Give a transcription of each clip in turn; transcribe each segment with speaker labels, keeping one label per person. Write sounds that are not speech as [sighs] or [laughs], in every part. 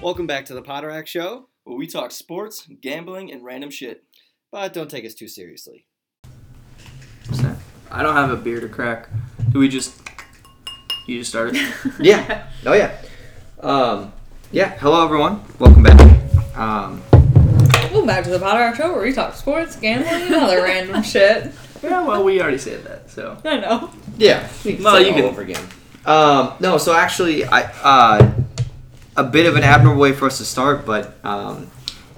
Speaker 1: Welcome back to the Potterack Show,
Speaker 2: where we talk sports, gambling, and random shit.
Speaker 1: but don't take us too seriously.
Speaker 2: I don't have a beer to crack. Do we just? You just started.
Speaker 3: [laughs] yeah. Oh yeah. Um, yeah. Hello everyone. Welcome back. Um,
Speaker 4: Welcome back to the Potter Hour Show where we talk sports, gambling, and other
Speaker 2: [laughs]
Speaker 4: random shit.
Speaker 2: yeah. Well, we already said that, so
Speaker 4: I know.
Speaker 3: yeah. we
Speaker 2: Well,
Speaker 3: say
Speaker 2: you
Speaker 3: it all
Speaker 2: can-
Speaker 3: over again. Um, no. So actually, I uh, a bit of an abnormal way for us to start, but um,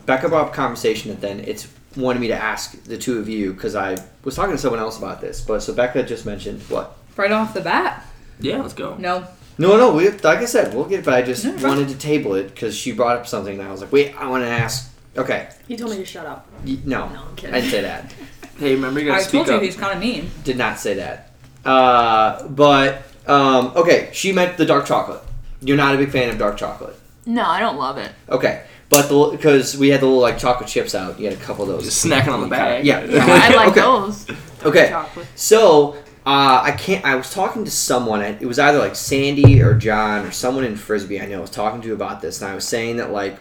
Speaker 3: back up our conversation. And then it's wanted me to ask the two of you because I was talking to someone else about this. But so Becca just mentioned what?
Speaker 4: Right off the bat.
Speaker 2: yeah, let's go.
Speaker 4: No.
Speaker 3: No, no. We like I said, we'll get. But I just
Speaker 4: No, no.
Speaker 3: wanted to table it because she brought up something, and I was like, wait, I want to ask. Okay.
Speaker 5: He told me to shut up.
Speaker 3: Y- No,
Speaker 5: No, I'm kidding.
Speaker 3: I didn't say that.
Speaker 2: Hey, remember you
Speaker 4: I
Speaker 2: gotta
Speaker 4: told
Speaker 2: speak
Speaker 4: you
Speaker 2: up.
Speaker 4: he's kind of mean.
Speaker 3: Did not say that. Uh, but um, okay, she meant the dark chocolate. You're not a big fan of dark chocolate.
Speaker 5: No, I don't [laughs] love it.
Speaker 3: Okay, but the because we had the little like chocolate chips out, you had a couple of those.
Speaker 2: Just snacking on the bag.
Speaker 3: Yeah.
Speaker 5: No, I like
Speaker 3: Okay.
Speaker 5: those.
Speaker 3: Okay,
Speaker 5: Chocolate.
Speaker 3: so uh, I can't. I was talking to someone. and It was either like Sandy or John or someone in Frisbee. I know I was talking to about this, and I was saying that like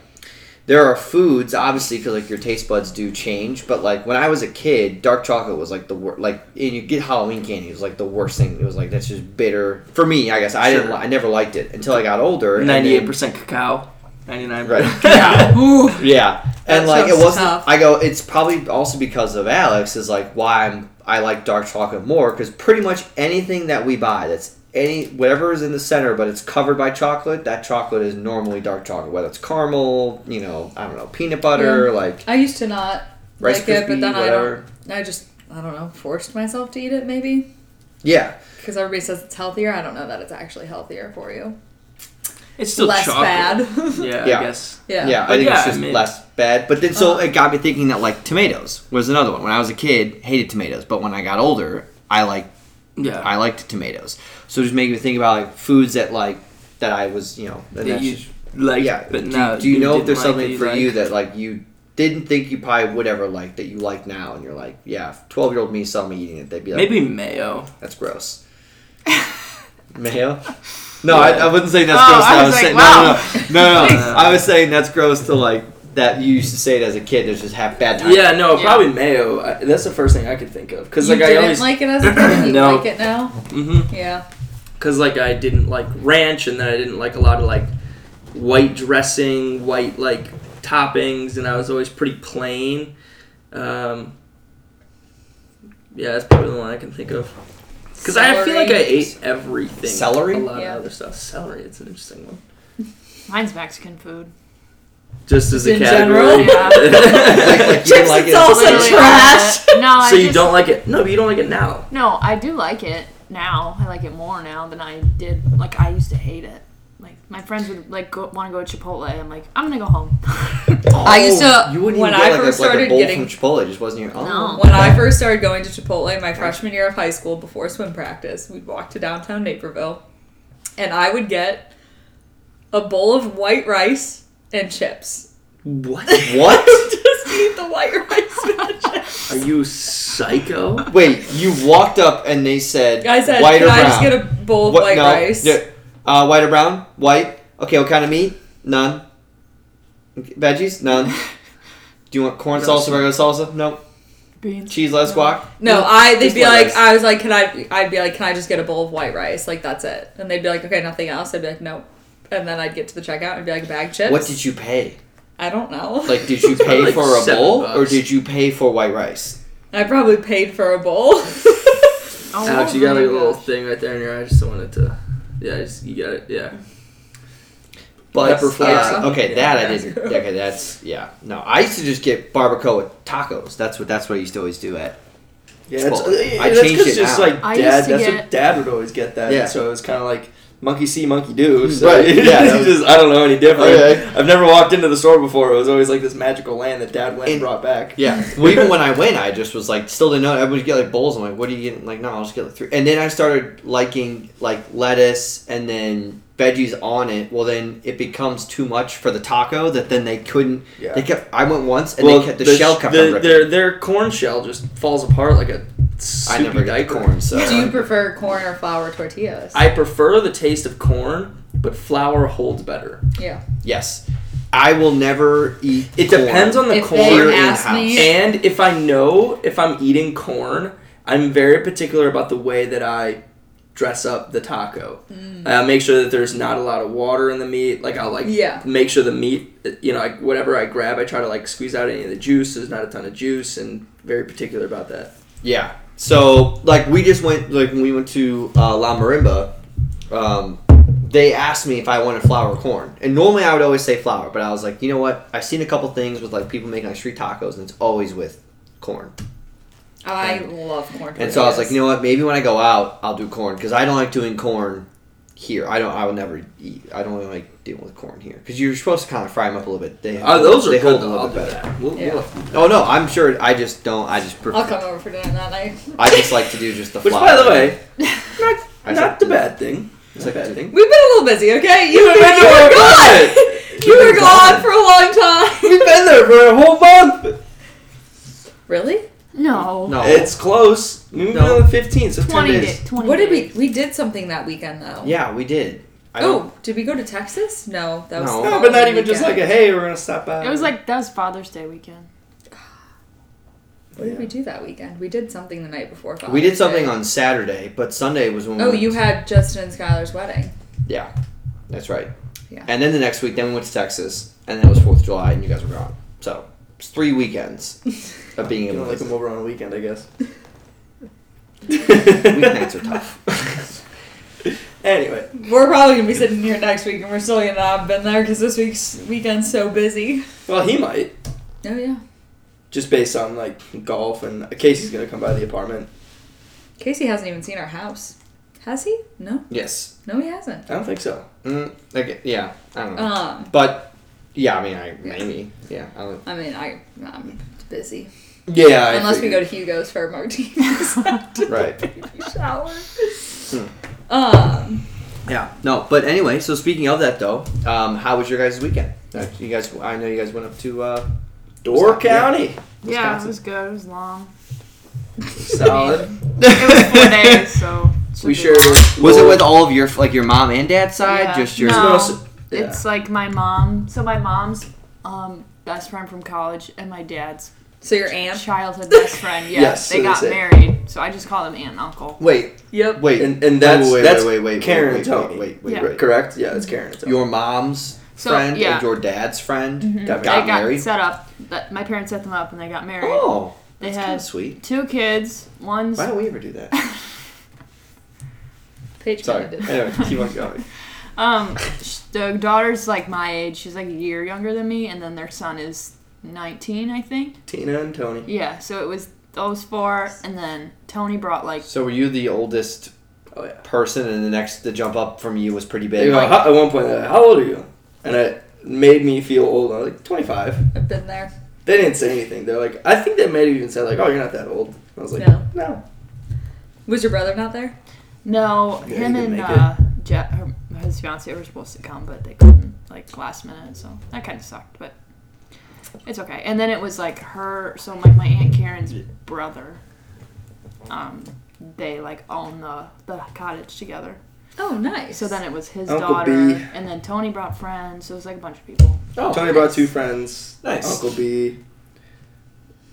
Speaker 3: there are foods obviously because like your taste buds do change but like when i was a kid dark chocolate was like the worst like and you get halloween candy it was like the worst thing it was like that's just bitter for me i guess i didn't
Speaker 2: Sure.
Speaker 3: li- i never liked it until i got older and then-
Speaker 2: Ninety-eight percent cacao. Ninety-nine.
Speaker 3: Right. [laughs]
Speaker 2: Cacao. [laughs]
Speaker 4: Ooh.
Speaker 3: yeah and
Speaker 4: That
Speaker 3: like it
Speaker 4: sounds
Speaker 3: wasn't
Speaker 4: tough.
Speaker 3: i go it's probably also because of alex is like why i'm i like dark chocolate more because pretty much anything that we buy that's any whatever is in the center but it's covered by chocolate that chocolate is normally dark chocolate whether it's caramel you know i don't know peanut butter like
Speaker 4: I used to not
Speaker 3: Rice
Speaker 4: like it,
Speaker 3: Krispie,
Speaker 4: but then
Speaker 3: whatever.
Speaker 4: I don't. I just, I don't know, forced myself to eat it maybe.
Speaker 3: Yeah,
Speaker 4: Because everybody says it's healthier. I don't know that it's actually healthier for you.
Speaker 2: It's still
Speaker 4: Less
Speaker 2: chocolate.
Speaker 4: bad.
Speaker 2: Yeah,
Speaker 3: Yeah.
Speaker 2: I guess.
Speaker 4: [laughs] yeah.
Speaker 3: yeah. I
Speaker 2: But
Speaker 3: think
Speaker 2: yeah,
Speaker 3: it's just
Speaker 2: I mean-
Speaker 3: less bad. But then, so
Speaker 4: Uh-huh.
Speaker 3: it got me thinking that like tomatoes was another one. When I was a kid, hated tomatoes, but when I got older, I like
Speaker 2: Yeah.
Speaker 3: I liked tomatoes. So it just made me think about like foods that like that I was you know that
Speaker 2: that you like.
Speaker 3: yeah.
Speaker 2: But
Speaker 3: do,
Speaker 2: now
Speaker 3: do you, know if
Speaker 2: didn't
Speaker 3: there's
Speaker 2: like
Speaker 3: something for
Speaker 2: like?
Speaker 3: you that like you didn't think you probably would ever like that you like now, and you're like, yeah, twelve year old me saw me eating it, they'd be like,
Speaker 2: Maybe mayo.
Speaker 3: that's gross. [laughs] Mayo. No,
Speaker 2: Yeah.
Speaker 3: I, I wouldn't say that's
Speaker 5: Oh,
Speaker 3: gross.
Speaker 5: I
Speaker 3: I
Speaker 5: was
Speaker 3: was
Speaker 5: like,
Speaker 3: saying
Speaker 5: wow.
Speaker 3: [laughs] no, no, no, no, no.
Speaker 2: Nice.
Speaker 3: I was saying that's gross to like that you used to say it as a kid. There's just have bad times. [laughs]
Speaker 2: Yeah, no,
Speaker 5: Yeah.
Speaker 2: probably mayo. I, that's the first thing I could think of because
Speaker 4: you
Speaker 2: like I
Speaker 4: didn't
Speaker 2: always
Speaker 4: like it as a
Speaker 2: [clears throat]
Speaker 4: kid. You
Speaker 2: No.
Speaker 4: like it now.
Speaker 2: hmm [laughs]
Speaker 4: Yeah.
Speaker 2: because like I didn't like ranch, and then I didn't like a lot of like white dressing, white like toppings, and I was always pretty plain. Um, yeah, that's probably the one I can think of. Because I feel like I
Speaker 4: Celery.
Speaker 2: ate everything.
Speaker 3: Celery?
Speaker 2: a lot
Speaker 4: Yeah.
Speaker 2: of other stuff. Celery, it's an interesting one.
Speaker 5: Mine's Mexican food.
Speaker 2: Just as a
Speaker 4: In general?
Speaker 2: general, [laughs]
Speaker 3: like, like, you didn't like it.
Speaker 4: salsa.
Speaker 3: as a kid.
Speaker 4: Literally. trash.
Speaker 5: all of
Speaker 2: [laughs]
Speaker 5: it. No, I
Speaker 2: so you
Speaker 5: just-
Speaker 2: don't like it? No, but you don't like it now.
Speaker 5: No, I do like it now. I like it more now than I did. Like I used to hate it. Like my friends would like go, want to go to Chipotle. I'm like, I'm gonna go home.
Speaker 2: [laughs]
Speaker 4: I used to-
Speaker 3: Oh, You wouldn't
Speaker 4: when
Speaker 3: even get
Speaker 4: I
Speaker 3: like,
Speaker 4: first
Speaker 3: a, like a
Speaker 4: started
Speaker 3: bowl from
Speaker 4: getting-
Speaker 3: Chipotle. It just wasn't your own.
Speaker 5: No.
Speaker 4: When I first started going to Chipotle my freshman year of high school before swim practice, we'd walk to downtown Naperville and I would get a bowl of white rice and chips.
Speaker 2: What?
Speaker 3: What?
Speaker 4: [laughs] Just eat the white rice and the chips.
Speaker 2: Are you psycho?
Speaker 3: [laughs] Wait, you walked up and they said,
Speaker 4: I said,
Speaker 3: white
Speaker 4: Can
Speaker 3: or
Speaker 4: I
Speaker 3: brown?
Speaker 4: just get a bowl of
Speaker 3: What-
Speaker 4: white
Speaker 3: no.
Speaker 4: rice?
Speaker 3: Yeah. Uh, white or brown? White. Okay, what kind of meat? None. Okay, Veggies? None. [laughs] Do you want corn
Speaker 2: No.
Speaker 3: salsa, regular salsa? No.
Speaker 5: Beans.
Speaker 3: Cheese, lettuce, guac?
Speaker 4: No, I they'd
Speaker 3: Just
Speaker 4: be
Speaker 3: white
Speaker 4: like
Speaker 3: rice.
Speaker 4: I was like, Can I I'd be like, Can I just get a bowl of white rice? Like that's it. And they'd be like, Okay, nothing else. I'd be like, Nope. And then I'd get to the checkout and be like, bag chips.
Speaker 3: What did you pay?
Speaker 4: I don't know.
Speaker 3: Like, did
Speaker 4: [laughs]
Speaker 2: [laughs]
Speaker 3: you
Speaker 2: probably
Speaker 3: pay
Speaker 2: like
Speaker 3: for a
Speaker 2: seven
Speaker 3: bowl or
Speaker 2: bucks.
Speaker 3: did you pay for white rice?
Speaker 4: I probably paid for a bowl.
Speaker 5: Oh,
Speaker 2: Alex, you got like
Speaker 5: my
Speaker 2: a little
Speaker 5: gosh.
Speaker 2: thing right there in your eye. I just wanted to. Yeah, I just, you got it. Yeah.
Speaker 3: But
Speaker 2: Pepper flakes.
Speaker 3: uh, okay,
Speaker 4: Yeah.
Speaker 3: that I
Speaker 4: Yeah.
Speaker 3: didn't. Okay, that's yeah. No, I used to just get barbacoa tacos. That's what that's what I used to always do at.
Speaker 2: Yeah,
Speaker 3: Well,
Speaker 2: it's,
Speaker 3: I
Speaker 2: I that's
Speaker 3: changed
Speaker 2: 'cause
Speaker 3: it
Speaker 2: just
Speaker 3: now.
Speaker 2: like
Speaker 5: I
Speaker 2: dad.
Speaker 5: used to
Speaker 2: That's
Speaker 5: get-
Speaker 2: what dad would always get that.
Speaker 3: Yeah. Hmm.
Speaker 2: So it was kind of like monkey see, monkey do. So [laughs]
Speaker 3: Right, yeah, that
Speaker 2: it's just I don't know any different.
Speaker 3: Okay.
Speaker 2: I've never walked into the store before. It was always like this magical land that dad went and
Speaker 3: And-
Speaker 2: brought back. [laughs]
Speaker 3: Yeah. Well, even when I went, I just was like, still didn't know. Everyone would get like bowls. I'm like, what are you getting? Like, no, I'll just get like three. And then I started liking like lettuce and then veggies on it. Well, then it becomes too much for the taco that then they couldn't.
Speaker 2: Yeah.
Speaker 3: They kept. I went once and
Speaker 2: Well,
Speaker 3: they kept the, shell kept on
Speaker 2: the,
Speaker 3: ripping.
Speaker 2: their their corn shell just falls apart like a soupy
Speaker 3: I never got
Speaker 2: diaper.
Speaker 3: corn, so uh,
Speaker 4: Do you prefer corn or flour tortillas?
Speaker 2: I prefer the taste of corn, but flour holds better.
Speaker 4: yeah.
Speaker 3: yes. I will never eat.
Speaker 2: It depends
Speaker 3: corn
Speaker 2: on the
Speaker 4: If
Speaker 2: corn.
Speaker 4: they
Speaker 3: here
Speaker 4: ask
Speaker 3: in-house.
Speaker 4: me-
Speaker 2: And if I know if I'm eating corn, I'm very particular about the way that I dress up the taco. I make sure that there's not a lot of water in the meat. Like I'll like
Speaker 4: Yeah.
Speaker 2: make sure the meat, you know, like whatever I grab, I try to like squeeze out any of the juice. There's not a ton of juice, and very particular about that.
Speaker 3: Yeah. So like we just went like when we went to uh, La Marimba, um, they asked me if I wanted flour or corn, and normally I would always say flour, but I was like, you know what? I've seen a couple things with like people making like street tacos, and it's always with corn.
Speaker 4: I love corn.
Speaker 3: And so I was like, you know what? Maybe when I go out, I'll do corn because I don't like doing corn here. I don't. I will never eat. I don't really like dealing with corn here because you're supposed to kind of fry them up a little bit. They
Speaker 2: Oh, those are
Speaker 3: they hold a
Speaker 2: good. though.
Speaker 3: little
Speaker 2: I'll
Speaker 3: bit
Speaker 2: do
Speaker 3: better.
Speaker 2: that. We'll-
Speaker 4: Yeah.
Speaker 2: we'll-
Speaker 3: Oh no, I'm sure. I just don't. I just prefer.
Speaker 4: I'll come over for dinner that night.
Speaker 3: I just like to do just the.
Speaker 2: Which,
Speaker 3: flour.
Speaker 2: by the way, not,
Speaker 3: [laughs] I
Speaker 2: not
Speaker 3: said-
Speaker 2: the bad thing.
Speaker 3: It's
Speaker 2: Not a
Speaker 3: like
Speaker 2: bad
Speaker 3: to-
Speaker 2: thing. [laughs]
Speaker 4: We've been a little busy, okay? You
Speaker 2: We've
Speaker 4: were,
Speaker 2: been
Speaker 4: you were
Speaker 2: doing
Speaker 4: gone. [laughs]
Speaker 2: good.
Speaker 4: You were
Speaker 2: We've been
Speaker 4: gone
Speaker 2: gone.
Speaker 4: for a long time.
Speaker 2: We've been there for a whole month.
Speaker 4: really?
Speaker 5: No.
Speaker 3: no,
Speaker 2: It's close. We moved
Speaker 3: No.
Speaker 2: on the 15th, so 10
Speaker 5: Twenty
Speaker 2: days.
Speaker 5: days. Twenty.
Speaker 4: What did we?
Speaker 5: days.
Speaker 4: We did something that weekend though.
Speaker 3: Yeah, we did. I don't-
Speaker 4: Oh, did we go to Texas? No, that was
Speaker 3: No.
Speaker 4: the
Speaker 2: No, Oh, but not
Speaker 4: following
Speaker 2: even just like
Speaker 4: weekend.
Speaker 2: a hey, we're gonna stop by.
Speaker 5: It was like that was Father's Day weekend.
Speaker 4: What did we do that weekend? We did something the night before.
Speaker 3: We did
Speaker 4: Father's
Speaker 3: something
Speaker 4: Day.
Speaker 3: on Saturday, but Sunday was when.
Speaker 4: Oh,
Speaker 3: we,
Speaker 4: you had Justin and Skylar's wedding. [laughs]
Speaker 3: Yeah, that's right.
Speaker 4: Yeah.
Speaker 3: And then the next week, then we went to Texas, and then it was Fourth of July, and you guys were gone. So it's three weekends of being
Speaker 2: You
Speaker 3: able
Speaker 2: know,
Speaker 3: to.
Speaker 2: like I'm over on a weekend, I [laughs]
Speaker 5: [laughs]
Speaker 2: guess.
Speaker 3: [laughs] Weeknights are tough.
Speaker 2: Anyway,
Speaker 4: We're probably gonna be sitting here next week, and we're still gonna not have been there because this week's weekend's so busy.
Speaker 2: well, he might
Speaker 4: Oh yeah,
Speaker 2: just based on like golf and Casey's gonna come by the apartment.
Speaker 4: Casey hasn't even seen our house. Has he? No,
Speaker 3: [laughs] yes.
Speaker 4: no, he hasn't.
Speaker 2: I don't think so.
Speaker 3: Mm, like, yeah, I don't know.
Speaker 4: Um,
Speaker 3: but yeah, I mean, I maybe. Yeah, I don't.
Speaker 4: I mean, I I'm busy
Speaker 2: Yeah,
Speaker 4: unless we go to Hugo's for [laughs] martinis after
Speaker 3: Right.
Speaker 2: [laughs]
Speaker 4: the baby shower. Um,
Speaker 3: Yeah. No, but anyway. So speaking of that, though, um, how was your guys' weekend? Uh, You guys, I know you guys went up to uh,
Speaker 2: Door County.
Speaker 5: Yeah, it
Speaker 3: Wisconsin.
Speaker 5: was good. It was long. [laughs]
Speaker 2: Solid.
Speaker 5: It
Speaker 2: [laughs]
Speaker 5: was four days, so it should
Speaker 2: we
Speaker 5: be
Speaker 2: sure
Speaker 5: long.
Speaker 3: Was it with all of your like your mom and dad's side?
Speaker 5: Yeah.
Speaker 3: Just your
Speaker 5: No.
Speaker 2: Most- yeah.
Speaker 5: It's like my mom. So my mom's um, best friend from college and my dad's
Speaker 4: so your aunt?
Speaker 5: childhood best
Speaker 2: [laughs]
Speaker 5: friend. Yes,
Speaker 2: Yes,
Speaker 5: they
Speaker 2: so
Speaker 5: got
Speaker 2: that's it.
Speaker 5: married. So I just call them aunt and uncle.
Speaker 3: wait,
Speaker 4: Yep.
Speaker 3: wait,
Speaker 2: And- and that's-
Speaker 3: wait, wait,
Speaker 2: that's
Speaker 3: wait, wait, wait,
Speaker 2: Karen
Speaker 3: wait,
Speaker 2: and
Speaker 3: wait,
Speaker 2: Tony.
Speaker 3: Wait, wait,
Speaker 5: Yeah.
Speaker 3: wait.
Speaker 2: Correct? Yeah, it's Karen. It's
Speaker 3: Your mom's
Speaker 5: So,
Speaker 3: friend
Speaker 5: yeah. Mm-hmm.
Speaker 3: and your dad's friend got,
Speaker 5: they got
Speaker 3: married.
Speaker 5: set up. But my parents set them up and they got married.
Speaker 3: oh,
Speaker 5: They
Speaker 3: that's
Speaker 5: had-
Speaker 3: kind of sweet.
Speaker 5: Two kids. One's
Speaker 3: Why don't we ever do
Speaker 5: [laughs]
Speaker 3: that?
Speaker 4: Paige
Speaker 3: Sorry.
Speaker 4: kinda did.
Speaker 3: anyway, keep on going.
Speaker 5: um, sh- the daughter's like my age. She's like a year younger than me, and then their son is 19, I think.
Speaker 2: Tina and Tony.
Speaker 5: Yeah. So it was those four, and then Tony brought like
Speaker 3: So were you the oldest
Speaker 2: Oh yeah.
Speaker 3: person, and the next the jump up from you was pretty
Speaker 2: They
Speaker 3: big?
Speaker 2: go, "How- at one point, they're like, how old are you? And it made me feel old. I was like 25.
Speaker 4: I've been there.
Speaker 2: They didn't say anything. They're like, I think they may have even said like, "Oh, you're not that old." I was like,
Speaker 4: No.
Speaker 2: "No."
Speaker 4: Was your brother not there?
Speaker 5: no
Speaker 2: Yeah,
Speaker 5: him
Speaker 2: you can
Speaker 5: and
Speaker 2: make
Speaker 5: uh, Je- her, his fiance were supposed to come, but they couldn't like last minute, so that kind of sucked. But it's okay. And then it was like her, so like my aunt Karen's brother. Um, they like own the the cottage together.
Speaker 4: Oh, nice.
Speaker 5: So then it was his
Speaker 2: Uncle
Speaker 5: daughter,
Speaker 2: B.
Speaker 5: and then Tony brought friends. So it was like a bunch of people.
Speaker 3: Oh,
Speaker 2: Tony brought two friends,
Speaker 3: Nice.
Speaker 2: Uncle B,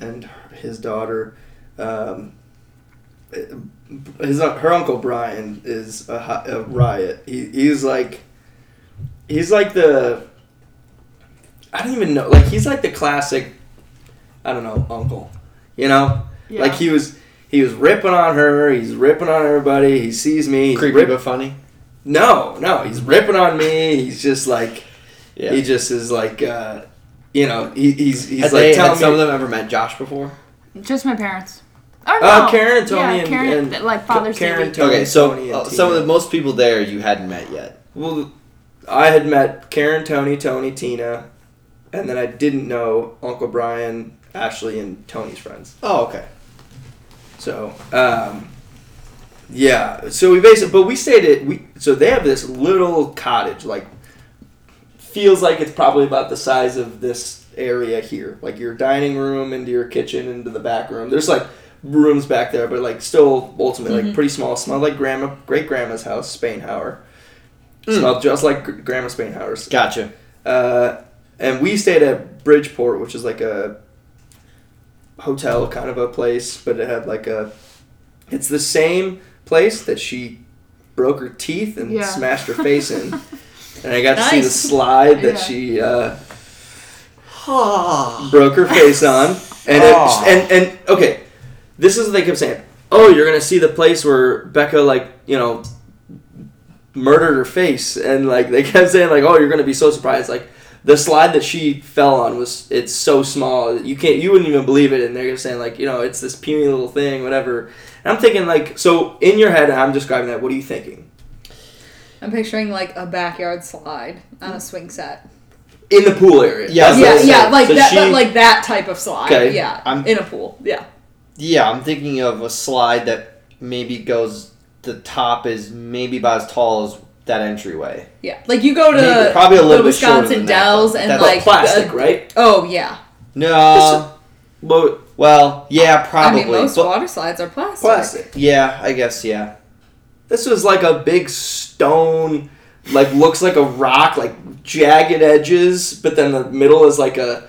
Speaker 2: and his daughter. Um, his her uncle Brian is a, hi- a riot. He, he's like, he's like the. I don't even know. Like he's like the classic, I don't know, uncle. You know,
Speaker 5: Yeah.
Speaker 2: like he was. He was ripping on her. He's ripping on everybody. He sees me. He's
Speaker 3: creepy
Speaker 2: rip-
Speaker 3: but funny.
Speaker 2: No, no, he's ripping on me. He's just like
Speaker 3: Yeah.
Speaker 2: he just is like uh, you know he, he's he's
Speaker 3: had
Speaker 2: like
Speaker 3: they, had
Speaker 2: telling
Speaker 3: some
Speaker 2: me
Speaker 3: of them ever met Josh before?
Speaker 5: Just my parents. Oh,
Speaker 2: Uh,
Speaker 5: no.
Speaker 2: Karen and Tony
Speaker 5: yeah,
Speaker 2: and-
Speaker 5: Karen,
Speaker 2: and
Speaker 5: th- like Father's Day
Speaker 2: Karen,
Speaker 5: weekend.
Speaker 2: Tony,
Speaker 3: okay, so
Speaker 2: Tony, and
Speaker 3: uh, some of
Speaker 2: Tina.
Speaker 3: the most people there you hadn't met yet.
Speaker 2: well I had met Karen, Tony, Tony, Tina, and then I didn't know Uncle Brian, Ashley, and Tony's friends.
Speaker 3: Oh, okay.
Speaker 2: So um, yeah, so we basically but we stayed at we so they have this little cottage like feels like it's probably about the size of this area here. Like your dining room into your kitchen into the back room. There's like rooms back there, but like still ultimately like pretty small. Smelled like grandma, great grandma's house, Spainhauer. Smelled just like gr- grandma Spainhauer's.
Speaker 3: Gotcha.
Speaker 2: Uh, and we stayed at Bridgeport, which is like a hotel kind of a place, but it had like a. It's the same place that she broke her teeth and
Speaker 5: Yeah.
Speaker 2: smashed her face in, and I got to
Speaker 5: [laughs]
Speaker 2: see the
Speaker 4: Nice.
Speaker 2: slide that
Speaker 5: Yeah.
Speaker 2: she uh,
Speaker 3: Ah.
Speaker 2: broke her face on, and it,
Speaker 3: Aw.
Speaker 2: and and okay, this is what they kept saying. Oh, you're gonna see the place where Becca like you know murdered her face, and like they kept saying like, oh, you're gonna be so surprised. Like the slide that she fell on was it's so small you can't you wouldn't even believe it, and they're just saying like you know it's this puny little thing, whatever. And I'm thinking like so in your head, I'm describing that. What are you thinking
Speaker 4: I'm picturing like a backyard slide on a swing set.
Speaker 2: in the pool area?
Speaker 3: Yeah,
Speaker 2: That's what
Speaker 4: yeah,
Speaker 2: I'm
Speaker 4: yeah,
Speaker 2: saying.
Speaker 4: like
Speaker 2: So
Speaker 4: that,
Speaker 2: she-
Speaker 4: but like that type of slide.
Speaker 2: Okay,
Speaker 4: yeah,
Speaker 3: I'm-
Speaker 4: in a pool. Yeah,
Speaker 3: Yeah, I'm thinking of a slide that maybe goes. The top is maybe about as tall as that entryway.
Speaker 4: yeah. Like you go to
Speaker 3: Maybe- probably a
Speaker 4: go
Speaker 3: little
Speaker 4: to
Speaker 3: bit shorter
Speaker 4: Wisconsin
Speaker 3: than that,
Speaker 4: Dells
Speaker 3: though.
Speaker 4: and
Speaker 3: That's
Speaker 2: But
Speaker 4: like
Speaker 2: plastic,
Speaker 4: uh,
Speaker 2: right?
Speaker 4: oh yeah.
Speaker 5: [laughs]
Speaker 3: No.
Speaker 2: But
Speaker 3: Well, yeah, probably.
Speaker 4: I mean, most
Speaker 3: but-
Speaker 4: water slides are plastic.
Speaker 2: plastic.
Speaker 3: yeah, I guess yeah.
Speaker 2: This was like a big stone, like looks like a rock, like jagged edges, but then the middle is like a,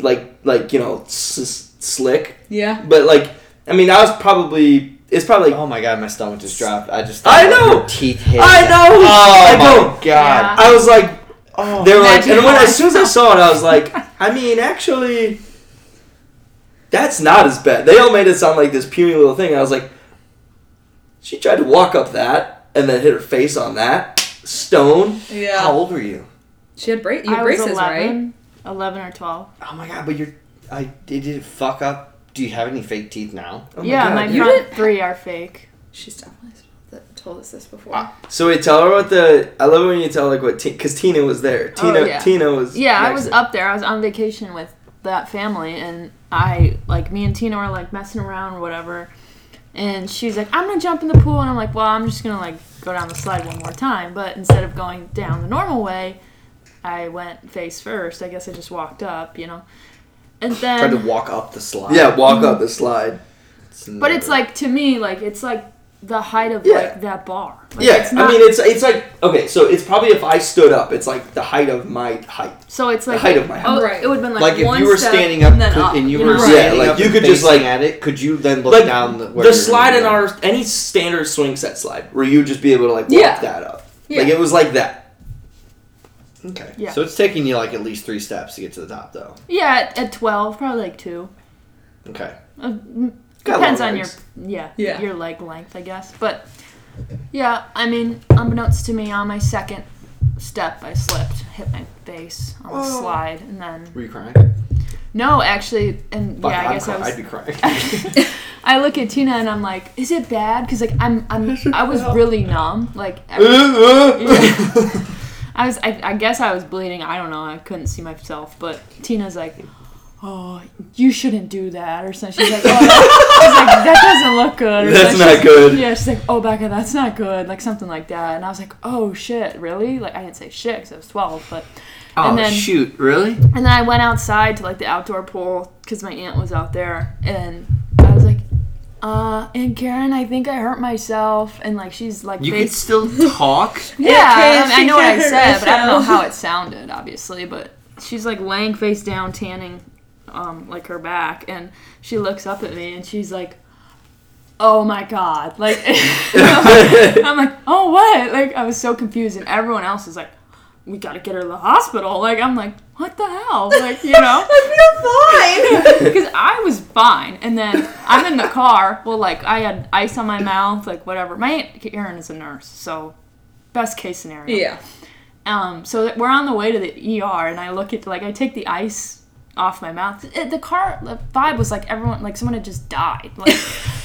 Speaker 2: like like you know s- slick.
Speaker 4: Yeah.
Speaker 2: But like, I mean, I was probably it's probably.
Speaker 3: Oh my god, my stomach just dropped. I just.
Speaker 2: I
Speaker 3: thought
Speaker 2: know!
Speaker 3: your Teeth hit.
Speaker 2: I know.
Speaker 3: Oh
Speaker 2: I
Speaker 3: my
Speaker 2: know.
Speaker 3: god.
Speaker 5: Yeah.
Speaker 2: I was like,
Speaker 3: Oh.
Speaker 2: they were like,
Speaker 5: Imagine
Speaker 2: and when
Speaker 5: how
Speaker 2: as
Speaker 5: I
Speaker 2: soon as I saw it, I was like, I mean, actually, that's not as bad. They all made it sound like this puny little thing. I was like, she tried to walk up that and then hit her face on that stone.
Speaker 4: Yeah.
Speaker 3: How old were you?
Speaker 4: She had bra- [laughs] you
Speaker 5: I
Speaker 4: had
Speaker 5: was
Speaker 4: braces, right?
Speaker 5: 11, 11 or 12.
Speaker 3: Oh my god, but you're. I did it fuck up. Do you have any fake teeth now?
Speaker 2: Oh my
Speaker 5: yeah,
Speaker 2: God.
Speaker 5: my
Speaker 4: You
Speaker 5: front
Speaker 4: didn't-
Speaker 5: three are fake.
Speaker 4: She's definitely that- told us this before.
Speaker 3: Ah.
Speaker 2: So we tell her what the. I love it when you tell like what because Tina was there.
Speaker 5: Oh,
Speaker 2: Tina
Speaker 5: yeah.
Speaker 2: Tina was.
Speaker 5: Yeah, I
Speaker 2: next
Speaker 5: was
Speaker 2: to-
Speaker 5: up there. I was on vacation with that family, and I, like, me and Tina were, like, messing around or whatever. And she's like, I'm gonna jump in the pool. And I'm like, well, I'm just gonna, like, go down the slide one more time. But instead of going down the normal way, I went face first. I guess I just walked up, you know. And then.
Speaker 3: Tried to walk up the slide.
Speaker 2: Yeah, walk
Speaker 5: mm-hmm.
Speaker 2: up the slide.
Speaker 5: But it's like to me, like it's like the height of
Speaker 2: Yeah.
Speaker 5: like that bar. Like,
Speaker 2: yeah,
Speaker 5: it's not,
Speaker 2: I mean it's it's like okay, so it's probably if I stood up, it's like the height of my height.
Speaker 5: so it's like
Speaker 2: height of my
Speaker 5: oh,
Speaker 4: Right.
Speaker 5: it would have been like,
Speaker 3: like if
Speaker 5: one
Speaker 3: you were
Speaker 5: step
Speaker 3: standing up
Speaker 5: and,
Speaker 3: and,
Speaker 5: then
Speaker 3: could,
Speaker 5: up,
Speaker 3: and you
Speaker 5: you
Speaker 3: were
Speaker 5: know?
Speaker 2: Yeah,
Speaker 3: standing
Speaker 2: like,
Speaker 3: up
Speaker 2: you
Speaker 3: and
Speaker 2: could just,
Speaker 3: facing
Speaker 2: like-
Speaker 3: at it, could you then look
Speaker 2: like,
Speaker 3: down the, where
Speaker 2: the
Speaker 3: you're
Speaker 2: slide in
Speaker 3: going?
Speaker 2: our any standard swing set slide where you would just be able to like walk
Speaker 4: Yeah.
Speaker 2: that up.
Speaker 4: Yeah.
Speaker 2: Like it was like that.
Speaker 3: Okay.
Speaker 5: Yeah.
Speaker 3: So it's taking you like at least three steps to get to the top, though.
Speaker 5: Yeah, at, at twelve, probably like two.
Speaker 3: Okay.
Speaker 5: Uh, m-
Speaker 2: Got
Speaker 5: depends
Speaker 2: long
Speaker 5: on your
Speaker 2: legs.
Speaker 5: yeah,
Speaker 4: Yeah.
Speaker 5: your leg length, I guess. But yeah, I mean, unbeknownst to me, on my second step, I slipped, hit my face on the
Speaker 2: Oh.
Speaker 5: slide, and then
Speaker 3: Were you crying?
Speaker 5: no, actually, and
Speaker 3: Fuck,
Speaker 5: yeah, I
Speaker 3: I'd
Speaker 5: guess
Speaker 3: cry-
Speaker 5: I was
Speaker 3: I'd be crying.
Speaker 5: [laughs] I look at Tina and I'm like, is it bad? Because like I'm, I'm I was really numb. Like I,
Speaker 2: Yeah.
Speaker 5: [laughs] I was I, I guess I was bleeding. I don't know. I couldn't see myself. But Tina's like, oh, you shouldn't do that or something. She's like, oh, she's like that doesn't look good. or
Speaker 2: That's
Speaker 5: something.
Speaker 2: not
Speaker 5: She's-
Speaker 2: good.
Speaker 5: Yeah, she's like, oh Becca, that's not good. Like something like that. And I was like, oh shit, really? Like I didn't say shit because I was twelve, but
Speaker 3: oh
Speaker 5: then-
Speaker 3: shoot! Really?
Speaker 5: and then I went outside to like the outdoor pool because my aunt was out there, and I was like, "Uh, Aunt Karen, I think I hurt myself." And like she's like,
Speaker 3: You could
Speaker 5: face-
Speaker 3: still talk.
Speaker 5: yeah,
Speaker 4: Yeah,
Speaker 5: I, mean, I know what I
Speaker 4: she
Speaker 5: said, but I don't know
Speaker 4: hurt
Speaker 5: how it sounded, obviously. But she's like laying face down, tanning, um, like her back, and she looks up at me and she's like, "Oh my god!" Like [laughs] I'm like, "Oh what?" Like I was so confused, and everyone else is like, "We gotta get her to the hospital." Like I'm like, "What the hell?" [laughs] Like you know.
Speaker 4: I feel fine.
Speaker 5: [laughs] Because I was fine, and then I'm in the car. Well, like I had ice on my mouth, like whatever. My aunt Karen is a nurse, so best case scenario.
Speaker 4: yeah.
Speaker 5: Um. So that- we're on the way to the ER, and I look at like I take the ice off my mouth. It, the car the vibe was like everyone, like someone had just died.
Speaker 3: [laughs]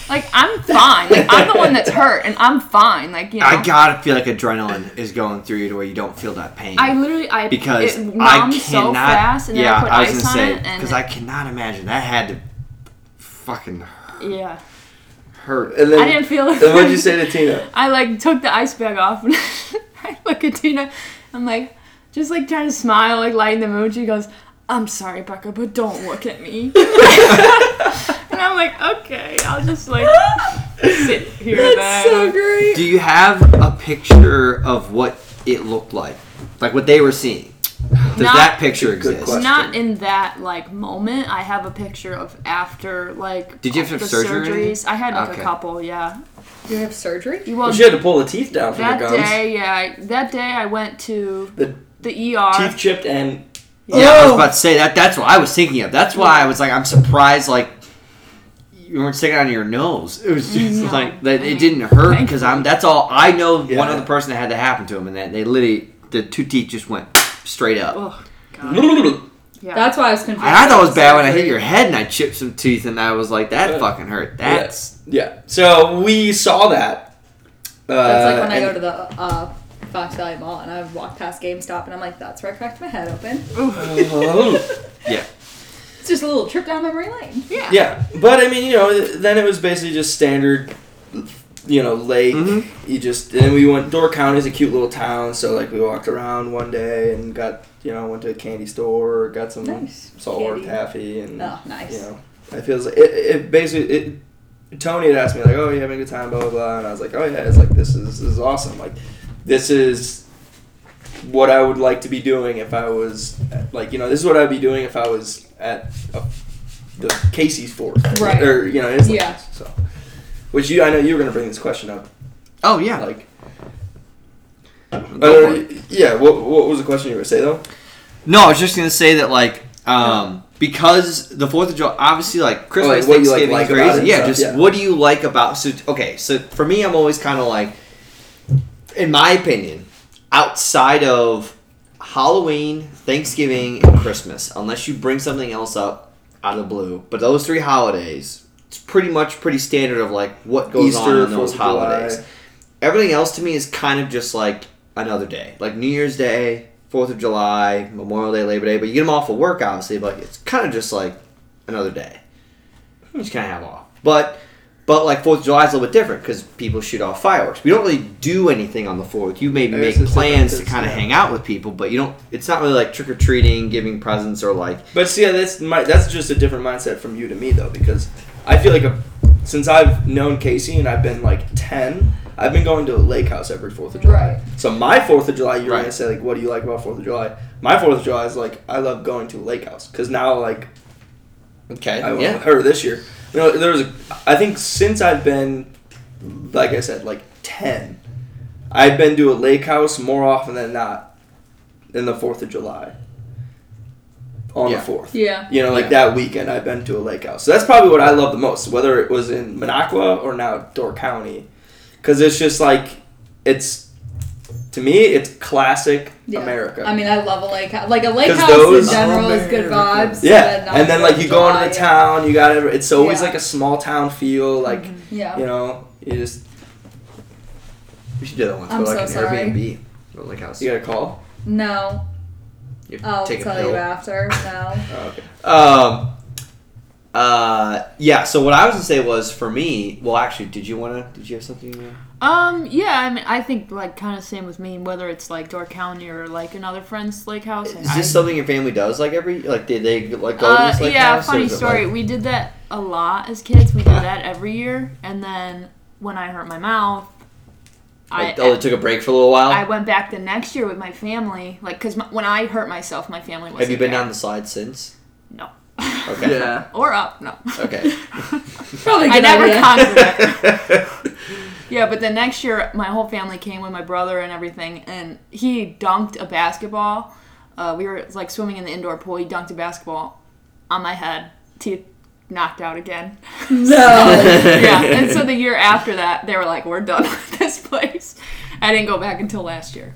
Speaker 5: Like, like I'm fine. Like I'm the one that's hurt, and I'm fine. Like you
Speaker 3: [laughs]
Speaker 5: know.
Speaker 3: I gotta feel like adrenaline is going through you to where you don't feel that pain.
Speaker 5: I literally I
Speaker 3: because
Speaker 5: it
Speaker 3: I
Speaker 5: numbed
Speaker 3: cannot.
Speaker 5: so fast, and
Speaker 3: yeah,
Speaker 5: then I put
Speaker 3: I
Speaker 5: ice
Speaker 3: was gonna
Speaker 5: on
Speaker 3: say
Speaker 5: it, and
Speaker 3: because I cannot imagine that had to fucking
Speaker 5: yeah,
Speaker 3: hurt.
Speaker 2: [laughs] And then,
Speaker 5: I didn't feel.
Speaker 2: then
Speaker 5: [laughs]
Speaker 2: what'd you say to Tina?
Speaker 5: I like took the ice bag off and [laughs] I look at Tina. I'm like, just like trying to smile, like lighten the mood. She goes, I'm sorry, Becca, but don't look at me.
Speaker 4: [laughs]
Speaker 5: and I'm like, okay, I'll just like
Speaker 4: [laughs]
Speaker 5: sit here
Speaker 4: That's so
Speaker 5: then.
Speaker 4: great.
Speaker 3: Do you have a picture of what it looked like, like what they were seeing? Does
Speaker 5: Not-
Speaker 3: that picture
Speaker 2: Good
Speaker 3: exist?
Speaker 2: question.
Speaker 5: Not in that like moment. I have a picture of after like.
Speaker 3: Did you have to have
Speaker 5: the
Speaker 3: surgery or anything?
Speaker 5: surgeries? I had like
Speaker 3: Okay.
Speaker 5: a couple. Yeah.
Speaker 4: You have surgery?
Speaker 5: You
Speaker 2: Well,
Speaker 5: well,
Speaker 2: she had to pull the teeth down from her
Speaker 5: that
Speaker 2: gums.
Speaker 5: day. Yeah, I- that day I went to
Speaker 2: The
Speaker 5: the ER.
Speaker 2: teeth chipped
Speaker 5: [laughs]
Speaker 2: and
Speaker 3: Yeah, I was about to say that. That's what I was thinking of. That's why I was like, I'm surprised. Like, you weren't sticking out of your nose. It was just
Speaker 5: No.
Speaker 3: like that. It didn't hurt because I'm. That's all I know.
Speaker 2: Mm-hmm. Yeah.
Speaker 3: One other person that had that happen to him, and that they literally the two teeth just went straight up.
Speaker 5: Oh, God.
Speaker 2: yeah,
Speaker 5: Yeah.
Speaker 4: That's why I was confused.
Speaker 3: And I thought it was
Speaker 4: about
Speaker 3: bad when I hit
Speaker 4: surgery.
Speaker 3: your head and I chipped some teeth, and I was like, that
Speaker 2: Uh,
Speaker 3: fucking hurt. That's
Speaker 2: So we saw that. Uh,
Speaker 4: That's like when I go
Speaker 2: and-
Speaker 4: to the uh, Fox Valley Mall and I walk past GameStop and I'm like, that's where I cracked my head open.
Speaker 2: [laughs]
Speaker 3: yeah.
Speaker 4: It's just a little trip down memory lane.
Speaker 5: yeah.
Speaker 2: yeah, but I mean, you know, th- then it was basically just standard, you know, lake.
Speaker 3: Mhm.
Speaker 2: You just and we went. Door County is a cute little town, so like we walked around one day and got you know went to a candy store, got some
Speaker 4: Nice.
Speaker 2: saltwater
Speaker 4: Candy.
Speaker 2: taffy, and
Speaker 4: Oh, nice.
Speaker 2: you know, I feels like it, it basically it. Tony had asked me like, "Oh, you having a good time?" Blah blah blah, and I was like, "Oh yeah, it's like this is this is awesome. Like, this is what I would like to be doing if I was like you know this is what I'd be doing if I was at a, the Casey's fourth
Speaker 4: Right.
Speaker 2: or you know it's like,
Speaker 4: Yeah.
Speaker 2: so." Which you I know you were gonna bring this question up
Speaker 3: Oh yeah.
Speaker 2: like
Speaker 3: Go for
Speaker 2: uh,
Speaker 3: it.
Speaker 2: yeah what what was the question you were gonna say though?
Speaker 3: no, I was just gonna say that like. Um, because the Fourth of July, obviously, like Christmas,
Speaker 2: Oh, like, what you, like,
Speaker 3: Thanksgiving,
Speaker 2: like about it
Speaker 3: crazy.
Speaker 2: and
Speaker 3: Yeah,
Speaker 2: stuff,
Speaker 3: just
Speaker 2: yeah.
Speaker 3: what do you like about? So okay, so for me, I'm always kind of like, in my opinion, outside of Halloween, Thanksgiving, and Christmas, unless you bring something else up out of the blue, but those three holidays, it's pretty much pretty standard of like what goes on in those
Speaker 2: Fourth of July.
Speaker 3: holidays everything else to me is kind of just like another day, like New Year's Day, Fourth of July, Memorial Day, Labor Day. But you get them off of work, obviously. But like, it's kind of just like another day. You just kind of have off. But but like Fourth of July is a little bit different because people shoot off fireworks. We don't really do anything on the Fourth. You maybe
Speaker 2: I guess
Speaker 3: make
Speaker 2: it's
Speaker 3: plans to
Speaker 2: different,
Speaker 3: kind of
Speaker 2: yeah.
Speaker 3: hang out with people, but you don't. It's not really like trick or treating, giving presents, or like
Speaker 2: But see, yeah, that's my that's just a different mindset from you to me though, because I feel like a, since I've known Casey and I've been like ten, I've been going to a lake house every Fourth of July.
Speaker 4: Right.
Speaker 2: So my Fourth of July, you're
Speaker 3: Right.
Speaker 2: gonna say like, what do you like about Fourth of July? My Fourth of July is like I love going to a lake house because now like
Speaker 3: okay,
Speaker 2: I went
Speaker 3: yeah,
Speaker 2: with her this year. You know, there was a, I think since I've been, like I said, like ten, I've been to a lake house more often than not than the Fourth of July. On
Speaker 3: Yeah.
Speaker 2: the fourth,
Speaker 4: Yeah.
Speaker 2: you know, like
Speaker 3: Yeah.
Speaker 2: that weekend, I've been to a lake house. So that's probably what I love the most, whether it was in Minocqua or now Door County, because it's just like it's to me, it's classic
Speaker 4: Yeah.
Speaker 2: America.
Speaker 4: I mean, I love a lake house. Like a lake
Speaker 2: 'Cause
Speaker 4: house
Speaker 2: those-
Speaker 4: in general is good
Speaker 5: America.
Speaker 4: vibes.
Speaker 2: yeah,
Speaker 4: not
Speaker 2: and then like you go into the
Speaker 4: July.
Speaker 2: town, you got it. It's always
Speaker 4: Yeah.
Speaker 2: like a small town feel, like
Speaker 4: Yeah.
Speaker 2: you know, you just
Speaker 3: we should do that once.
Speaker 4: I'm
Speaker 3: We're like
Speaker 4: so
Speaker 3: an
Speaker 4: sorry.
Speaker 3: Airbnb, or like house.
Speaker 2: you got a call.
Speaker 4: No,
Speaker 3: You
Speaker 4: I'll
Speaker 3: take a
Speaker 4: tell
Speaker 3: pill.
Speaker 4: you after. No.
Speaker 2: Oh, okay.
Speaker 3: Um. Uh. Yeah. So what I was gonna say was for me. Well, actually, did you wanna? Did you have something? You
Speaker 5: Um. Yeah. I mean, I think like kind of same with me. Whether it's like Door County or like another friend's lake house.
Speaker 3: is
Speaker 5: I-
Speaker 3: this something your family does? Like every like did they like go to
Speaker 5: Uh,
Speaker 3: this like
Speaker 5: yeah,
Speaker 3: house, or
Speaker 5: funny
Speaker 3: is it,
Speaker 5: story.
Speaker 3: like-
Speaker 5: we did that a lot as kids. We did that every year, and then when I hurt my mouth,
Speaker 3: like,
Speaker 5: I
Speaker 3: oh, they took a break for a little while.
Speaker 5: I went back the next year with my family. Like, cause my, when I hurt myself, my family was.
Speaker 3: have you been
Speaker 5: [laughs]
Speaker 3: down the slide since?
Speaker 5: No.
Speaker 3: Okay.
Speaker 5: or up? No. [laughs]
Speaker 3: Okay.
Speaker 4: [laughs] Probably. a
Speaker 5: I
Speaker 4: good
Speaker 5: never
Speaker 4: idea.
Speaker 5: conquered it.
Speaker 4: [laughs]
Speaker 5: Yeah, but the next year, my whole family came with my brother and everything, and he dunked a basketball. Uh, we were like swimming in the indoor pool. He dunked a basketball on my head, teeth knocked out again.
Speaker 4: [laughs] No.
Speaker 5: yeah, and so the year after that, they were like, "We're done [laughs] with this place." I didn't go back until last year,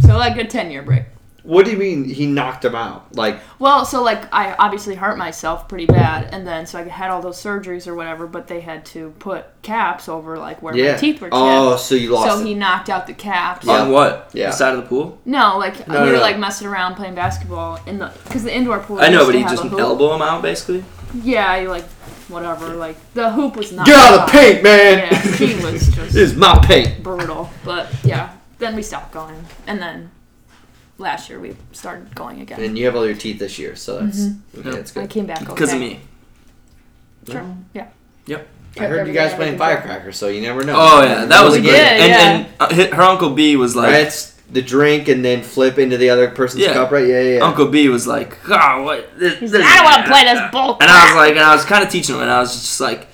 Speaker 5: so like a ten year break.
Speaker 3: what do you mean he knocked him out? Like
Speaker 5: Well, so like I obviously hurt myself pretty bad, and then so I had all those surgeries or whatever, but they had to put caps over like where
Speaker 3: yeah.
Speaker 5: my teeth were.
Speaker 3: oh,
Speaker 5: chipped.
Speaker 3: so you lost.
Speaker 5: so
Speaker 3: it.
Speaker 5: he knocked out the caps.
Speaker 3: Yeah.
Speaker 2: On what?
Speaker 3: Yeah.
Speaker 2: The side of the pool.
Speaker 5: No, like
Speaker 2: No, no,
Speaker 5: we were
Speaker 2: no.
Speaker 5: like messing around playing basketball in the because the indoor pool.
Speaker 2: I know, but
Speaker 5: used to
Speaker 2: he
Speaker 5: have
Speaker 2: just
Speaker 5: a hoop.
Speaker 2: elbow him out basically.
Speaker 5: Yeah, you like whatever. Like the hoop was not.
Speaker 3: Get out of the
Speaker 5: allowed.
Speaker 3: paint, man.
Speaker 5: Yeah,
Speaker 3: [laughs]
Speaker 5: he was just-
Speaker 3: this is my paint.
Speaker 5: brutal. But yeah, then we stopped going, and then last year we started going
Speaker 3: And
Speaker 5: again.
Speaker 3: then you have all your teeth this year, so that's okay. That's
Speaker 5: Mm-hmm. I
Speaker 3: good.
Speaker 5: came back okay.
Speaker 2: Because of me.
Speaker 5: Sure. Yeah.
Speaker 3: I heard you Oh,
Speaker 2: Oh, uh,
Speaker 3: guys the drink and then flip into the other person's
Speaker 2: Yeah.
Speaker 3: cup, right? Yeah, yeah. yeah.
Speaker 2: Uncle B was like, "Ah, what? This,
Speaker 5: He's
Speaker 2: this-
Speaker 5: like, I don't want to play this bull.
Speaker 2: And I was like, and I was kind of teaching him, and I was just like,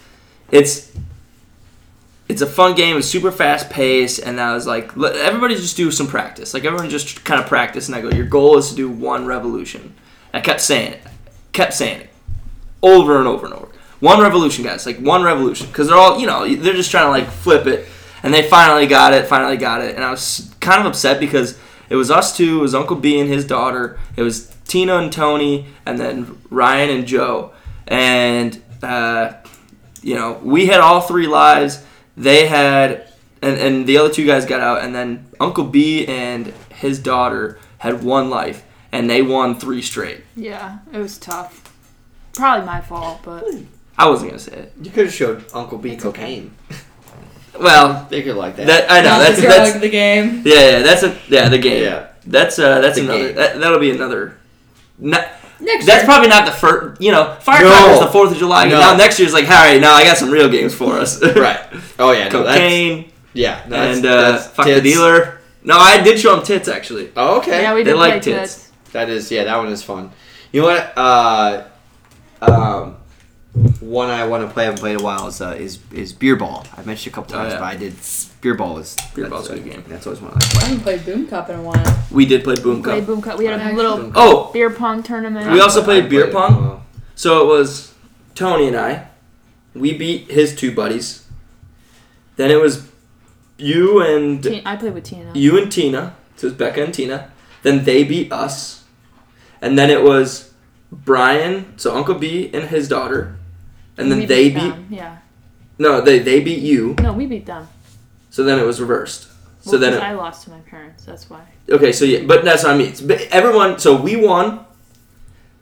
Speaker 2: it's it's a fun game. It's super fast paced, and I was like, let, everybody just do some practice. Like everyone just kind of practice. And I go, your goal is to do one revolution. I kept saying it, kept saying it, over and over and over. One revolution, guys. Like one revolution, because they're all you know they're just trying to like flip it, and they finally got it. Finally got it, and I was kind of upset because it was us two. It was Uncle B and his daughter. It was Tina and Tony, and then Ryan and Joe, and uh, you know we had all three lives. They had, and and the other two guys got out, and then Uncle B and his daughter had one life, and they won three straight.
Speaker 5: yeah, it was tough. Probably my fault, but
Speaker 2: I wasn't gonna say it.
Speaker 3: You could have showed Uncle B
Speaker 5: It's okay.
Speaker 3: cocaine.
Speaker 2: Well,
Speaker 3: They could like that.
Speaker 2: that [laughs] I know that's
Speaker 4: the
Speaker 2: that's
Speaker 4: the game.
Speaker 2: yeah, yeah that's a yeah the game.
Speaker 3: Yeah.
Speaker 2: That's uh that's
Speaker 3: The
Speaker 2: another
Speaker 3: game.
Speaker 2: that, that'll be another. Not,
Speaker 4: Next
Speaker 2: that's
Speaker 4: year.
Speaker 2: probably not the first. You know, firecrackers the Fourth of July.
Speaker 3: No.
Speaker 2: Now next year's like, all right, now I got some real games for us.
Speaker 3: [laughs] right. Oh yeah. No, that's,
Speaker 2: Cocaine
Speaker 3: yeah. No, that's,
Speaker 2: and uh,
Speaker 3: that's
Speaker 2: fuck the
Speaker 3: tits.
Speaker 2: dealer. No, I did show him tits actually.
Speaker 3: Oh, okay.
Speaker 5: yeah, we
Speaker 2: They
Speaker 5: did
Speaker 2: like
Speaker 5: play
Speaker 2: tits.
Speaker 5: tits.
Speaker 3: That is, yeah, that one is fun. You know what? Uh, um, one I want to play, I haven't played in a while, is, uh, is is beer ball. I mentioned a couple
Speaker 2: Oh,
Speaker 3: times,
Speaker 2: yeah.
Speaker 3: but I did beer ball is
Speaker 2: Beer
Speaker 3: that's
Speaker 2: ball's a
Speaker 3: a-
Speaker 2: good game.
Speaker 3: That's always one I like. to play.
Speaker 4: I haven't played Boom Cup in a while.
Speaker 2: We did play Boom
Speaker 5: We played
Speaker 2: Cup.
Speaker 5: boom cup. We had a
Speaker 4: Actually,
Speaker 5: little
Speaker 2: Oh,
Speaker 5: beer pong tournament.
Speaker 2: We also
Speaker 3: I
Speaker 2: played beer
Speaker 3: it.
Speaker 2: pong? so it was Tony and I. We beat his two buddies. Then it was you and
Speaker 5: Ti- I played with Tina.
Speaker 2: you and Tina. So it was Becca and Tina. Then they beat us. And then it was Brian, so Uncle B and his daughter. And then
Speaker 5: We
Speaker 2: they beat
Speaker 5: them. Yeah.
Speaker 2: no, they they beat you.
Speaker 5: No, we beat them.
Speaker 2: So then it was reversed. So
Speaker 5: Well,
Speaker 2: then
Speaker 5: 'cause
Speaker 2: it,
Speaker 5: I lost to my parents. That's why.
Speaker 2: Okay, so yeah, but that's what I mean. It's- But everyone, so we won,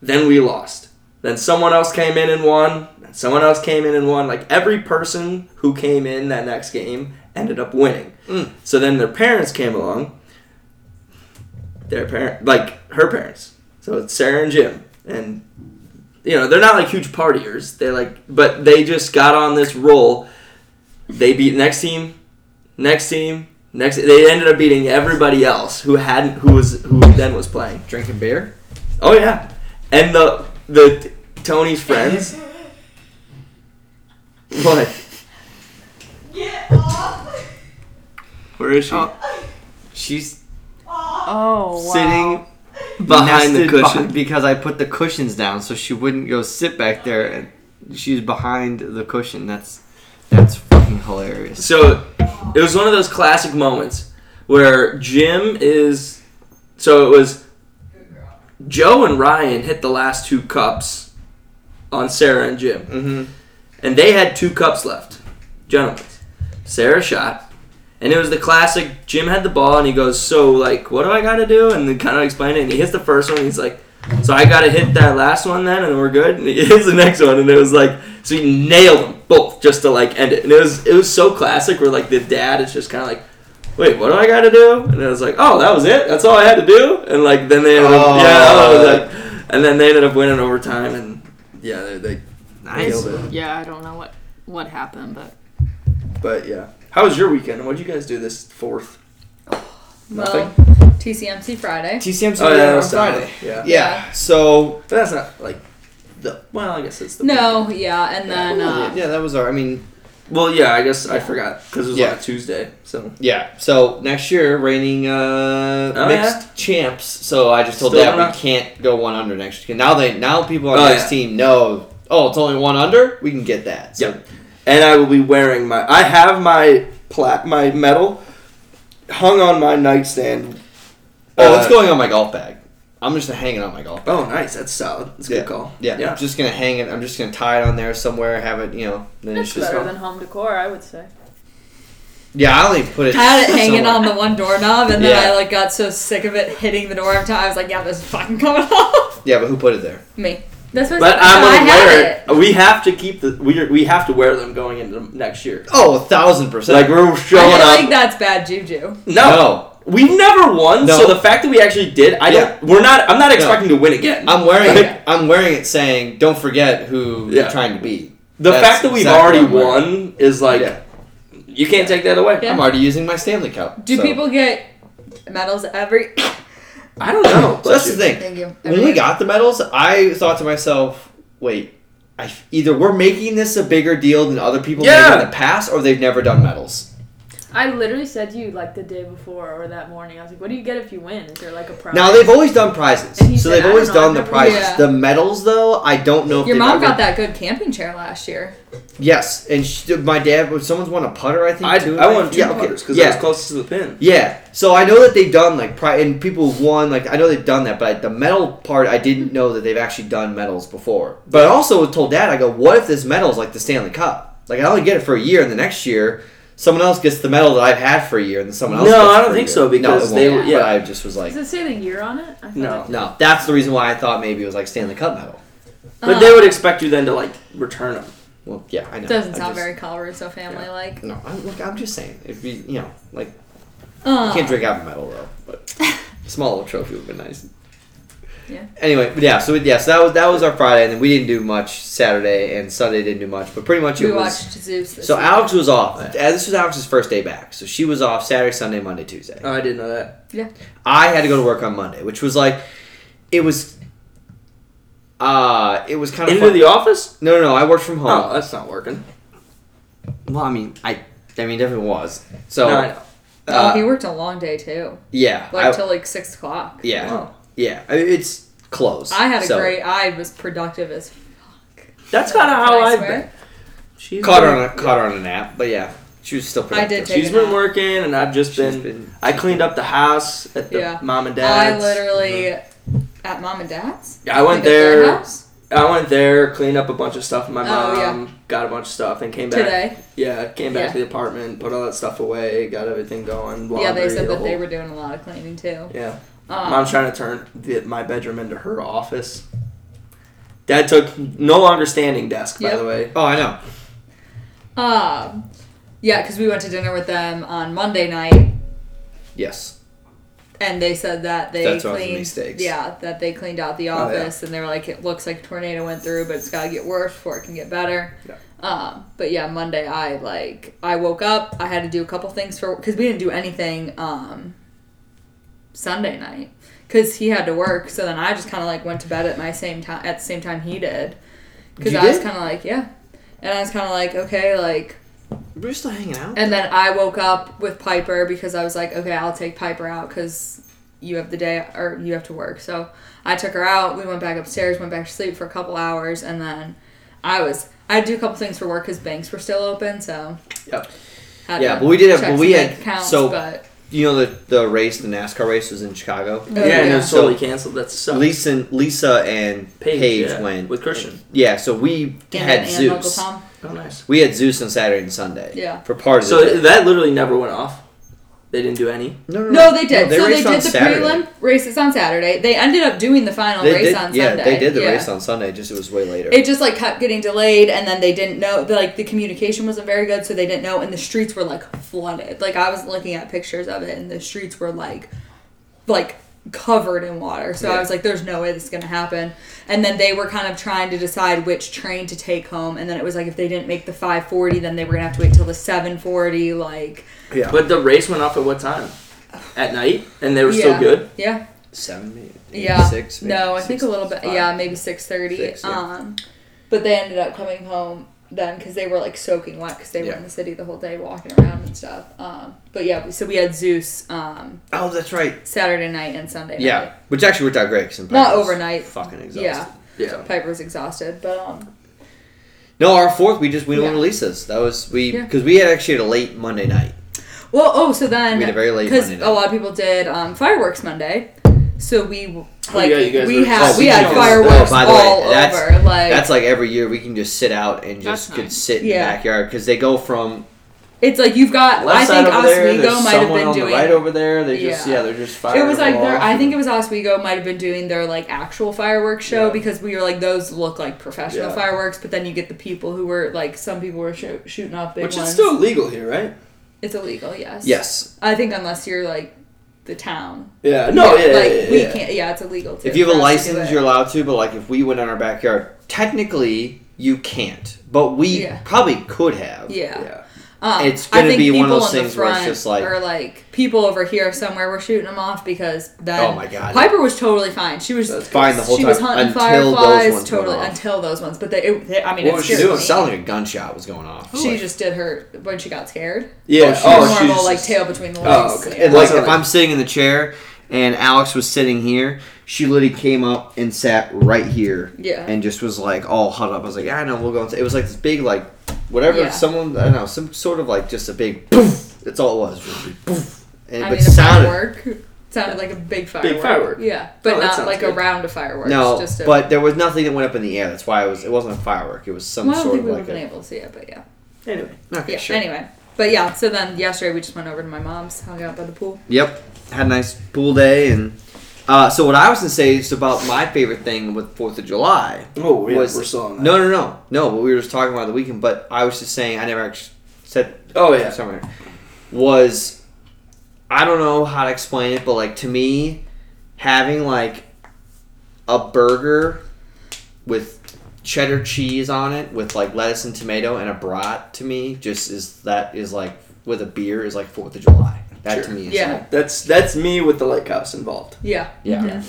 Speaker 2: then we lost. Then someone else came in and won, then someone else came in and won. Like every person who came in that next game ended up winning.
Speaker 3: Mm.
Speaker 2: So then their parents came along. Their parent, like her parents. So it's Sarah and Jim. And, you know, they're not like huge partiers. They like, but they just got on this roll. They beat next team, next team, next. They ended up beating everybody else who hadn't, who was, who then was playing.
Speaker 3: Drinking beer?
Speaker 2: Oh yeah, and the the Tony's friends.
Speaker 3: [laughs]
Speaker 2: what?
Speaker 6: Get off!
Speaker 2: Where is she?
Speaker 3: Oh, She's
Speaker 5: Oh
Speaker 2: [laughs]
Speaker 5: wow.
Speaker 3: sitting
Speaker 2: Behind the
Speaker 3: nested
Speaker 2: cushion.
Speaker 3: beh- because I put the cushions down so she wouldn't go sit back there, and she's behind the cushion. That's that's fucking hilarious.
Speaker 2: So it was one of those classic moments where Jim is. So it was Joe and Ryan hit the last two cups on Sarah and Jim,
Speaker 3: Mm-hmm.
Speaker 2: and they had two cups left, gentlemen. Sarah shot, and it was the classic. Jim had the ball, and he goes, "So like, what do I got to do?" And then kind of explained it, and he hits the first one. And he's like, "So I got to hit that last one then, and we're good." And he [laughs] hits the next one, and it was like, so he nailed them both just to like end it. And it was it was so classic where like the dad is just kind of like. Wait, what do I gotta do? And it was like, oh, that was it. That's all I had to do. And like, then they ended up,
Speaker 3: Oh.
Speaker 2: yeah, that was like, and then they ended up winning overtime. And yeah, they, they
Speaker 3: Nice.
Speaker 2: Nailed
Speaker 5: Yeah, I don't know what what happened, but
Speaker 2: But yeah. How was your weekend? What'd you guys do this fourth?
Speaker 4: Well, TCMC Friday.
Speaker 2: Oh,
Speaker 3: TCM's
Speaker 2: Yeah.
Speaker 3: Yeah. So
Speaker 2: But that's not like the well, I guess it's the
Speaker 4: No, yeah, and then uh,
Speaker 3: yeah, that was our. I mean,
Speaker 2: Well, yeah, I guess I forgot because it was
Speaker 3: Yeah.
Speaker 2: on a Tuesday. So
Speaker 3: Yeah. So next year, reigning uh,
Speaker 2: Oh,
Speaker 3: mixed champs. So I just told
Speaker 2: Still
Speaker 3: that
Speaker 2: not-
Speaker 3: we can't go one under next year. Now they now people on
Speaker 2: Oh,
Speaker 3: this
Speaker 2: yeah.
Speaker 3: team know. Oh, it's only one under. We can get that. So,
Speaker 2: Yep. and I will be wearing my I have my plat my medal hung on my nightstand.
Speaker 3: Oh,
Speaker 2: Uh,
Speaker 3: it's going on my golf bag. I'm just hanging on my golf. Bag.
Speaker 2: Oh, nice. That's solid. That's a good call.
Speaker 3: Yeah,
Speaker 2: Yeah.
Speaker 3: I'm just gonna hang it. I'm just gonna tie it on there somewhere. Have it, you know. Then it's
Speaker 5: it's
Speaker 3: just
Speaker 5: better than home decor, I would say.
Speaker 3: yeah. I only put it.
Speaker 4: I had it hanging
Speaker 3: somewhere.
Speaker 4: on the one doorknob, and then
Speaker 3: Yeah.
Speaker 4: I like got so sick of it hitting the door every time. I was like, yeah, this is fucking coming [laughs] off.
Speaker 3: Yeah, but who put it there?
Speaker 4: Me. That's what
Speaker 2: But
Speaker 4: I
Speaker 2: I'm
Speaker 4: said.
Speaker 2: gonna
Speaker 4: I have
Speaker 2: wear it. We have to keep the we are, we have to wear them going into next year.
Speaker 3: Oh, a thousand percent.
Speaker 2: Like we're
Speaker 4: I
Speaker 2: showing
Speaker 4: feel
Speaker 2: up.
Speaker 4: like that's bad juju.
Speaker 3: no,
Speaker 2: We never won,
Speaker 3: No.
Speaker 2: so the fact that we actually did, I
Speaker 3: Yeah. Um,
Speaker 2: don't. We're not. I'm not expecting to win again.
Speaker 3: I'm wearing
Speaker 2: Like, [laughs]
Speaker 3: it. I'm wearing it, saying, "Don't forget who
Speaker 2: Yeah.
Speaker 3: you're trying to be."
Speaker 2: the
Speaker 3: That's
Speaker 2: fact that we've
Speaker 3: exactly
Speaker 2: already
Speaker 3: what I'm wearing.
Speaker 2: won is like
Speaker 3: Yeah.
Speaker 2: you can't take that away.
Speaker 4: Yeah.
Speaker 3: I'm already using my Stanley Cup.
Speaker 4: Do
Speaker 3: so-
Speaker 4: people get medals every.
Speaker 2: I don't know.
Speaker 3: So that's the thing.
Speaker 4: Thank you.
Speaker 3: When we got the medals, I thought to myself, wait, I, either we're making this a bigger deal than other people
Speaker 2: Yeah.
Speaker 3: made in the past, or they've never done medals.
Speaker 5: I literally said to you like the day before or that morning. I was like, "What do you get if you win? Is there like a prize?"
Speaker 3: Now, they've always done prizes.
Speaker 5: And he
Speaker 3: So
Speaker 5: said,
Speaker 3: they've
Speaker 5: I
Speaker 3: always
Speaker 5: don't know,
Speaker 3: done the
Speaker 5: I've never-
Speaker 3: prizes.
Speaker 4: Yeah.
Speaker 3: The medals, though, I don't know if
Speaker 4: Your
Speaker 3: they've
Speaker 4: mom
Speaker 3: ever-
Speaker 4: got that good camping chair last year.
Speaker 3: Yes, and she, my dad, was someone's won a putter, I think,
Speaker 2: I,
Speaker 3: too.
Speaker 2: I won two
Speaker 3: yeah, okay,
Speaker 2: putters because I
Speaker 3: yeah.
Speaker 2: was closest to the pin.
Speaker 3: Yeah, so I know that they've done like pri- and people have won like I know they've done that, but I, the medal part I didn't know that they've actually done medals before. But I also told Dad, I go, what if this medal's like the Stanley Cup? Like I only get it for a year, and the next year someone else gets the medal that I've had for a year, and then someone else.
Speaker 2: No,
Speaker 3: gets it
Speaker 2: I don't
Speaker 3: for a
Speaker 2: think
Speaker 3: year.
Speaker 2: so,
Speaker 3: No,
Speaker 2: because
Speaker 3: it
Speaker 2: they
Speaker 3: won't,
Speaker 2: were- yeah.
Speaker 3: But I just was like,
Speaker 5: Does it say the year on it? I thought
Speaker 2: No.
Speaker 5: it did.
Speaker 3: no, that's the reason why I thought maybe it was like Stanley Cup medal.
Speaker 4: Oh.
Speaker 2: But they would expect you then to like return them.
Speaker 3: Well, yeah, I know.
Speaker 4: Doesn't
Speaker 3: I
Speaker 4: sound
Speaker 3: just-
Speaker 4: very Colorado family like.
Speaker 3: No, I'm, look, I'm just saying, it'd be you know like
Speaker 4: Uh,
Speaker 3: I can't drink out of a medal though, but a small little trophy would have been nice.
Speaker 4: Yeah.
Speaker 3: Anyway, but yeah, so we, yeah, so that was that was our Friday, and then we didn't do much Saturday and Sunday didn't do much, but pretty much it
Speaker 4: We
Speaker 3: was.
Speaker 4: watched Zeus. This
Speaker 3: So
Speaker 4: weekend.
Speaker 3: Alex was off. Uh, This was Alex's first day back, so she was off Saturday, Sunday, Monday, Tuesday.
Speaker 2: Oh, I didn't know that.
Speaker 3: I had to go to work on Monday, which was like, it was. Uh, it was kind of
Speaker 2: Into the office?
Speaker 3: no, no, no. I worked from home.
Speaker 2: Oh, that's not working.
Speaker 3: well, I mean, I, I mean, it definitely was. So,
Speaker 2: No, I know.
Speaker 3: uh,
Speaker 4: oh, he worked a long day too,
Speaker 3: yeah,
Speaker 4: like
Speaker 3: I-
Speaker 4: till like six o'clock.
Speaker 3: yeah,
Speaker 2: Wow.
Speaker 3: yeah. I mean, it's close.
Speaker 4: Oh. I had a
Speaker 3: so.
Speaker 4: great. I was productive as.
Speaker 2: That's kind of
Speaker 4: Can
Speaker 2: how
Speaker 4: I
Speaker 2: I've
Speaker 4: swear?
Speaker 2: been. She's
Speaker 3: caught
Speaker 2: been,
Speaker 3: her on a, caught her on a nap, but yeah, she was still
Speaker 4: I
Speaker 3: productive.
Speaker 4: did take
Speaker 2: She's
Speaker 4: a
Speaker 2: been
Speaker 4: nap.
Speaker 2: working, and I've just
Speaker 3: She's
Speaker 2: been, I cleaned up the house at the
Speaker 4: Yeah.
Speaker 2: mom and
Speaker 4: I
Speaker 2: dad's.
Speaker 4: literally at mom and dad's.
Speaker 2: I went
Speaker 4: Like, at their
Speaker 2: there.
Speaker 4: house
Speaker 2: I went there, cleaned up a bunch of stuff. My
Speaker 4: Oh,
Speaker 2: mom
Speaker 4: yeah.
Speaker 2: got a bunch of stuff and came back.
Speaker 4: today.
Speaker 2: Yeah, came back
Speaker 4: Yeah.
Speaker 2: to the apartment, put all that stuff away, got everything going. Laundry,
Speaker 4: yeah, they said
Speaker 2: the
Speaker 4: that they
Speaker 2: whole-
Speaker 4: were doing a lot of cleaning too.
Speaker 2: Yeah,
Speaker 4: Um,
Speaker 2: mom's trying to turn the, my bedroom into her office. Dad took no longer standing desk, by
Speaker 4: Yep.
Speaker 2: the way.
Speaker 3: Oh, I know.
Speaker 4: Um, yeah, because we went to dinner with them on Monday night,
Speaker 3: Yes.
Speaker 4: and they said that they
Speaker 3: That's why it was
Speaker 4: cleaned.
Speaker 3: mistakes. Oh,
Speaker 4: Yeah, that they cleaned out the
Speaker 2: yeah.
Speaker 4: office, and they were like, "It looks like a tornado went through, but it's got to get worse before it can get better."
Speaker 2: Yeah.
Speaker 4: Um, but yeah, Monday I like I woke up. I had to do a couple things for because we didn't do anything um, Sunday night because he had to work. So then I just kind of like went to bed at my same time at the same time he did because
Speaker 3: You
Speaker 4: I was
Speaker 3: did?
Speaker 4: kind of like yeah, and I was kind of like okay like
Speaker 3: We were still hanging out.
Speaker 4: and then I woke up with Piper because I was like, okay, I'll take Piper out because you have the day or you have to work. So I took her out. We went back upstairs, went back to sleep for a couple hours, and then I was I had to do a couple things for work because banks were still open. So
Speaker 2: Yep.
Speaker 4: had
Speaker 3: Yeah,
Speaker 4: to
Speaker 3: but we did have-
Speaker 4: check
Speaker 3: but we
Speaker 4: some
Speaker 3: had-
Speaker 4: bank accounts,
Speaker 3: so-
Speaker 4: but
Speaker 3: you know the the race, the NASCAR race was in Chicago.
Speaker 4: Oh,
Speaker 2: yeah, and it
Speaker 4: yeah.
Speaker 2: was totally canceled. That sucks.
Speaker 3: Lisa and Lisa and Paige,
Speaker 2: yeah,
Speaker 3: went
Speaker 2: with Christian.
Speaker 3: Yeah, so we
Speaker 4: Dan
Speaker 3: had
Speaker 4: and Uncle
Speaker 3: Zeus.
Speaker 4: Tom.
Speaker 2: Oh, nice.
Speaker 3: We had Zeus on Saturday and Sunday.
Speaker 4: Yeah.
Speaker 3: For part of the
Speaker 2: So
Speaker 3: day.
Speaker 2: that literally never went off. They didn't do any.
Speaker 4: No, they did. so they
Speaker 3: raced on
Speaker 4: did the
Speaker 3: Saturday.
Speaker 4: prelim races on Saturday. They ended up doing the final
Speaker 3: They
Speaker 4: race
Speaker 3: did,
Speaker 4: on
Speaker 3: yeah,
Speaker 4: Sunday.
Speaker 3: they did the
Speaker 4: Yeah.
Speaker 3: race on Sunday. Just it was way later.
Speaker 4: it just like kept getting delayed and then they didn't know the, like the communication wasn't very good so they didn't know and the streets were like flooded like i was looking at pictures of it and the streets were like like covered in water so i
Speaker 3: Yeah.
Speaker 4: was like there's no way this is going to happen and then they were kind of trying to decide which train to take home and then it was like if they didn't make the 540 then they were going to have to wait till the 740 like
Speaker 3: yeah.
Speaker 2: But the race went off at what time? At night, and they were still
Speaker 4: Yeah.
Speaker 2: good.
Speaker 4: yeah
Speaker 3: seven, maybe,
Speaker 4: yeah
Speaker 3: six. maybe
Speaker 4: no i
Speaker 3: six,
Speaker 4: think a little bit
Speaker 3: five.
Speaker 4: yeah maybe 630
Speaker 3: Six, yeah.
Speaker 4: um but they ended up coming home then because they were like soaking wet because they were
Speaker 3: Yeah.
Speaker 4: in the city the whole day walking around and stuff um but yeah so we had zeus um
Speaker 3: Oh, that's right.
Speaker 4: saturday night and sunday night
Speaker 3: Yeah, which actually worked out great. 'cause I'm
Speaker 4: Not
Speaker 3: probably just
Speaker 4: overnight.
Speaker 3: Fucking exhausted.
Speaker 4: yeah
Speaker 2: Yeah.
Speaker 4: piper's exhausted but um
Speaker 3: No, our fourth, we just we
Speaker 4: Yeah.
Speaker 3: don't release this. That was we
Speaker 4: Yeah.
Speaker 3: because we had actually had a late Monday night.
Speaker 4: well oh so then
Speaker 3: We had a very late
Speaker 4: because
Speaker 3: Monday
Speaker 4: a
Speaker 3: night.
Speaker 4: lot of people did um fireworks monday so we like
Speaker 2: yeah, you guys
Speaker 4: we
Speaker 2: were-
Speaker 4: had
Speaker 2: Oh,
Speaker 4: we
Speaker 2: we
Speaker 4: had
Speaker 2: did.
Speaker 3: Oh,
Speaker 4: fireworks
Speaker 3: by the way,
Speaker 4: all
Speaker 3: that's-
Speaker 4: over like
Speaker 3: That's like every year we can just sit out and just
Speaker 5: That's
Speaker 3: could
Speaker 5: nice.
Speaker 3: sit in
Speaker 4: Yeah.
Speaker 3: the backyard because they go from
Speaker 4: it's like you've got i
Speaker 2: Left side
Speaker 4: think
Speaker 2: over there,
Speaker 4: oswego
Speaker 2: there's
Speaker 4: might have
Speaker 2: someone
Speaker 4: been
Speaker 2: on the
Speaker 4: doing
Speaker 2: right over there. They just
Speaker 4: Yeah.
Speaker 2: yeah, they're just firing.
Speaker 4: It was like
Speaker 2: them
Speaker 4: their,
Speaker 2: off
Speaker 4: I
Speaker 2: and-
Speaker 4: think it was Oswego might have been doing their like actual fireworks show
Speaker 2: Yeah.
Speaker 4: because we were like those look like professional
Speaker 2: Yeah.
Speaker 4: fireworks, but then you get the people who were like some people were sho- shooting off big
Speaker 2: which
Speaker 4: ones.
Speaker 2: is still legal here, right?
Speaker 4: it's illegal, yes.
Speaker 3: yes.
Speaker 4: I think unless you're like the town.
Speaker 2: Yeah. No. Yeah.
Speaker 4: like
Speaker 2: yeah,
Speaker 4: we
Speaker 2: yeah.
Speaker 4: can't. Yeah, it's illegal. To,
Speaker 3: If you have
Speaker 4: for
Speaker 3: a
Speaker 4: us to do
Speaker 3: license,
Speaker 4: it.
Speaker 3: you're allowed to. But like if we went in our backyard, technically you can't. But we
Speaker 4: Yeah.
Speaker 3: probably could have.
Speaker 4: yeah.
Speaker 2: Yeah.
Speaker 4: Um,
Speaker 3: It's gonna
Speaker 4: I think
Speaker 3: be one of
Speaker 4: people
Speaker 3: those
Speaker 4: in the
Speaker 3: things where it's
Speaker 4: front
Speaker 3: just like-
Speaker 4: or like people over here somewhere were shooting them off because that.
Speaker 3: Oh my God.
Speaker 4: Piper was totally fine. She was
Speaker 3: That's fine the whole
Speaker 4: she was
Speaker 3: time
Speaker 4: hunting
Speaker 3: until those
Speaker 4: fireflies
Speaker 3: ones went
Speaker 4: totally
Speaker 3: off.
Speaker 4: until those ones. But they, it, they- I mean,
Speaker 3: What
Speaker 4: it
Speaker 3: was she
Speaker 4: scared
Speaker 3: doing? It
Speaker 4: me.
Speaker 3: sounded like a gunshot was going off.
Speaker 4: She just did her when she got scared.
Speaker 3: Yeah.
Speaker 4: She
Speaker 3: Oh,
Speaker 4: was normal,
Speaker 3: she's
Speaker 4: like
Speaker 3: just-
Speaker 4: tail between the legs.
Speaker 3: Oh, okay.
Speaker 4: Yeah.
Speaker 3: And like
Speaker 2: Wasn't
Speaker 3: if
Speaker 2: it-
Speaker 3: I'm sitting in the chair and Alex was sitting here, she literally came up and sat right here.
Speaker 4: Yeah.
Speaker 3: And just was like all huddled up. I was like, I know we'll go. Inside. It was like this big like whatever
Speaker 4: Yeah.
Speaker 3: someone I don't know some sort of like just a big poof. That's all it was. Just a big poof. And,
Speaker 4: I
Speaker 3: but
Speaker 4: mean, a
Speaker 3: sounded
Speaker 4: firework sounded like a big firework.
Speaker 2: firework.
Speaker 4: Yeah, but
Speaker 2: Oh, that
Speaker 4: not
Speaker 2: sounds
Speaker 4: like a
Speaker 2: good.
Speaker 4: round of fireworks.
Speaker 3: no,
Speaker 4: just a,
Speaker 3: but there was nothing that went up in the air. That's why it was. It wasn't a firework. It was some
Speaker 4: well, I don't
Speaker 3: sort
Speaker 4: think
Speaker 3: of
Speaker 4: we would
Speaker 3: like
Speaker 4: have been
Speaker 3: a.
Speaker 4: able to see it, but yeah.
Speaker 2: Anyway,
Speaker 3: Okay,
Speaker 4: yeah.
Speaker 3: sure.
Speaker 4: Anyway, but yeah. So then yesterday we just went over to my mom's, hung out by the pool.
Speaker 3: Yep. Had a nice pool day and. Uh, so what I was gonna say is about my favorite thing with Fourth of July
Speaker 2: oh yeah,
Speaker 3: was-
Speaker 2: we're still on that.
Speaker 3: No, no, no, no. But we were just talking about the weekend. But I was just saying, I never actually said.
Speaker 2: Oh yeah.
Speaker 3: somewhere was I don't know how to explain it, but like to me, having like a burger with cheddar cheese on it with like lettuce and tomato and a brat to me just is that is like with a beer is like Fourth of July. That to
Speaker 2: Sure.
Speaker 3: me is
Speaker 4: Yeah.
Speaker 3: like,
Speaker 2: That's that's me with the lake house involved.
Speaker 4: Yeah.
Speaker 3: yeah.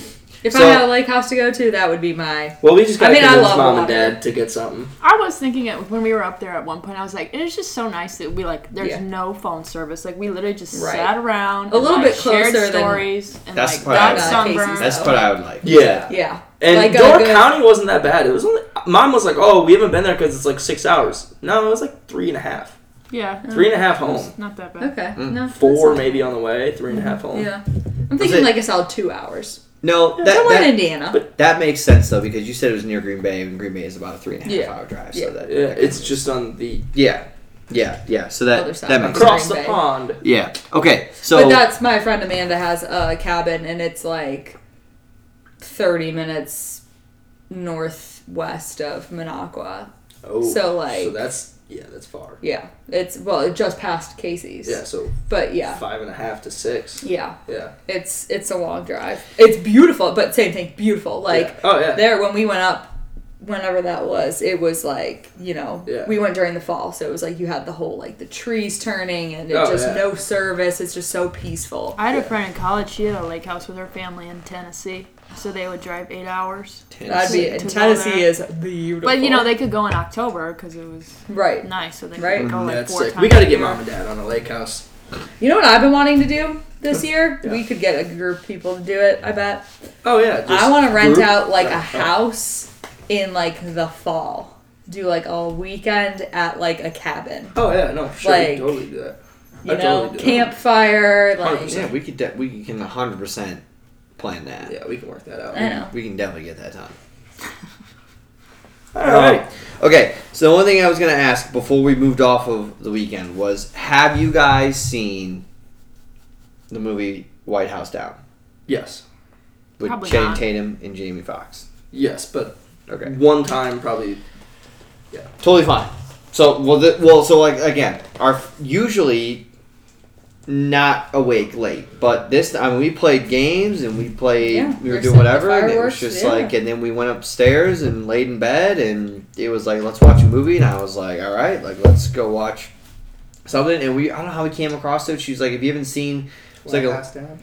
Speaker 4: If I
Speaker 3: So-
Speaker 4: had a lake house to go to, that would be my.
Speaker 2: Well, we just got
Speaker 4: I
Speaker 2: to
Speaker 4: mean, I
Speaker 2: convince
Speaker 4: love
Speaker 2: mom and
Speaker 4: Walmart.
Speaker 2: dad to get something.
Speaker 5: I was thinking it when we were up there at one point. I was like, it is just so nice that we like. There's
Speaker 4: Yeah.
Speaker 5: no phone service. Like we literally just
Speaker 4: Right.
Speaker 5: sat around.
Speaker 4: A
Speaker 5: and,
Speaker 4: little
Speaker 5: like,
Speaker 4: bit
Speaker 5: shared
Speaker 4: closer than-
Speaker 5: stories and
Speaker 3: That's
Speaker 5: like
Speaker 3: what I
Speaker 5: that
Speaker 3: was-
Speaker 5: sunburn.
Speaker 3: That's what I would like.
Speaker 2: Yeah.
Speaker 4: Yeah.
Speaker 2: And
Speaker 4: Like a
Speaker 2: Door
Speaker 4: good-
Speaker 2: County wasn't that bad. It was only mom was like, "Oh, we haven't been there because it's like six hours." No, it was like three and a half.
Speaker 5: Yeah,
Speaker 2: Three and a half home.
Speaker 5: not that bad.
Speaker 4: Okay.
Speaker 3: Mm.
Speaker 4: No.
Speaker 2: Four
Speaker 4: Oh. that's
Speaker 2: maybe on the way. Three and a half home.
Speaker 4: not- Yeah. I'm thinking
Speaker 3: it-
Speaker 4: like a solid two hours.
Speaker 3: No, that,
Speaker 4: Somewhere in
Speaker 3: that,
Speaker 4: Indiana.
Speaker 2: but-
Speaker 3: that makes sense though because you said it was near Green Bay and Green Bay is about a three and a half
Speaker 4: Yeah.
Speaker 3: hour drive.
Speaker 4: Yeah.
Speaker 3: So that
Speaker 2: Yeah, it's just on the
Speaker 3: yeah, yeah, yeah. So that
Speaker 4: Other side.
Speaker 3: that makes sense.
Speaker 2: across the
Speaker 4: Green Bay.
Speaker 2: pond.
Speaker 3: Yeah. Okay. So
Speaker 4: but that's my friend Amanda has a cabin and it's like 30 minutes northwest of Minocqua.
Speaker 2: Oh,
Speaker 4: So, like-
Speaker 2: so that's yeah, that's far.
Speaker 4: Yeah. It's well, it just past Casey's.
Speaker 2: Yeah, so
Speaker 4: But yeah.
Speaker 2: five and a half to six.
Speaker 4: Yeah.
Speaker 2: Yeah,
Speaker 4: It's it's a long drive. It's beautiful, but same thing, beautiful. Like
Speaker 2: Yeah. oh yeah,
Speaker 4: there when we went up whenever that was it was like you know
Speaker 2: Yeah.
Speaker 4: we went during the fall so it was like you had the whole like the trees turning and it
Speaker 2: Oh,
Speaker 4: just
Speaker 2: yeah.
Speaker 4: no service it's just so peaceful
Speaker 5: I had a
Speaker 2: Yeah.
Speaker 5: friend in college. She had a lake house with her family in Tennessee, so they would drive eight hours.
Speaker 4: that'd be
Speaker 5: To
Speaker 4: and
Speaker 5: go
Speaker 4: tennessee
Speaker 5: there.
Speaker 4: is beautiful
Speaker 5: But you know they could go in October because it was
Speaker 4: right
Speaker 5: nice, so they
Speaker 4: Right.
Speaker 5: could go like
Speaker 2: that's
Speaker 5: four
Speaker 2: sick.
Speaker 5: times.
Speaker 2: We got to get
Speaker 5: a year.
Speaker 2: mom and dad on a lake house.
Speaker 4: you know what i've been wanting to do this year
Speaker 2: Yeah.
Speaker 4: we could get a group of people to do it i bet
Speaker 2: Oh yeah, just
Speaker 4: i want to rent
Speaker 2: group.
Speaker 4: out like
Speaker 2: Oh.
Speaker 4: a house in like the fall do like a weekend at like a cabin
Speaker 2: Oh yeah, no, for sure, we
Speaker 4: Like-
Speaker 2: can totally do that.
Speaker 4: you
Speaker 2: I
Speaker 4: know
Speaker 2: totally do.
Speaker 4: campfire like
Speaker 2: 100%.
Speaker 3: yeah, we could de- we can hundred percent plan that.
Speaker 2: Yeah, we can work that out.
Speaker 4: I know.
Speaker 3: We can definitely get that done.
Speaker 2: All right.
Speaker 3: Okay. So the one thing I was gonna ask before we moved off of the weekend was, have you guys seen the movie White House Down
Speaker 2: Yes.
Speaker 3: with
Speaker 5: Probably
Speaker 3: Channing
Speaker 5: not.
Speaker 3: Tatum and Jamie Foxx?
Speaker 2: Yes, but
Speaker 3: Okay.
Speaker 2: one time probably.
Speaker 3: Totally fine. So well, the, well, so like again, are usually not awake late, but this I mean, we played games and we played,
Speaker 4: Yeah,
Speaker 3: we were
Speaker 4: there's
Speaker 3: doing
Speaker 4: some
Speaker 3: whatever, and it was
Speaker 4: fireworks,
Speaker 3: just
Speaker 4: yeah.
Speaker 3: like, and then we went upstairs and laid in bed, and it was like, let's watch a movie, and I was like, all right, like let's go watch something, and we I don't know how we came across it. She was like, if you haven't seen, it's like a,
Speaker 2: Last down.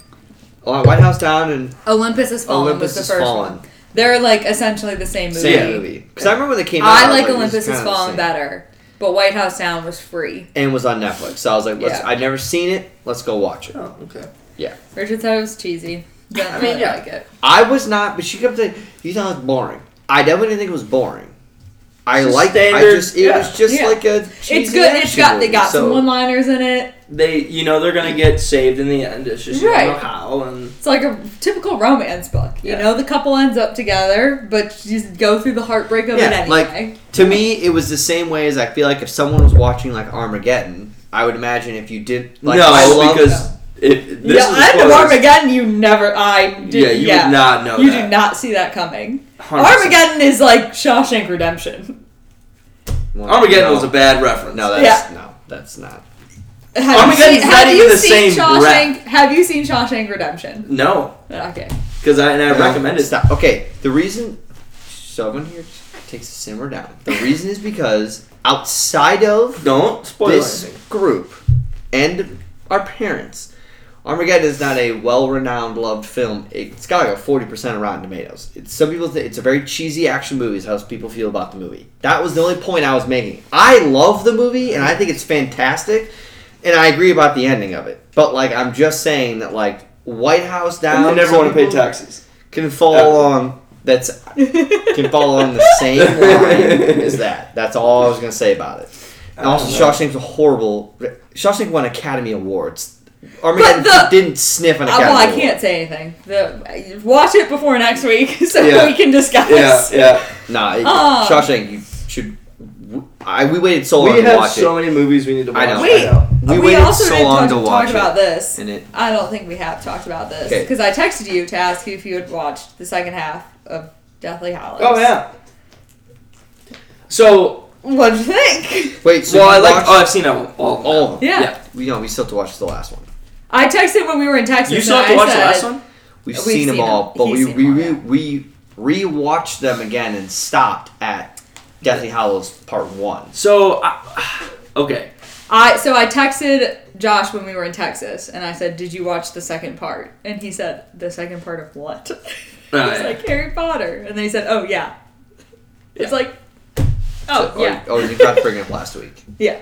Speaker 3: a White House Down and
Speaker 4: olympus is fallen was
Speaker 3: Olympus
Speaker 4: the
Speaker 3: Has
Speaker 4: first one
Speaker 3: Fallen,
Speaker 4: They're like essentially the same movie.
Speaker 3: same movie, because I remember when they came out.
Speaker 4: I
Speaker 3: was
Speaker 4: like
Speaker 3: it was
Speaker 4: Olympus Has
Speaker 3: kinda the
Speaker 4: Fallen
Speaker 3: same.
Speaker 4: better, but White House Down was free.
Speaker 3: and was on Netflix. So I was like, let's,
Speaker 4: Yeah.
Speaker 3: I'd never seen it. Let's go watch it.
Speaker 2: Oh, okay.
Speaker 4: Richard said it was cheesy. Didn't
Speaker 2: I mean,
Speaker 4: really
Speaker 2: yeah.
Speaker 4: like it.
Speaker 3: I was not, but she kept saying, you thought it was boring. I definitely didn't think it was boring. I
Speaker 2: It's just
Speaker 3: liked it. I
Speaker 2: standard-
Speaker 3: just, it
Speaker 2: yeah.
Speaker 3: was just
Speaker 4: Yeah.
Speaker 3: like a.
Speaker 4: It's
Speaker 3: cheesy
Speaker 4: good. It's
Speaker 3: action
Speaker 4: got they
Speaker 3: movie,
Speaker 4: got some
Speaker 3: so-
Speaker 4: one-liners in it.
Speaker 2: They, you know, they're gonna get saved in the end. It's just you
Speaker 4: Right.
Speaker 2: don't know how, and
Speaker 4: It's like a typical romance book. You
Speaker 2: Yeah.
Speaker 4: know, the couple ends up together, but you just go through the heartbreak of it
Speaker 3: Yeah, like-
Speaker 4: anyway.
Speaker 3: To me, it was the same way as I feel like if someone was watching like Armageddon, I would imagine if you did like
Speaker 2: no,
Speaker 3: I love-
Speaker 2: because it, this
Speaker 4: yeah,
Speaker 2: is
Speaker 4: end of
Speaker 2: close.
Speaker 4: Armageddon, you never. I did.
Speaker 2: Yeah, you would not know.
Speaker 4: You
Speaker 2: that.
Speaker 4: do not see that coming.
Speaker 2: 100%.
Speaker 4: Armageddon is like Shawshank Redemption.
Speaker 3: Well,
Speaker 2: Armageddon
Speaker 3: no.
Speaker 2: was a bad reference.
Speaker 3: No, that's no, that's not.
Speaker 4: Have
Speaker 2: Armageddon's not
Speaker 4: have
Speaker 2: even
Speaker 4: you
Speaker 2: the
Speaker 4: seen
Speaker 2: same
Speaker 4: Shawshank? Have you seen Shawshank Redemption?
Speaker 2: no,
Speaker 4: Okay.
Speaker 2: because I and I
Speaker 3: No,
Speaker 2: recommend it.
Speaker 3: Stop. Okay, the reason someone here takes a simmer down. The reason is because outside of
Speaker 2: Don't spoil
Speaker 3: this
Speaker 2: anything.
Speaker 3: group and our parents. Armageddon is not a well-renowned, loved film. It's got like a forty percent of Rotten Tomatoes. It's, some people think it's a very cheesy action movie. Is how people feel about the movie. That was the only point I was making. I love the movie and I think it's fantastic, and I agree about the ending of it. But like, I'm just saying that like White House down.
Speaker 7: And they never
Speaker 3: some
Speaker 7: want to pay
Speaker 3: people
Speaker 7: taxes.
Speaker 3: Can fall
Speaker 7: Yeah.
Speaker 3: along. That's [laughs] can fall
Speaker 4: [laughs]
Speaker 3: along the
Speaker 7: [laughs]
Speaker 3: same line as that. That's all I was gonna say about it. And also,
Speaker 4: Oh,
Speaker 7: I don't
Speaker 3: Shawshank's a horrible. Shawshank won Academy Awards. Armageddon
Speaker 4: the-
Speaker 3: didn't sniff an
Speaker 4: Uh,
Speaker 3: Academy
Speaker 4: well, I
Speaker 3: Award.
Speaker 4: can't say anything. The, watch it before next week [laughs] so
Speaker 7: Yeah.
Speaker 4: we can discuss.
Speaker 7: Yeah, yeah.
Speaker 3: Nah, it-
Speaker 4: Oh.
Speaker 3: Shawshank, you should. w- I we waited so long
Speaker 7: we
Speaker 3: to
Speaker 7: have
Speaker 3: watch
Speaker 7: so
Speaker 3: it.
Speaker 7: many movies we need to watch.
Speaker 3: I know.
Speaker 4: Wait.
Speaker 7: I know.
Speaker 3: We,
Speaker 4: We,
Speaker 3: waited
Speaker 4: also
Speaker 3: so
Speaker 4: didn't
Speaker 3: long
Speaker 4: talk,
Speaker 3: to watch
Speaker 4: talk
Speaker 3: it.
Speaker 4: about this.
Speaker 3: And it,
Speaker 4: I don't think we have talked about this
Speaker 3: Okay.
Speaker 4: because I texted you to ask you if you had watched the second half of Deathly Hallows.
Speaker 7: Oh yeah. So
Speaker 4: What do you think?
Speaker 3: wait, so
Speaker 2: well, I
Speaker 3: you
Speaker 2: like.
Speaker 3: watched
Speaker 2: Oh, I've seen all, all, all.
Speaker 3: all of them.
Speaker 4: Yeah.
Speaker 2: Yeah.
Speaker 3: We know we still have to watch the last one.
Speaker 4: I texted when we were in Texas.
Speaker 2: You still
Speaker 4: and
Speaker 2: have to
Speaker 4: I
Speaker 2: watch
Speaker 4: said,
Speaker 2: the last one.
Speaker 3: We've,
Speaker 4: We've
Speaker 3: seen, them
Speaker 4: seen
Speaker 3: all,
Speaker 4: them.
Speaker 3: but
Speaker 4: He's
Speaker 3: we
Speaker 4: seen
Speaker 3: we,
Speaker 4: them
Speaker 3: re,
Speaker 4: all,
Speaker 3: we rewatched them again and stopped at Deathly Hollows Part One.
Speaker 2: So, I, [sighs] okay.
Speaker 4: I so I texted Josh when we were in Texas and I said, "Did you watch the second part?" And he said, "The second part of what?" [laughs] I
Speaker 2: Oh,
Speaker 4: was
Speaker 2: yeah.
Speaker 4: like Harry Potter, and then he said, "Oh yeah." It's
Speaker 2: Yeah.
Speaker 4: like, oh
Speaker 3: So- or-
Speaker 4: yeah,
Speaker 3: Or, you tried to bring it up last week.
Speaker 4: [laughs] yeah.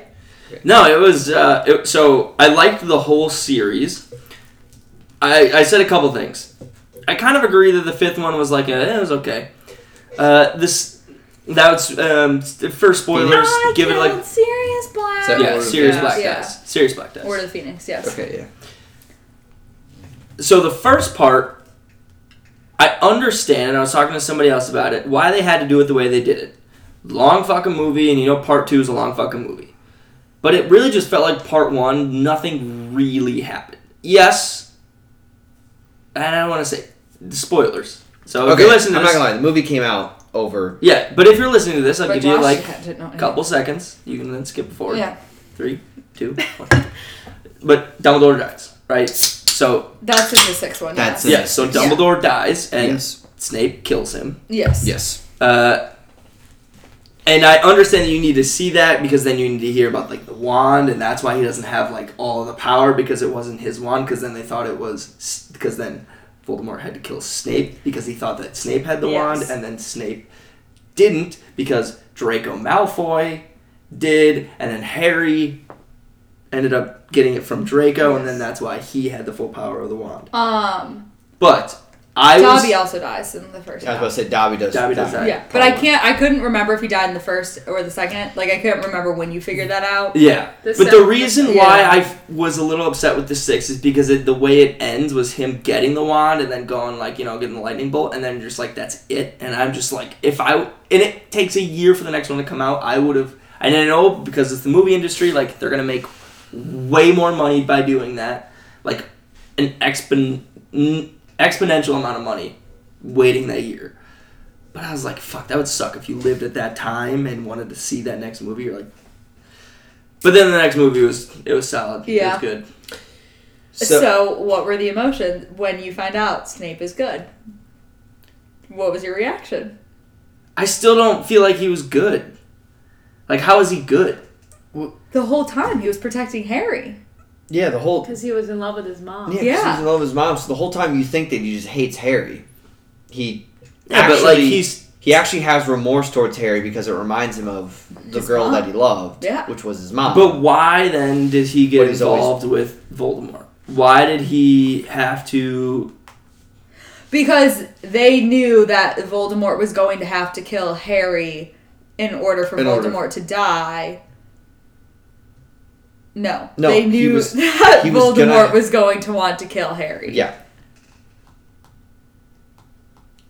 Speaker 2: No, it was uh, it, so I liked the whole series. I I said a couple things. I kind of agree that the fifth one was like a, eh, it was okay. Uh, this that's um, for spoilers.
Speaker 4: I
Speaker 2: give it like
Speaker 4: killed Sirius Black.
Speaker 3: So-
Speaker 2: yeah,
Speaker 3: Order of
Speaker 2: serious
Speaker 4: Phoenix.
Speaker 2: black
Speaker 4: Yeah.
Speaker 2: guys, serious black guys.
Speaker 4: Order of the Phoenix. Yes.
Speaker 3: Okay, yeah.
Speaker 2: so the first part i understand and i was talking to somebody else about it why they had to do it the way they did it long fucking movie and you know part two is a long fucking movie but it really just felt like part one nothing really happened yes and i don't want to say spoilers so if
Speaker 3: Okay,
Speaker 2: you're listening to
Speaker 3: I'm not
Speaker 2: this,
Speaker 3: gonna lie. The movie came out over.
Speaker 2: yeah but if you're listening to this i'll
Speaker 4: But
Speaker 2: give you
Speaker 4: Josh
Speaker 2: like
Speaker 4: had- did not
Speaker 2: a
Speaker 4: know.
Speaker 2: couple seconds you can then skip forward
Speaker 4: Yeah,
Speaker 2: three two one but dumbledore dies right so
Speaker 4: that's in the sixth one.
Speaker 3: That's
Speaker 4: yes.
Speaker 2: yeah so dumbledore dies and
Speaker 3: Yes.
Speaker 2: snape kills him
Speaker 4: Yes.
Speaker 3: Yes.
Speaker 2: Uh, and I understand that you need to see that because then you need to hear about like the wand, and that's why he doesn't have like all the power because it wasn't his wand. Because then they thought it was because then Voldemort had to kill Snape because he thought that Snape had the wand,
Speaker 4: Yes.
Speaker 2: and then Snape didn't because Draco Malfoy did, and then Harry ended up getting it from Draco, and then that's why he had the full power of the wand.
Speaker 4: Um,
Speaker 2: But I
Speaker 4: Dobby
Speaker 2: was
Speaker 4: also dies in the
Speaker 3: I was
Speaker 4: first. one.
Speaker 3: about to say Dobby does.
Speaker 2: Dobby does that.
Speaker 4: Yeah, but I can't. I couldn't remember if he died in the first or the second. Like I couldn't remember when you figured that out.
Speaker 2: Yeah,
Speaker 5: The
Speaker 2: but the
Speaker 5: seventh-
Speaker 2: reason
Speaker 4: yeah.
Speaker 2: why I f- was a little upset with the six is because it, the way it ends was him getting the wand and then going like you know getting the lightning bolt and then just like that's it and I'm just like if I and it takes a year for the next one to come out I would have and I know because it's the movie industry like they're gonna make way more money by doing that like an expon- n- exponential amount of money waiting that year. But I was like, fuck, that would suck if you lived at that time and wanted to see that next movie. You're like, but then the next movie was it was solid. It
Speaker 4: Yeah.
Speaker 2: was good.
Speaker 4: So,
Speaker 3: So,
Speaker 4: what were the emotions when you find out Snape is good? What was your reaction?
Speaker 2: I still don't feel like he was good. Like, how is he good?
Speaker 4: The whole time he was protecting Harry.
Speaker 3: yeah, the whole
Speaker 5: Because he was in love with his mom.
Speaker 3: yeah, 'cause
Speaker 4: Yeah.
Speaker 3: he's in love with his mom. So the whole time you think that he just hates Harry. He
Speaker 2: Yeah, but like
Speaker 3: Actually-
Speaker 2: he's
Speaker 3: he actually has remorse towards Harry because it reminds him of the
Speaker 4: His
Speaker 3: girl
Speaker 4: mom.
Speaker 3: that he loved,
Speaker 4: Yeah.
Speaker 3: which was his mom.
Speaker 2: but why then did he get
Speaker 3: But he's always-
Speaker 2: involved with Voldemort? Why did he have to?
Speaker 4: Because they knew that Voldemort was going to have to kill Harry in order for
Speaker 3: In order.
Speaker 4: Voldemort to die. No,
Speaker 3: No,
Speaker 4: they
Speaker 3: he
Speaker 4: knew
Speaker 3: was-
Speaker 4: [laughs] that
Speaker 3: he was
Speaker 4: Voldemort
Speaker 3: gonna-
Speaker 4: was going to want to kill Harry.
Speaker 3: yeah,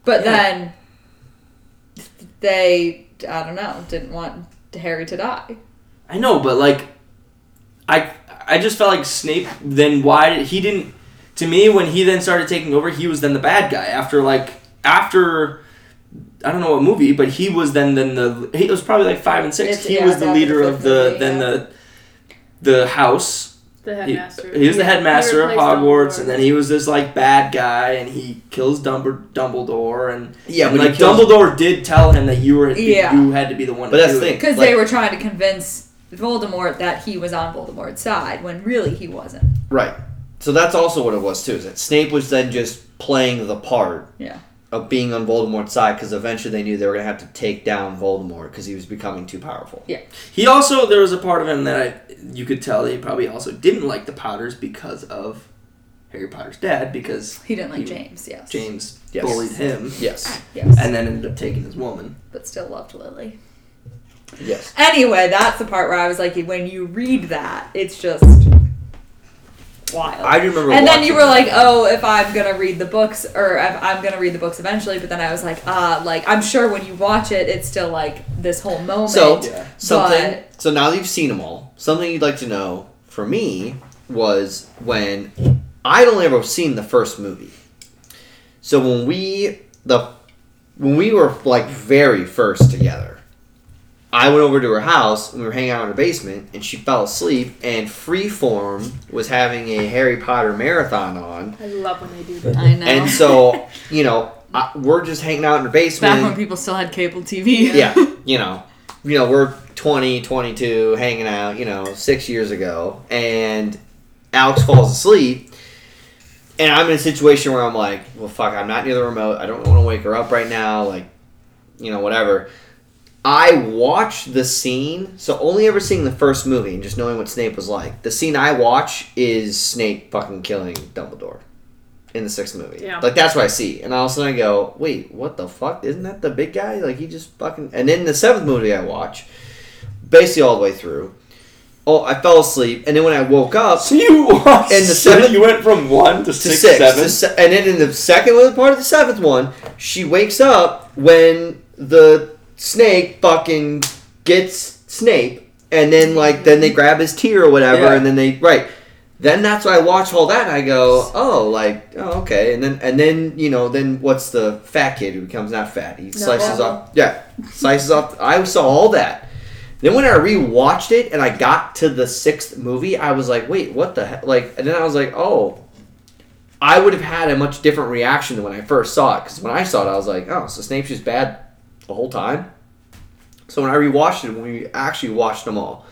Speaker 4: But
Speaker 2: Yeah.
Speaker 4: then they, I don't know, didn't want Harry to die.
Speaker 2: I know, but like, I I just felt like Snape. Then why did he didn't? To me, when he then started taking over, he was then the bad guy after like after. I don't know what movie, but he was then then the he it was probably like five and six.
Speaker 4: It's-
Speaker 2: he
Speaker 4: yeah,
Speaker 2: was
Speaker 4: it's
Speaker 2: the
Speaker 4: after
Speaker 2: leader
Speaker 4: the
Speaker 2: of
Speaker 4: fifth
Speaker 2: the
Speaker 4: movie,
Speaker 2: then
Speaker 4: yeah.
Speaker 2: the the house
Speaker 5: The
Speaker 2: he,
Speaker 5: headmaster.
Speaker 2: he was the
Speaker 5: Yeah, he
Speaker 2: headmaster of
Speaker 5: replaced
Speaker 2: Hogwarts,
Speaker 5: Dumbledore.
Speaker 2: and then he was this like bad guy, and he kills Dumbledore, Dumbledore and
Speaker 3: yeah.
Speaker 2: and,
Speaker 3: But
Speaker 2: like
Speaker 3: he kills,
Speaker 2: Dumbledore did tell him that you were
Speaker 4: Yeah.
Speaker 2: you had to be the one.
Speaker 3: But
Speaker 2: to
Speaker 3: that's
Speaker 2: do
Speaker 3: the
Speaker 2: it.
Speaker 3: thing.
Speaker 4: Because
Speaker 3: like,
Speaker 4: they were trying to convince Voldemort that he was on Voldemort's side when really he wasn't.
Speaker 3: Right. So that's also what it was too. Is that Snape was then just playing the part
Speaker 4: Yeah.
Speaker 3: of being on Voldemort's side because eventually they knew they were gonna have to take down Voldemort because he was becoming too powerful.
Speaker 2: He also there was a part of him that I, you could tell he probably also didn't like the Potters because of Harry Potter's dad because
Speaker 4: He didn't like
Speaker 2: He-
Speaker 4: James, yes.
Speaker 2: James
Speaker 3: Yes.
Speaker 2: bullied him
Speaker 3: Yes.
Speaker 4: Yes.
Speaker 2: and then ended up taking his woman.
Speaker 4: but still loved Lily.
Speaker 3: Yes.
Speaker 4: Anyway, that's the part where I was like, when you read that, it's just wild.
Speaker 3: I remember.
Speaker 4: and then
Speaker 3: watching
Speaker 4: you were
Speaker 3: that.
Speaker 4: like, "Oh, if I'm gonna read the books, or if I'm gonna read the books eventually," but then I was like, "Ah, like I'm sure when you watch it, it's still like this whole moment."
Speaker 3: So
Speaker 2: Yeah.
Speaker 3: something. So now that you've seen them all, something you'd like to know for me was when I'd only ever seen the first movie. So when we the when we were like very first together, I went over to her house and we were hanging out in her basement, and she fell asleep. And Freeform was having a Harry Potter marathon on,
Speaker 5: I love when they do that.
Speaker 4: I know.
Speaker 3: and
Speaker 4: [laughs]
Speaker 3: so you know I, we're just hanging out in her basement.
Speaker 4: back when people still had cable TV.
Speaker 3: yeah you know you know we're 20 22 hanging out you know six years ago and alex falls asleep and i'm in a situation where i'm like well fuck i'm not near the remote i don't want to wake her up right now like you know whatever i watched the scene so only ever seeing the first movie and just knowing what snape was like the scene i watch is snape fucking killing dumbledore in the sixth movie
Speaker 5: Yeah.
Speaker 3: like that's what i see and all of a sudden i go wait what the fuck isn't that the big guy like he just fucking and then the seventh movie i watch basically all the way through oh i fell asleep and then when i woke up
Speaker 2: So you watched
Speaker 3: And the seventh-
Speaker 2: you went from one to
Speaker 3: to
Speaker 2: six,
Speaker 3: six,
Speaker 2: seven.
Speaker 3: The se- and then in the second one, part of the seventh one, she wakes up when the snake fucking gets Snape, and then like then they grab his tear or whatever,
Speaker 2: Yeah.
Speaker 3: and then they right. Then that's why I watch all that and I go, oh, like, oh, okay, and then and then you know, then what's the fat kid who becomes not fat? He slices
Speaker 4: Neville.
Speaker 3: off, yeah, slices off. I saw all that. Then when I rewatched it and I got to the sixth movie, I was like, wait, what the heck? Like, and then I was like, oh, I would have had a much different reaction than when I first saw it. Because when I saw it, I was like, oh, so Snape's just bad the whole time. So when I rewatched it, when we actually watched them all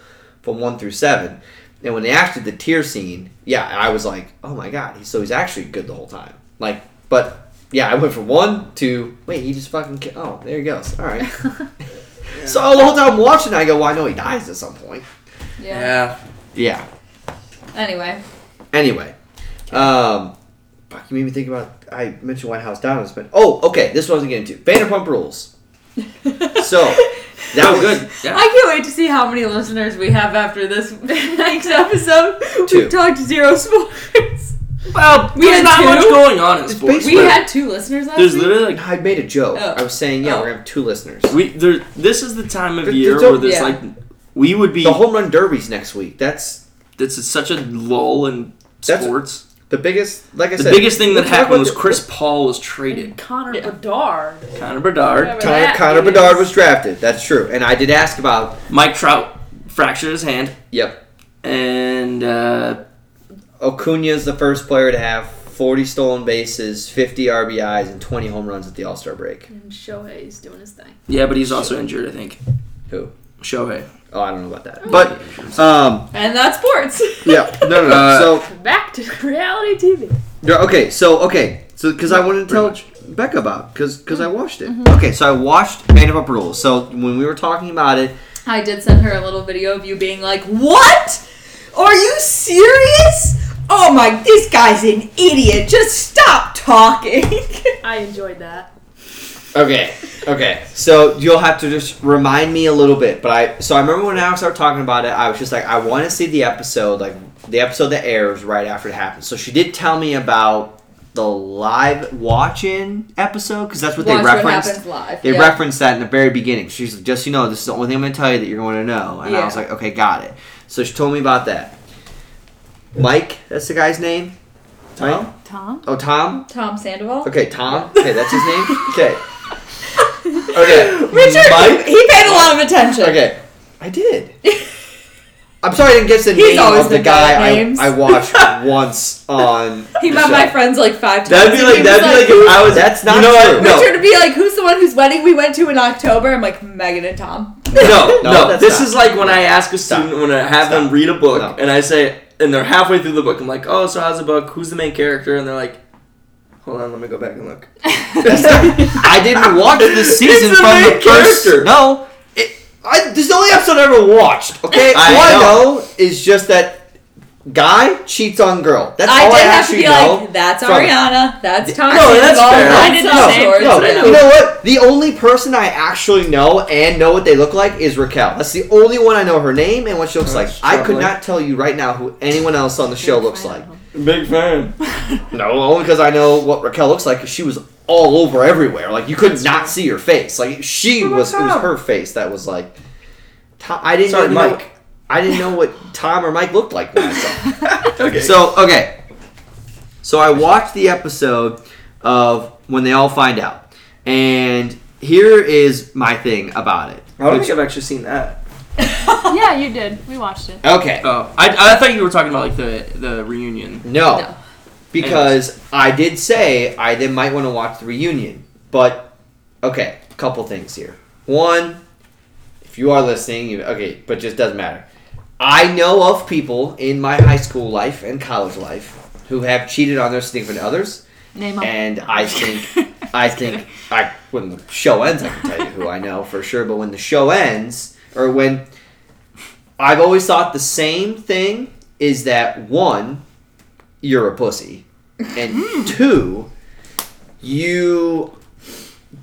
Speaker 3: from one through seven, and when they acted the tear scene, yeah, I was like, oh my god, he's, so he's actually good the whole time. Like, but yeah, I went from one to wait, he just fucking ki- oh, there he goes. All right. [laughs] So the whole time I'm watching, I go, well, I know he dies at some point.
Speaker 4: yeah.
Speaker 2: yeah.
Speaker 3: Yeah.
Speaker 4: Anyway,
Speaker 3: Anyway, um, fuck, you made me think about. I mentioned White House Diamonds, but oh, okay, this one I was getting to Vanderpump Rules. So
Speaker 4: [laughs]
Speaker 2: [laughs]
Speaker 3: that was good.
Speaker 2: Yeah.
Speaker 4: I can't wait to see how many listeners we have after
Speaker 5: [laughs]
Speaker 4: this next episode.
Speaker 3: Two.
Speaker 4: We talked zero sports.
Speaker 2: Well,
Speaker 4: We
Speaker 2: there's
Speaker 4: had
Speaker 2: not
Speaker 4: two?
Speaker 2: much going on in
Speaker 3: It's
Speaker 2: sports.
Speaker 4: We
Speaker 3: Wait.
Speaker 4: had two listeners last
Speaker 2: There's
Speaker 4: week.
Speaker 2: literally like
Speaker 3: I made a joke.
Speaker 4: Oh.
Speaker 3: I was saying, yeah,
Speaker 4: Oh.
Speaker 3: we're gonna have two listeners.
Speaker 2: we there. This is the time of
Speaker 3: There-
Speaker 2: year
Speaker 3: there's no-
Speaker 2: where there's
Speaker 4: Yeah.
Speaker 2: like we would be.
Speaker 3: The home run derbies next week. That's
Speaker 2: this is such a lull in
Speaker 3: That's-
Speaker 2: sports.
Speaker 3: the biggest. Like I
Speaker 2: The
Speaker 3: said,
Speaker 2: biggest thing that
Speaker 3: we'll talk
Speaker 2: happened
Speaker 3: about
Speaker 2: was
Speaker 3: the-
Speaker 2: Chris Paul was traded.
Speaker 5: And Connor
Speaker 4: Yeah.
Speaker 5: Bedard.
Speaker 2: Connor Bedard.
Speaker 5: Whatever
Speaker 3: Connor,
Speaker 5: that
Speaker 3: Connor
Speaker 5: is.
Speaker 3: Bedard was drafted. That's true, and I did ask about.
Speaker 2: Mike Trout fractured his hand,
Speaker 3: Yep,
Speaker 2: and uh,
Speaker 3: Acuna's the first player to have 40 stolen bases, 50 RBIs, and 20 home runs at the All Star break.
Speaker 5: And Shohei's doing his thing.
Speaker 2: yeah, but he's also injured. I think
Speaker 3: Who?
Speaker 2: Shohei.
Speaker 3: Oh, I don't know about that, but um,
Speaker 4: and that's sports.
Speaker 5: [laughs]
Speaker 3: yeah, no, no, no. [laughs]
Speaker 2: Uh,
Speaker 3: so
Speaker 5: Back to [laughs] reality TV.
Speaker 3: Yeah, okay, so okay, so because I wanted to tell
Speaker 2: Pretty
Speaker 3: Becca about because because I watched it.
Speaker 5: Mm-hmm.
Speaker 3: Okay, so I watched Vanderpump Rules. So when we were talking about it,
Speaker 4: I did send her a little video of you being like, What? Are you serious? Oh my, this guy's an idiot. Just stop [laughs] talking.
Speaker 5: I enjoyed that.
Speaker 3: okay, okay, so you'll have to just remind me a little bit. But I so I remember when Alex and I was talking about it, I was just like, I want to see the episode, like the episode that airs right after it happens. So she did tell me about the live watch-in episode because that's what
Speaker 4: Watch
Speaker 3: they referenced.
Speaker 4: what happens live.
Speaker 3: They
Speaker 4: yeah.
Speaker 3: referenced that in the very beginning. She's like, just so you know, this is the only thing I'm going to tell you that you're going to know. And I
Speaker 4: Yeah.
Speaker 3: was like, okay, got it. So she told me about that. Mike, that's the guy's name.
Speaker 2: uh,
Speaker 3: Tom.
Speaker 5: Tom?
Speaker 3: Oh, Tom.
Speaker 4: Tom Sandoval.
Speaker 3: Okay, Tom. Okay, that's his
Speaker 4: [laughs]
Speaker 3: name. Okay. Okay.
Speaker 4: Richard,
Speaker 3: Mike?
Speaker 4: he paid a lot of attention.
Speaker 3: Okay. I did. I'm sorry I didn't get the
Speaker 4: He's
Speaker 3: name
Speaker 4: always
Speaker 3: of the
Speaker 4: been bad
Speaker 3: guy
Speaker 4: at
Speaker 3: I,
Speaker 4: names.
Speaker 3: I watched
Speaker 4: [laughs]
Speaker 3: once on.
Speaker 4: He
Speaker 3: the
Speaker 4: met
Speaker 3: show.
Speaker 4: my friends like five times.
Speaker 2: That'd be
Speaker 4: and he
Speaker 2: like
Speaker 4: was
Speaker 2: that'd be like if I was.
Speaker 3: That's not
Speaker 2: You know what?
Speaker 3: true.
Speaker 2: No.
Speaker 4: Richard would be like, Who's the one whose wedding we went to in October? I'm like, Megan and Tom.
Speaker 2: No,
Speaker 3: No,
Speaker 2: no.
Speaker 3: that's
Speaker 2: this
Speaker 3: not-
Speaker 2: is like when I ask a
Speaker 3: Stop.
Speaker 2: student when I have them
Speaker 3: Stop.
Speaker 2: read a book
Speaker 3: No.
Speaker 2: and I say and they're halfway through the book. I'm like, oh, so how's the book? Who's the main character? And they're like, hold on, let me go back and look. [laughs]
Speaker 3: I didn't
Speaker 4: [laughs]
Speaker 3: watch this season
Speaker 2: It's the
Speaker 3: from the
Speaker 2: main
Speaker 3: first.
Speaker 2: character.
Speaker 3: No, it, I, this is the only episode I ever watched. Okay,
Speaker 2: I
Speaker 3: all
Speaker 2: know.
Speaker 3: I know is just that guy cheats on girl. That's
Speaker 4: I
Speaker 3: all I
Speaker 4: did have to
Speaker 3: actually
Speaker 4: be
Speaker 3: know.
Speaker 4: like, that's
Speaker 3: from-
Speaker 4: Ariana, that's
Speaker 2: [laughs]
Speaker 4: Tom.
Speaker 2: No, that's
Speaker 4: Involved,
Speaker 2: fair.
Speaker 5: I did the
Speaker 4: Tom
Speaker 5: same
Speaker 4: Short,
Speaker 3: No,
Speaker 4: you know.
Speaker 3: you know what? The only person I actually know and know what they look like is Raquel. That's the only one I know her name and what she looks
Speaker 2: That's
Speaker 3: like. I could
Speaker 2: troubling.
Speaker 3: not tell you right now who anyone else on the show looks like.
Speaker 2: Big fan.
Speaker 3: No, only because I know what Raquel looks like. 'cause She was all over everywhere. Like you could not see her face. Like she
Speaker 2: What about
Speaker 3: was. It was
Speaker 2: Tom?
Speaker 3: her face that was like. Tom, I didn't
Speaker 2: Sorry,
Speaker 3: really know.
Speaker 2: Mike.
Speaker 3: I didn't know what Tom or Mike looked like. When I saw them.
Speaker 2: okay.
Speaker 3: So okay. So I watched the episode of when they all find out, and here is my thing about it.
Speaker 2: I don't
Speaker 3: Which-
Speaker 2: think I've actually seen that.
Speaker 5: [laughs] yeah, you did. We watched it.
Speaker 3: okay.
Speaker 2: Oh, I, I thought you were talking about like the the reunion.
Speaker 3: No.
Speaker 4: No.
Speaker 3: Because I did say I then might want to watch the reunion. But okay, a couple things here. One, if you are listening, you, okay, but just doesn't matter. I know of people in my high school life and college life who have cheated on their significant others,
Speaker 5: Name up.
Speaker 3: and I
Speaker 4: [laughs]
Speaker 3: think I think I when the show ends, I can tell you who I know for sure. But when the show ends, or when I've always thought the same thing is that one, you're a pussy,
Speaker 4: Hmm.
Speaker 3: and two, you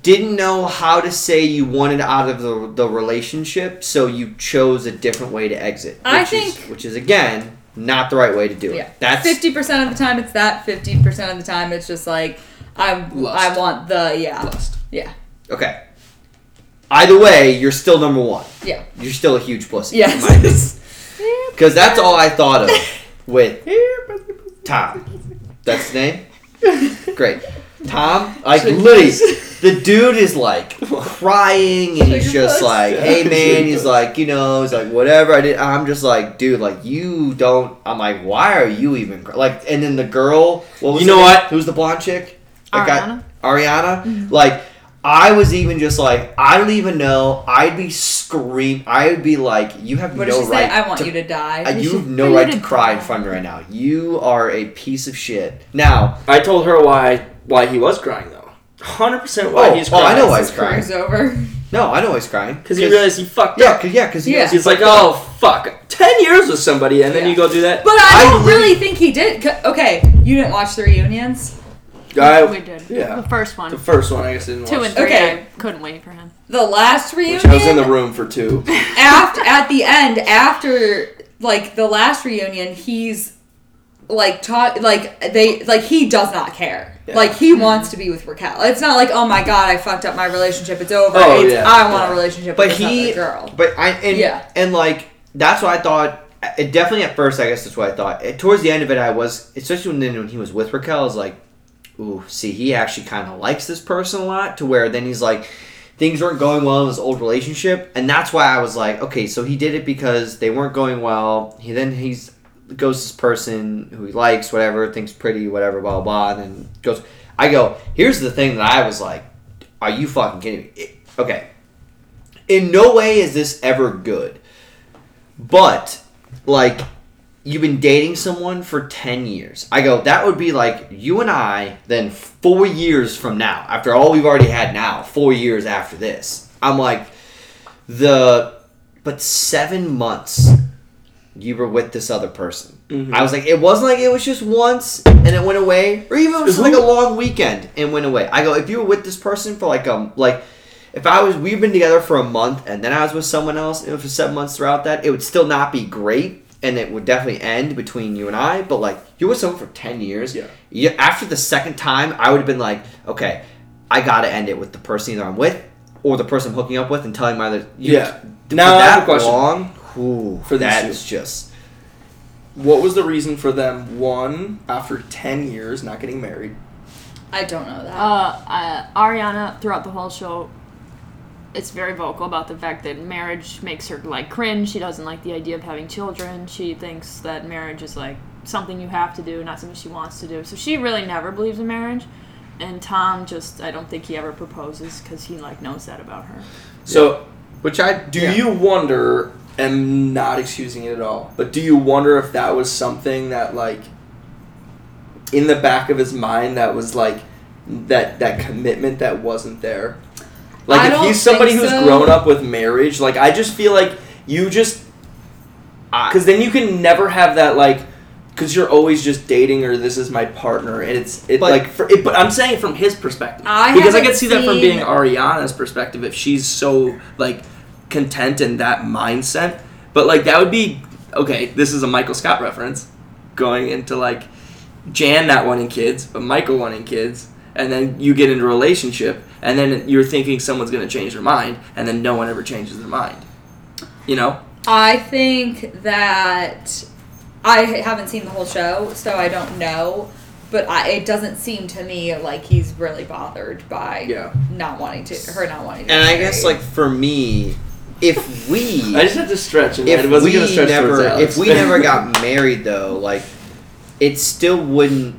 Speaker 3: didn't know how to say you wanted out of the, the relationship, so you chose a different way to exit. Which
Speaker 4: I
Speaker 3: is,
Speaker 4: think-
Speaker 3: which is again not the right way to do
Speaker 4: Yeah.
Speaker 3: it. That's
Speaker 4: fifty percent of the time it's that. Fifty percent of the time it's just like I
Speaker 2: Lust.
Speaker 4: I want the yeah
Speaker 3: [laughs]
Speaker 2: Lust.
Speaker 4: yeah
Speaker 3: Okay. Either way, you're still number one.
Speaker 4: yeah
Speaker 3: You're still a huge pussy.
Speaker 4: [laughs] yes.
Speaker 3: Because that's all I thought
Speaker 4: [laughs]
Speaker 3: of with Tom. That's his name? Great. Tom, like
Speaker 4: [laughs]
Speaker 3: literally, the dude is like crying and he's
Speaker 4: Sugar
Speaker 3: just
Speaker 4: puss.
Speaker 2: [laughs]
Speaker 3: like, hey man, he's like, you know, he's like, whatever I did. I'm just like, dude, like, you don't. I'm like, why are you even. cry-" Like, and then the girl, what was
Speaker 2: You
Speaker 3: her
Speaker 2: know
Speaker 3: name?
Speaker 2: what?
Speaker 3: Who's the blonde chick? That got- Ariana.
Speaker 5: Ariana.
Speaker 4: Mm-hmm.
Speaker 3: Like, I was even just like, I don't even know. I'd be scream. I would be like, you have
Speaker 4: What did
Speaker 3: no
Speaker 4: she
Speaker 3: right.
Speaker 4: say? I want
Speaker 3: to,
Speaker 4: you to die.
Speaker 3: uh, you have
Speaker 5: I
Speaker 3: no
Speaker 5: need
Speaker 3: right
Speaker 5: to
Speaker 3: to cry in
Speaker 5: die.
Speaker 3: front of me right now. You are a piece of shit. Now,
Speaker 2: I told her why why he was crying though. Hundred percent why
Speaker 3: oh,
Speaker 2: he's
Speaker 3: oh,
Speaker 2: crying.
Speaker 3: I know why
Speaker 4: His
Speaker 3: he's crying.
Speaker 4: career's over. [laughs]
Speaker 3: No, I know why he's crying.
Speaker 2: Because he realized he fucked
Speaker 3: yeah,
Speaker 2: up.
Speaker 3: cause, yeah, because he
Speaker 4: Yeah.
Speaker 3: knows
Speaker 2: He's like, oh fuck, ten years with somebody, and then
Speaker 4: Yeah.
Speaker 2: you go do that.
Speaker 4: But I,
Speaker 3: I
Speaker 4: don't
Speaker 3: believe-
Speaker 4: really think he did. 'Cause- Okay, you didn't watch the reunions.
Speaker 5: we
Speaker 2: I,
Speaker 5: did.
Speaker 2: yeah.
Speaker 5: The first one.
Speaker 2: the first one, I guess, I didn't
Speaker 5: Two
Speaker 2: watch
Speaker 5: and three.
Speaker 4: Okay.
Speaker 5: I couldn't wait for him.
Speaker 4: The last
Speaker 2: Which
Speaker 4: reunion.
Speaker 2: I was in the room for
Speaker 5: [laughs]
Speaker 2: two.
Speaker 4: after at the end after like the last reunion he's like taught like they like he does not care
Speaker 2: Yeah.
Speaker 4: like he wants to be with raquel it's not like oh my god i fucked up my relationship it's over
Speaker 2: Oh,
Speaker 4: It's,
Speaker 2: yeah,
Speaker 4: i want
Speaker 2: yeah.
Speaker 4: a relationship
Speaker 3: but
Speaker 4: with
Speaker 3: he,
Speaker 4: another girl
Speaker 3: but I, and,
Speaker 4: Yeah.
Speaker 3: and like that's what I thought. It definitely at first, I guess that's what I thought. It, towards the end of it, I was, especially when then when he was with Raquel, I was like, ooh, see, he actually kind of likes this person a lot. To where then he's like, things weren't going well in his old relationship, and that's why I was like, okay, so he did it because they weren't going well. He then he's goes to this person who he likes, whatever, thinks pretty, whatever, blah blah, blah and then goes. I go, here's the thing that I was like, are you fucking kidding me? It- okay, in no way is this ever good. But like you've been dating someone for 10 years. I go that would be like you and I then 4 years from now after all we've already had now, 4 years after this. I'm like the but 7 months you were with this other person.
Speaker 2: Mhm.
Speaker 3: I was like, it wasn't like it was just once and it went away, or even it was just like a long weekend and went away. I go, if you were with this person for like um like, if I was we've been together for a month and then I was with someone else and for seven months throughout that, it would still not be great and it would definitely end between you and I. But like you were with someone for ten years,
Speaker 2: Yeah.
Speaker 3: You, after the second time, I would have been like, okay, I gotta end it with the person either I'm with or the person I'm hooking up with and telling my other you-
Speaker 2: Yeah.
Speaker 3: for
Speaker 2: Now I
Speaker 3: that
Speaker 2: have a question.
Speaker 3: long, ooh,
Speaker 2: For these
Speaker 3: that
Speaker 2: two.
Speaker 3: is just
Speaker 2: What was the reason for them? One after ten years not getting married.
Speaker 4: i don't know that
Speaker 5: Uh, uh, Ariana, throughout the whole show, is very vocal about the fact that marriage makes her like cringe. She doesn't like the idea of having children. She thinks that marriage is like something you have to do, not something she wants to do. So she really never believes in marriage. And Tom just, I don't think he ever proposes because he like knows that about her.
Speaker 2: So Which I do
Speaker 3: Yeah.
Speaker 2: you wonder am not excusing it at all, but do you wonder if that was something that like in the back of his mind that was like that that commitment that wasn't there? Like
Speaker 4: I
Speaker 2: if
Speaker 4: don't
Speaker 2: he's somebody
Speaker 4: think
Speaker 2: who's
Speaker 4: so.
Speaker 2: grown up with marriage, like I just feel like you just because then you can never have that like because you're always just dating or this is my partner and it's it
Speaker 3: But-
Speaker 2: like for, it, but I'm saying from his perspective
Speaker 4: I
Speaker 2: because I
Speaker 4: haven't
Speaker 2: could see that from
Speaker 4: seen-
Speaker 2: being Ariana's perspective if she's so like content in that mindset but like that would be okay this is a Michael Scott reference going into like Jan not wanting kids but Michael wanting kids and then you get into a relationship and then you're thinking someone's going to change their mind and then no one ever changes their mind you know
Speaker 4: I think that I haven't seen the whole show, so I don't know. But I, it doesn't seem to me like he's really bothered by
Speaker 2: yeah
Speaker 4: not wanting to her not wanting to.
Speaker 3: And I
Speaker 4: get
Speaker 3: guess
Speaker 4: married.
Speaker 3: like for me, if we
Speaker 2: I just had to stretch, and
Speaker 3: if
Speaker 2: I
Speaker 3: we
Speaker 2: wasn't gonna stretch towards
Speaker 3: never if
Speaker 2: Alex.
Speaker 3: we never got married though, like it still wouldn't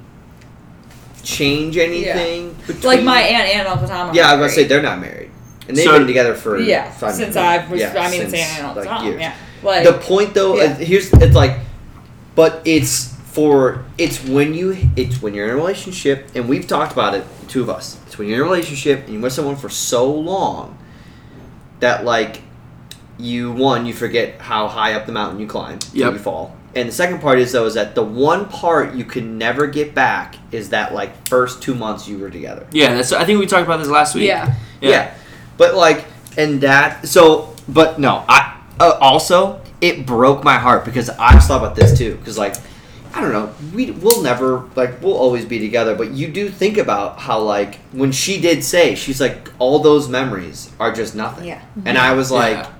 Speaker 3: change anything. between-
Speaker 4: like my aunt and Uncle Tom. Are
Speaker 3: yeah, I was gonna
Speaker 4: married.
Speaker 3: say they're not married, and they've
Speaker 2: So-
Speaker 3: been together for
Speaker 4: yeah,
Speaker 3: five years.
Speaker 4: since I was,
Speaker 3: Yeah,
Speaker 4: I mean,
Speaker 3: since,
Speaker 4: since, and Uncle
Speaker 3: like,
Speaker 4: Tom,
Speaker 3: years.
Speaker 4: yeah, like
Speaker 3: the point though
Speaker 4: Yeah.
Speaker 3: uh, here's it's like but it's for it's when you it's when you're in a relationship and we've talked about it the two of us it's when you're in a relationship and you're with someone for so long that like you one you forget how high up the mountain you climb and
Speaker 2: Yep.
Speaker 3: you fall and the second part is though is that the one part you can never get back is that like first two months you were together
Speaker 2: [laughs] yeah, that's. I think we talked about this last week.
Speaker 4: yeah,
Speaker 2: Yeah.
Speaker 3: yeah. But like, and that, so, but no, I, uh, also, it broke my heart because I just thought about this too. Because like, I don't know, we, we'll never, like, we'll always be together, but you do think about how like, when she did say, she's like, all those memories are just nothing.
Speaker 4: yeah.
Speaker 3: And I was like,
Speaker 2: Yeah.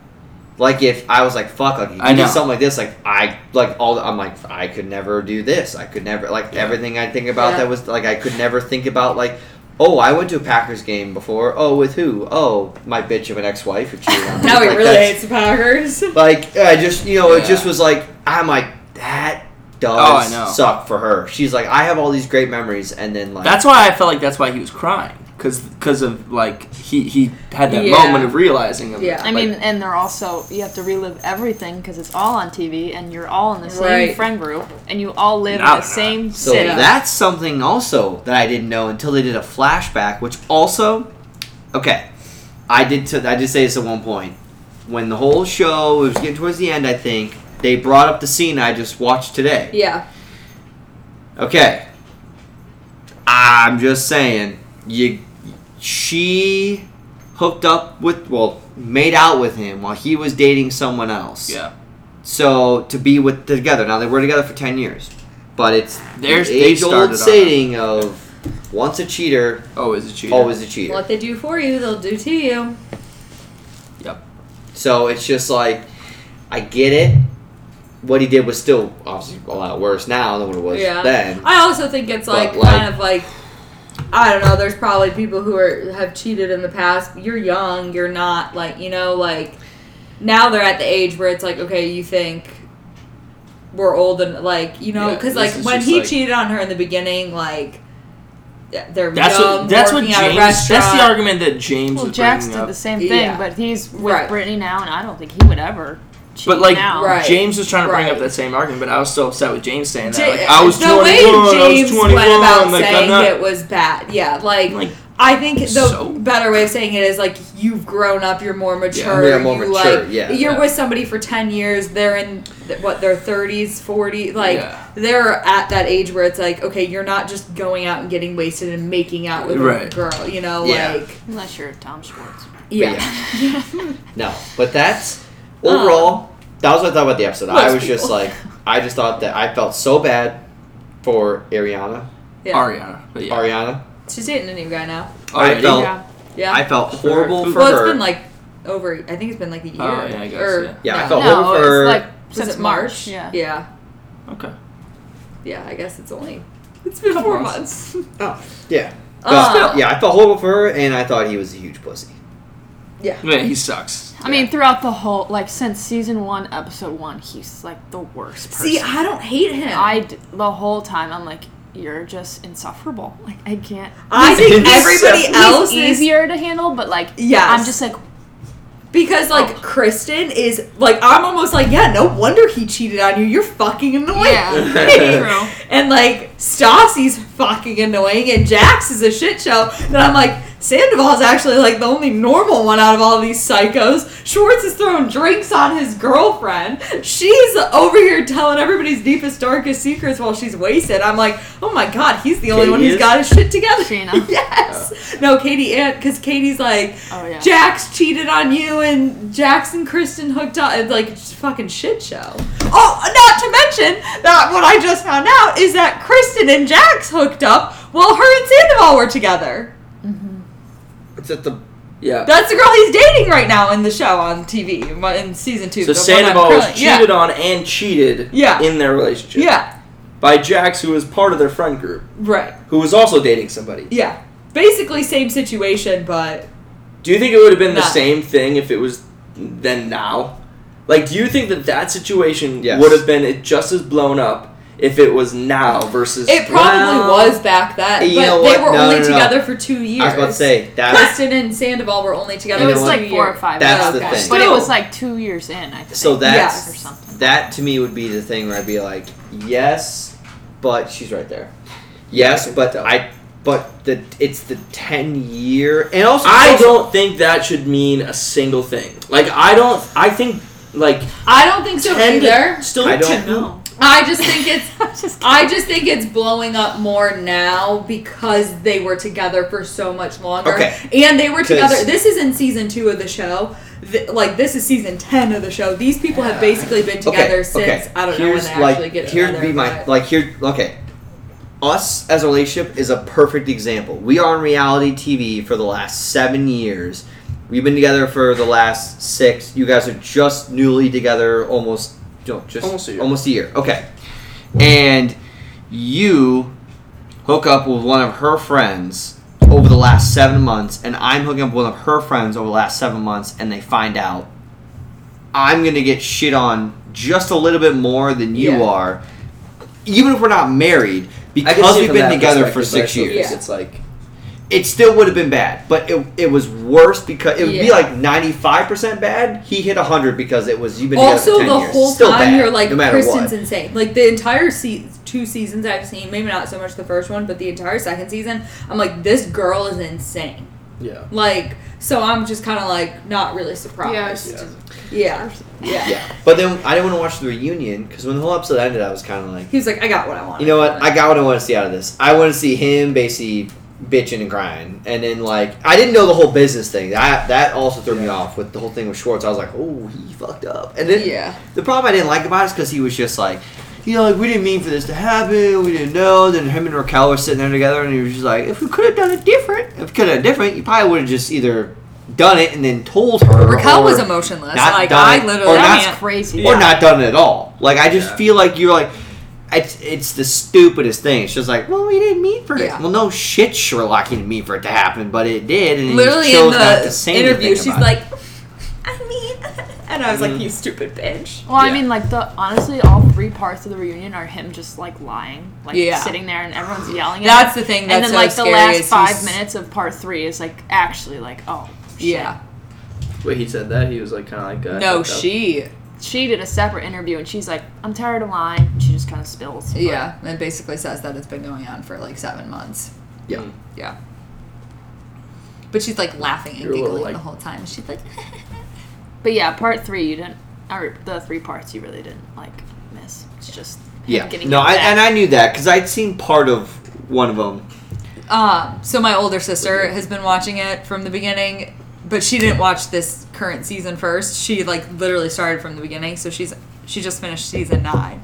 Speaker 3: like if I was like, fuck, like if
Speaker 2: I
Speaker 3: you did
Speaker 2: know.
Speaker 3: something like this, like I, like all, the, I'm like, I could never do this. I could never, like
Speaker 2: Yeah.
Speaker 3: everything I think about
Speaker 4: Yeah.
Speaker 3: that was like, I could never think about like, oh, I went to a Packers game before. Oh, with who? Oh, my bitch of an ex-wife. Who
Speaker 4: [laughs]
Speaker 3: cheated on me.
Speaker 4: Now he
Speaker 3: like,
Speaker 4: really
Speaker 3: that's-
Speaker 4: hates the Packers.
Speaker 3: [laughs] Like I just, you know, it
Speaker 2: Yeah.
Speaker 3: just was like, I'm like that
Speaker 2: Oh, I
Speaker 3: does
Speaker 2: know.
Speaker 3: suck for her. She's like, I have all these great memories, and then like,
Speaker 2: That's why I felt like that's why he was crying, cause because of like he he had that
Speaker 4: Yeah.
Speaker 2: moment of realizing. Of,
Speaker 4: Yeah.
Speaker 5: I mean, and they're also you have to relive everything because it's all on TV, and you're all in the same
Speaker 4: Right.
Speaker 5: friend group, and you all live
Speaker 2: Nah,
Speaker 5: in
Speaker 2: nah.
Speaker 5: the same
Speaker 3: So
Speaker 5: city.
Speaker 3: that's something also that I didn't know until they did a flashback, which also, okay, I did. T- I did say this at one point when the whole show it was getting towards the end. I think they brought up the scene I just watched today.
Speaker 4: Yeah,
Speaker 3: Okay, I'm just saying you. She hooked up with well, made out with him while he was dating someone else.
Speaker 2: yeah.
Speaker 3: So to be with together now, they were together for ten years, but it's
Speaker 2: There's-
Speaker 3: the
Speaker 2: they
Speaker 3: age
Speaker 2: started
Speaker 3: old
Speaker 2: on
Speaker 3: saying of once a cheater,
Speaker 2: Always a cheater.
Speaker 3: always a cheater.
Speaker 4: what they do for you, they'll do to you.
Speaker 3: So it's just like I get it. What he did was still obviously a lot worse now than what it was
Speaker 4: Yeah.
Speaker 3: then.
Speaker 4: I also think it's like,
Speaker 3: But, like-
Speaker 4: kind of like I don't know. There's probably people who are have cheated in the past. You're young. You're not like you know like now they're at the age where it's like okay, you think we're old and like you know
Speaker 2: Yeah,
Speaker 4: because
Speaker 2: this
Speaker 4: like
Speaker 2: is
Speaker 4: when
Speaker 2: just,
Speaker 4: he
Speaker 2: like-
Speaker 4: cheated on her in the beginning like yeah, they're
Speaker 2: That's
Speaker 4: young,
Speaker 2: what that's what
Speaker 4: working
Speaker 2: James.
Speaker 4: at a
Speaker 2: That's the
Speaker 4: restaurant.
Speaker 2: argument that James
Speaker 5: well,
Speaker 2: was
Speaker 5: Jax
Speaker 2: bringing
Speaker 5: did
Speaker 2: up.
Speaker 5: the same thing,
Speaker 4: Yeah.
Speaker 5: but he's with
Speaker 4: Right.
Speaker 5: Brittany now, and I don't think he would ever cheat
Speaker 2: But like
Speaker 5: now.
Speaker 4: Right.
Speaker 2: James was trying to bring up
Speaker 4: Right.
Speaker 2: that same argument, but I was so upset with James saying that.
Speaker 4: Ja-
Speaker 2: Like, I was
Speaker 4: the
Speaker 2: 21.
Speaker 4: way James
Speaker 2: I was 21.
Speaker 4: went about
Speaker 2: like
Speaker 4: saying
Speaker 2: I'm not.
Speaker 4: it was bad. Yeah, like,
Speaker 2: Like,
Speaker 4: I think the
Speaker 2: so?
Speaker 4: better way of saying it is like you've grown up, you're more mature.
Speaker 3: Yeah, more
Speaker 4: you,
Speaker 3: mature,
Speaker 4: Like,
Speaker 3: yeah,
Speaker 4: you're
Speaker 2: yeah.
Speaker 4: with somebody for ten years. They're in th- what their thirties, forties. Like
Speaker 2: Yeah.
Speaker 4: they're at that age where it's like, okay, you're not just going out and getting wasted and making out with a
Speaker 2: Right.
Speaker 4: girl. You know,
Speaker 3: Yeah.
Speaker 4: like
Speaker 5: Unless you're Tom Schwartz.
Speaker 4: [laughs] yeah. [laughs]
Speaker 3: No, but that's overall. that was what I thought about the episode. I
Speaker 4: Oh. most
Speaker 3: was just
Speaker 4: people.
Speaker 3: like, I just thought that I felt so bad for Ariana.
Speaker 4: yeah.
Speaker 2: Ariana, but yeah,
Speaker 3: Ariana.
Speaker 4: She's dating a new guy now.
Speaker 3: I
Speaker 2: Already?
Speaker 3: felt.
Speaker 5: Yeah.
Speaker 4: Yeah.
Speaker 3: I felt horrible for
Speaker 2: For
Speaker 4: well,
Speaker 3: her.
Speaker 4: it's been like over. I think it's been like a year.
Speaker 2: Oh, yeah, I guess,
Speaker 4: or,
Speaker 2: yeah.
Speaker 3: Yeah, I
Speaker 4: no.
Speaker 3: felt-
Speaker 5: No,
Speaker 3: over for-
Speaker 5: it's like
Speaker 4: Was
Speaker 5: since
Speaker 4: it March?
Speaker 5: Yeah.
Speaker 4: Yeah.
Speaker 2: okay.
Speaker 4: Yeah, I guess it's only. It's been four months.
Speaker 3: oh, yeah.
Speaker 4: Uh,
Speaker 3: But, yeah, I felt horrible for her, and I thought he was a huge pussy.
Speaker 2: Man, he sucks.
Speaker 5: I mean, throughout the whole, like, since season one, episode one, he's like the worst. Person.
Speaker 4: See, I don't hate him.
Speaker 5: I d- the whole time I'm like, you're just insufferable. [laughs] Like I can't.
Speaker 4: I think
Speaker 3: He's
Speaker 4: [laughs] everybody
Speaker 3: separate.
Speaker 5: He's
Speaker 4: else is.
Speaker 5: easier to handle, but like,
Speaker 4: Yes.
Speaker 5: I'm just like,
Speaker 4: Because like
Speaker 5: Oh.
Speaker 4: Kristen is like I'm almost like yeah no wonder he cheated on you you're fucking annoying [laughs]
Speaker 5: Yeah, true.
Speaker 4: and like Stassi's fucking annoying and Jax is a shit show and I'm like Sandoval's actually like the only normal one out of all these psychos Schwartz is throwing drinks on his girlfriend she's over here telling everybody's deepest darkest secrets while she's wasted I'm like oh my god he's the only
Speaker 2: Katie
Speaker 4: one who's
Speaker 2: is?
Speaker 4: got his shit together
Speaker 5: Sheena.
Speaker 4: [laughs] yes no Katie and because Katie's like
Speaker 5: Oh yeah.
Speaker 4: Jax cheated on you and Jax and Kristen hooked up. It's like it's a fucking shit show. Oh, not to mention that what I just found out is that Kristen and Jax hooked up while her and Sandoval were together.
Speaker 3: It's at the
Speaker 2: Yeah.
Speaker 4: That's the girl he's dating right now in the show on TV in season two.
Speaker 2: so
Speaker 4: the one
Speaker 2: Sandoval
Speaker 4: I'm
Speaker 2: was
Speaker 4: currently- yeah.
Speaker 2: cheated on and cheated
Speaker 4: Yeah.
Speaker 2: in their relationship.
Speaker 4: Yeah,
Speaker 2: By Jax, who was part of their friend group,
Speaker 4: right.
Speaker 2: who was also dating somebody.
Speaker 4: Yeah, basically same situation, but
Speaker 2: Do you think it would have been the
Speaker 4: Nah.
Speaker 2: same thing if it was then now? Like, do you think that that situation
Speaker 3: Yes.
Speaker 2: would have been just as blown up if it was now versus?
Speaker 4: it probably
Speaker 3: Well,
Speaker 4: was back then.
Speaker 3: you know
Speaker 4: But they
Speaker 3: what?
Speaker 4: were
Speaker 3: No,
Speaker 4: only
Speaker 3: no, no, no.
Speaker 4: together for two years.
Speaker 3: I was about to say that.
Speaker 4: Kristen and Sandoval were only together.
Speaker 5: It
Speaker 3: You
Speaker 4: for
Speaker 5: was
Speaker 3: know
Speaker 4: two
Speaker 5: like four or
Speaker 4: years.
Speaker 5: five.
Speaker 3: That's
Speaker 5: years
Speaker 4: the
Speaker 5: ago.
Speaker 4: thing.
Speaker 5: But it
Speaker 4: Still-
Speaker 5: was like two years in, I think.
Speaker 3: So that's-
Speaker 5: or something.
Speaker 3: That to me would be the thing where I'd be like, yes, but she's right there. Yes, but I. But the it's the ten year and also
Speaker 2: I don't think that should mean a single thing. Like, I don't. I think like
Speaker 4: I don't think so
Speaker 2: ten
Speaker 4: either.
Speaker 2: to, still
Speaker 3: I don't
Speaker 2: ten-
Speaker 5: [laughs] no.
Speaker 4: I just think it's
Speaker 5: I'm just
Speaker 4: I just think it's blowing up more now because they were together for so much longer.
Speaker 3: Okay.
Speaker 4: And they were
Speaker 3: 'Cause-
Speaker 4: together. This is in season 2 of the show. Th- like this is season 10 of the show. These people have basically been together since I don't know when
Speaker 3: here's
Speaker 4: they
Speaker 3: like,
Speaker 4: actually get
Speaker 3: here
Speaker 4: together.
Speaker 3: be my
Speaker 4: but-
Speaker 3: like here okay. Us as a relationship is a perfect example. We are on reality TV for the last seven years. We've been together for the last six. You guys are just newly together, almost no, just
Speaker 2: Almost a year.
Speaker 3: almost a year. Okay, and you hook up with one of her friends over the last seven months, and I'm hooking up with one of her friends over the last seven months, and they find out. I'm gonna get shit on just a little bit more than you
Speaker 4: Yeah.
Speaker 3: are, even if we're not married,
Speaker 2: I can
Speaker 3: because
Speaker 2: see it
Speaker 3: we've
Speaker 2: from
Speaker 3: been
Speaker 2: that
Speaker 3: together for
Speaker 2: perspective, but I
Speaker 3: six
Speaker 2: still think
Speaker 3: years.
Speaker 4: Yeah.
Speaker 2: It's like
Speaker 3: It still would have been bad, but it, it was worse because it would be
Speaker 4: Yeah.
Speaker 3: like ninety five percent bad. He hit hundred because it was you've been together for
Speaker 4: also
Speaker 3: ten
Speaker 4: the
Speaker 3: years.
Speaker 4: whole
Speaker 3: still
Speaker 4: time
Speaker 3: bad,
Speaker 4: you're like
Speaker 3: no matter
Speaker 4: Kristen's
Speaker 3: what.
Speaker 4: insane. Like the entire se- two seasons I've seen, maybe not so much the first one, but the entire second season, I'm like this girl is insane.
Speaker 2: yeah.
Speaker 4: Like so I'm just kind of like not really
Speaker 5: yeah,
Speaker 4: surprised.
Speaker 5: it's just-
Speaker 4: Yeah. Yeah.
Speaker 3: yeah, but then I didn't want to watch the reunion because when the whole episode ended, I was kind of like,
Speaker 4: He was like, I got what I wanted.
Speaker 3: you know what? I got what I want to see out of this. I want to see him basically bitching and crying, and then like I didn't know the whole business thing. That that also threw me off with the whole thing with Schwartz. I was like, oh, he fucked up, and then
Speaker 4: yeah.
Speaker 3: The problem I didn't like about it is because he was just like, you know, like we didn't mean for this to happen. We didn't know. Then him and Raquel were sitting there together, and he was just like, if we could have done it different, if we could have done it different, you probably would have just either done it and then told her.
Speaker 4: Raquel
Speaker 3: or-
Speaker 4: was emotionless.
Speaker 3: not
Speaker 4: Like
Speaker 3: done
Speaker 4: I
Speaker 3: it,
Speaker 4: literally
Speaker 3: or
Speaker 5: That
Speaker 3: not-
Speaker 5: man's crazy.
Speaker 3: or not done it at all. Like I just
Speaker 2: Yeah.
Speaker 3: feel like you're like, it's it's the stupidest thing. It's just like, well, we didn't mean for
Speaker 4: Yeah.
Speaker 3: it. Well, no shit, Sherlock, he didn't mean for it to happen, but it did, and
Speaker 4: literally
Speaker 3: he chose
Speaker 4: in
Speaker 3: not to
Speaker 4: the
Speaker 3: say
Speaker 4: interview,
Speaker 3: anything
Speaker 4: she's
Speaker 3: about it. Mm.
Speaker 4: like, I mean, [laughs] and I was like, you stupid bitch.
Speaker 5: Well, I
Speaker 2: Yeah.
Speaker 5: mean, like the honestly, all three parts of the reunion are him just like lying, like
Speaker 4: Yeah.
Speaker 5: sitting there and everyone's yelling. at
Speaker 4: That's
Speaker 5: him.
Speaker 4: the thing.
Speaker 5: and
Speaker 4: That's
Speaker 5: then
Speaker 4: so
Speaker 5: like
Speaker 4: scary
Speaker 5: the last
Speaker 4: is
Speaker 5: five
Speaker 4: he's-
Speaker 5: minutes of part three is like actually like oh shit.
Speaker 4: Yeah.
Speaker 2: Wait, he said that he was like kind of like uh,
Speaker 4: No,
Speaker 2: fucked up.
Speaker 4: she.
Speaker 5: She did a separate interview and she's like I'm tired of lying. She just kind of spills. but-
Speaker 4: Yeah, and basically says that it's been going on for like seven months.
Speaker 3: Yeah.
Speaker 4: Yeah. But she's like laughing and
Speaker 2: You're a little,
Speaker 4: giggling
Speaker 2: like-
Speaker 4: the whole time. She's like, [laughs]
Speaker 5: But yeah, part three you didn't. Or the three parts you really didn't like miss. It's just him
Speaker 3: yeah,
Speaker 5: Getting
Speaker 3: no,
Speaker 5: hit
Speaker 3: I,
Speaker 5: back.
Speaker 3: and I knew that because I'd seen part of one of them.
Speaker 4: Um, so my older sister has been watching it from the beginning, but she didn't watch this current season first. She like literally started from the beginning, so she's she just finished season nine.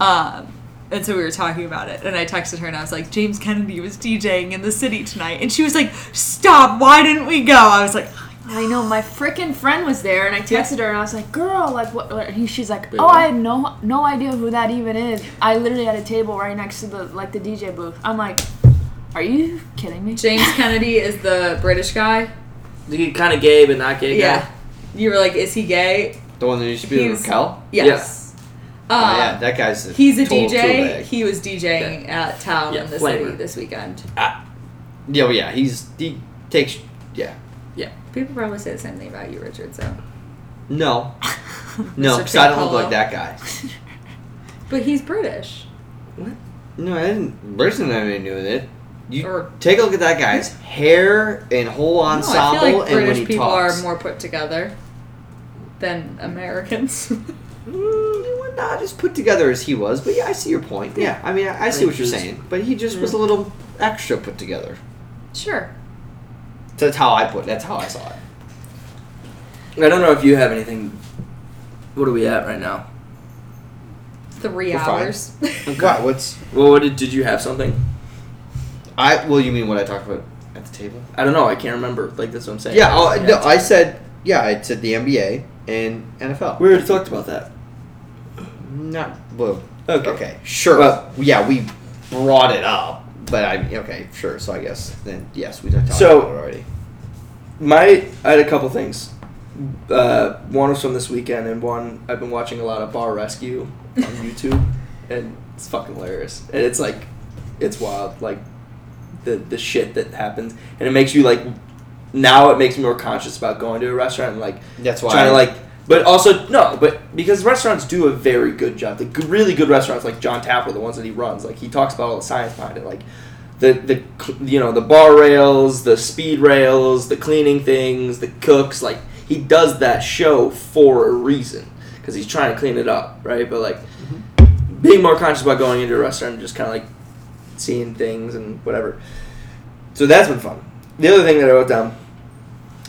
Speaker 4: Um, and so we were talking about it, and I texted her and I was like, James Kennedy was DJing in the city tonight, and she was like, Stop! Why didn't we go? I was like,
Speaker 5: I know my freaking friend was there, and I texted her, and I was like, "Girl, like what?" what- And she's like, "Oh, I had no no idea who that even is. I literally had a table right next to the like the DJ booth." I'm like, "Are you kidding me?" [laughs]
Speaker 4: James Kennedy is the British guy.
Speaker 2: He kind of gay, but not gay. guy.
Speaker 4: you were like, Is he gay?
Speaker 3: The one that used to be with
Speaker 4: He's-
Speaker 3: Raquel.
Speaker 4: Yes. Um,
Speaker 3: Oh, yeah, that guy's a
Speaker 4: He's a
Speaker 3: total
Speaker 4: DJ.
Speaker 3: toolbag.
Speaker 4: He was DJing at Town
Speaker 2: Yeah,
Speaker 4: in the
Speaker 2: flamer.
Speaker 4: city this weekend.
Speaker 3: yeah, well, yeah, he's he takes yeah.
Speaker 2: Yeah.
Speaker 4: People probably say the same thing about you, Richard.
Speaker 3: [laughs]
Speaker 4: So, [laughs]
Speaker 3: No, no, because I don't look like that guy.
Speaker 4: but he's British.
Speaker 3: No, I didn't. Bruce didn't have anything to do with it. You
Speaker 4: Or-
Speaker 3: take a look at that guy's hair and whole ensemble,
Speaker 4: no, I feel like
Speaker 3: and when
Speaker 4: British
Speaker 3: he
Speaker 4: people
Speaker 3: talks,
Speaker 4: are more put together than Americans. [laughs]
Speaker 3: Mm, they were not as put together as he was. But yeah, I see your point. Yeah, I mean, I, I see what you're saying. But he just
Speaker 4: Mm.
Speaker 3: was a little extra put together.
Speaker 4: sure.
Speaker 3: That's how I put. That's how I saw it.
Speaker 2: I don't know if you have anything. What are we at right now?
Speaker 4: 3
Speaker 3: We're fine.
Speaker 4: hours.
Speaker 3: What? What's
Speaker 2: Well, what did, did you have something?
Speaker 3: I? Well, you mean what I talked about at the table?
Speaker 2: I don't know. I can't remember. Like that's what I'm saying.
Speaker 3: Yeah. i no, I said. Yeah, I said the NBA and NFL.
Speaker 2: we already talked about that.
Speaker 3: Not well.
Speaker 2: Okay.
Speaker 3: Okay, sure.
Speaker 2: Well-
Speaker 3: yeah, we brought it up, but I okay, sure. So I guess then yes, we talked
Speaker 2: So-
Speaker 3: about it already.
Speaker 2: My I had a couple things. Uh, one was from this weekend, and one I've been watching a lot of Bar Rescue [laughs] on YouTube, and it's fucking hilarious. And it's like, it's wild, like the the shit that happens, and it makes you like. Now it makes me more conscious about going to a restaurant and like
Speaker 3: That's why
Speaker 2: trying to
Speaker 3: I-
Speaker 2: like. But also no, but because restaurants do a very good job. The g- really good restaurants like John Tapper, the ones that he runs, like he talks about all the science behind it, like the the cl- you know the bar rails, the speed rails, the cleaning things, the cooks. Like he does that show for a reason because he's trying to clean it up, right? But like
Speaker 3: Mm-hmm.
Speaker 2: being more conscious about going into a restaurant and just kind of like seeing things and whatever. So that's been fun. The other thing that I wrote down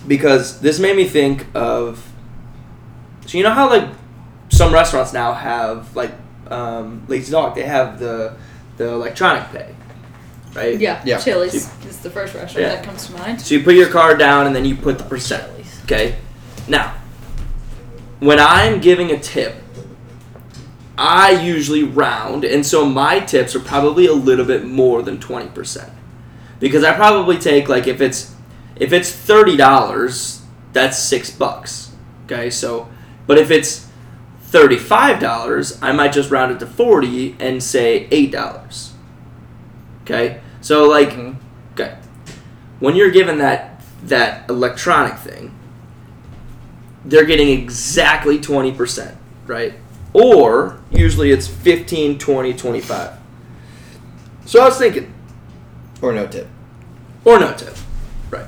Speaker 2: because this made me think of. So you know how like some restaurants now have like um, Lazy Dog, they have the the electronic pay, right?
Speaker 4: [laughs] Yeah.
Speaker 3: Yeah.
Speaker 4: Chili's is the first restaurant
Speaker 2: Yeah.
Speaker 4: that comes to mind.
Speaker 2: So you put your card down and then you put the percent. Okay. Now, when I'm giving a tip, I usually round, and so my tips are probably a little bit more than twenty percent, because I probably take like if it's if it's thirty dollars, that's six bucks. Okay, so but if it's thirty five dollars, I might just round it to forty and say eight dollars. Okay, so like
Speaker 3: Mhm.
Speaker 2: okay, when you're given that that electronic thing, they're getting exactly 20%, right? Or usually it's 15, 20, 25. So I was thinking,
Speaker 3: Or no tip.
Speaker 2: or no tip, right?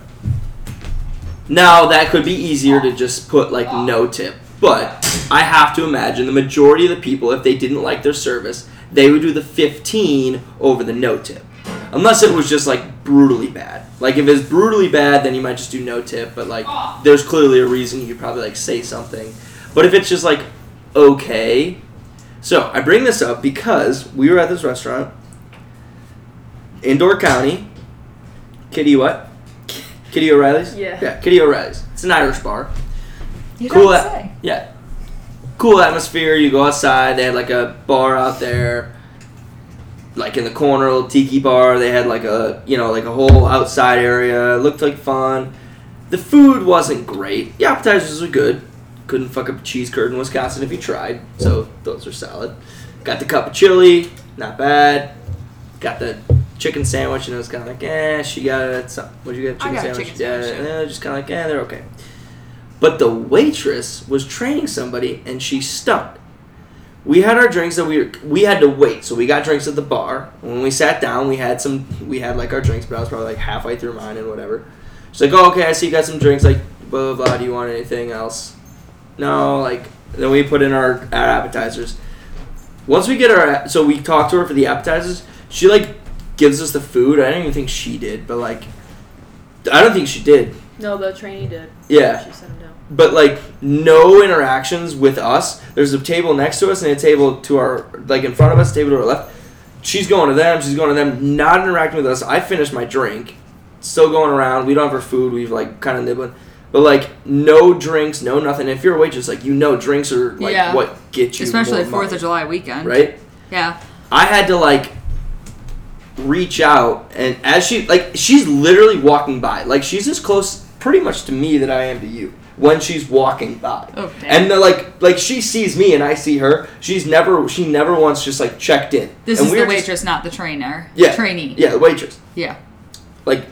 Speaker 2: Now that could be easier to just put like no tip, but I have to imagine the majority of the people, if they didn't like their service, they would do the 15 over the no tip. Unless it was just like brutally bad. Like if it's brutally bad, then you might just do no tip. But like, there's clearly a reason you could probably like say something. But if it's just like okay, so I bring this up because we were at this restaurant, Indoor County, Kitty what? Kitty O'Reilly's.
Speaker 5: Yeah.
Speaker 2: Yeah, Kitty O'Reilly's. It's an Irish bar.
Speaker 4: You
Speaker 2: Cool
Speaker 4: don't
Speaker 2: a-
Speaker 4: say.
Speaker 2: Yeah. Cool atmosphere. You go outside. They had like a bar out there, like in the corner, a little tiki bar. They had like a you know like a whole outside area. It looked like fun. The food wasn't great. The appetizers were good. Couldn't fuck up a cheese curd in Wisconsin if you tried. So those are solid. Got the cup of chili. Not bad. Got the chicken sandwich and it was kind of like eh. She got it. So, what'd you get?
Speaker 5: I
Speaker 2: Chicken
Speaker 5: got a
Speaker 2: sandwich.
Speaker 5: chicken
Speaker 2: yeah.
Speaker 5: sandwich,
Speaker 2: And it was just kind of like eh. They're okay. But the waitress was training somebody and she stunk. We had our drinks that we we had to wait, so we got drinks at the bar. When we sat down, we had some we had like our drinks, but I was probably like halfway through mine and whatever. She's like, "Oh, okay, I see you got some drinks. Like, blah blah. blah. Do you want anything else?" No, like then we put in our, our appetizers. Once we get our so we talked to her for the appetizers. She like gives us the food. I don't even think she did, but like I don't think she did.
Speaker 5: No, the trainee did.
Speaker 2: Yeah
Speaker 5: She sent him down.
Speaker 2: but like no interactions with us. There's a table next to us and a table to our like in front of us, table to our left. She's going to them, she's going to them, not interacting with us. I finished my drink, still going around. We don't have our food. We've like kind of nibbling, but like no drinks, no nothing. If you're a waitress, like you know drinks are like
Speaker 4: Yeah.
Speaker 2: what get you
Speaker 4: Especially
Speaker 2: more
Speaker 4: Fourth of
Speaker 2: money,
Speaker 4: July weekend.
Speaker 2: right?
Speaker 4: Yeah.
Speaker 2: I had to like reach out and as she like she's literally walking by. Like she's as close pretty much to me that I am to you when she's walking by.
Speaker 5: Oh, damn.
Speaker 2: And the, like like she sees me and I see her. She's never she never once just like checked in.
Speaker 4: This
Speaker 2: and
Speaker 4: is
Speaker 2: we
Speaker 4: the
Speaker 2: were just-
Speaker 4: waitress, not the trainer.
Speaker 2: Yeah.
Speaker 4: Trainee.
Speaker 2: yeah, the waitress.
Speaker 4: Yeah.
Speaker 2: Like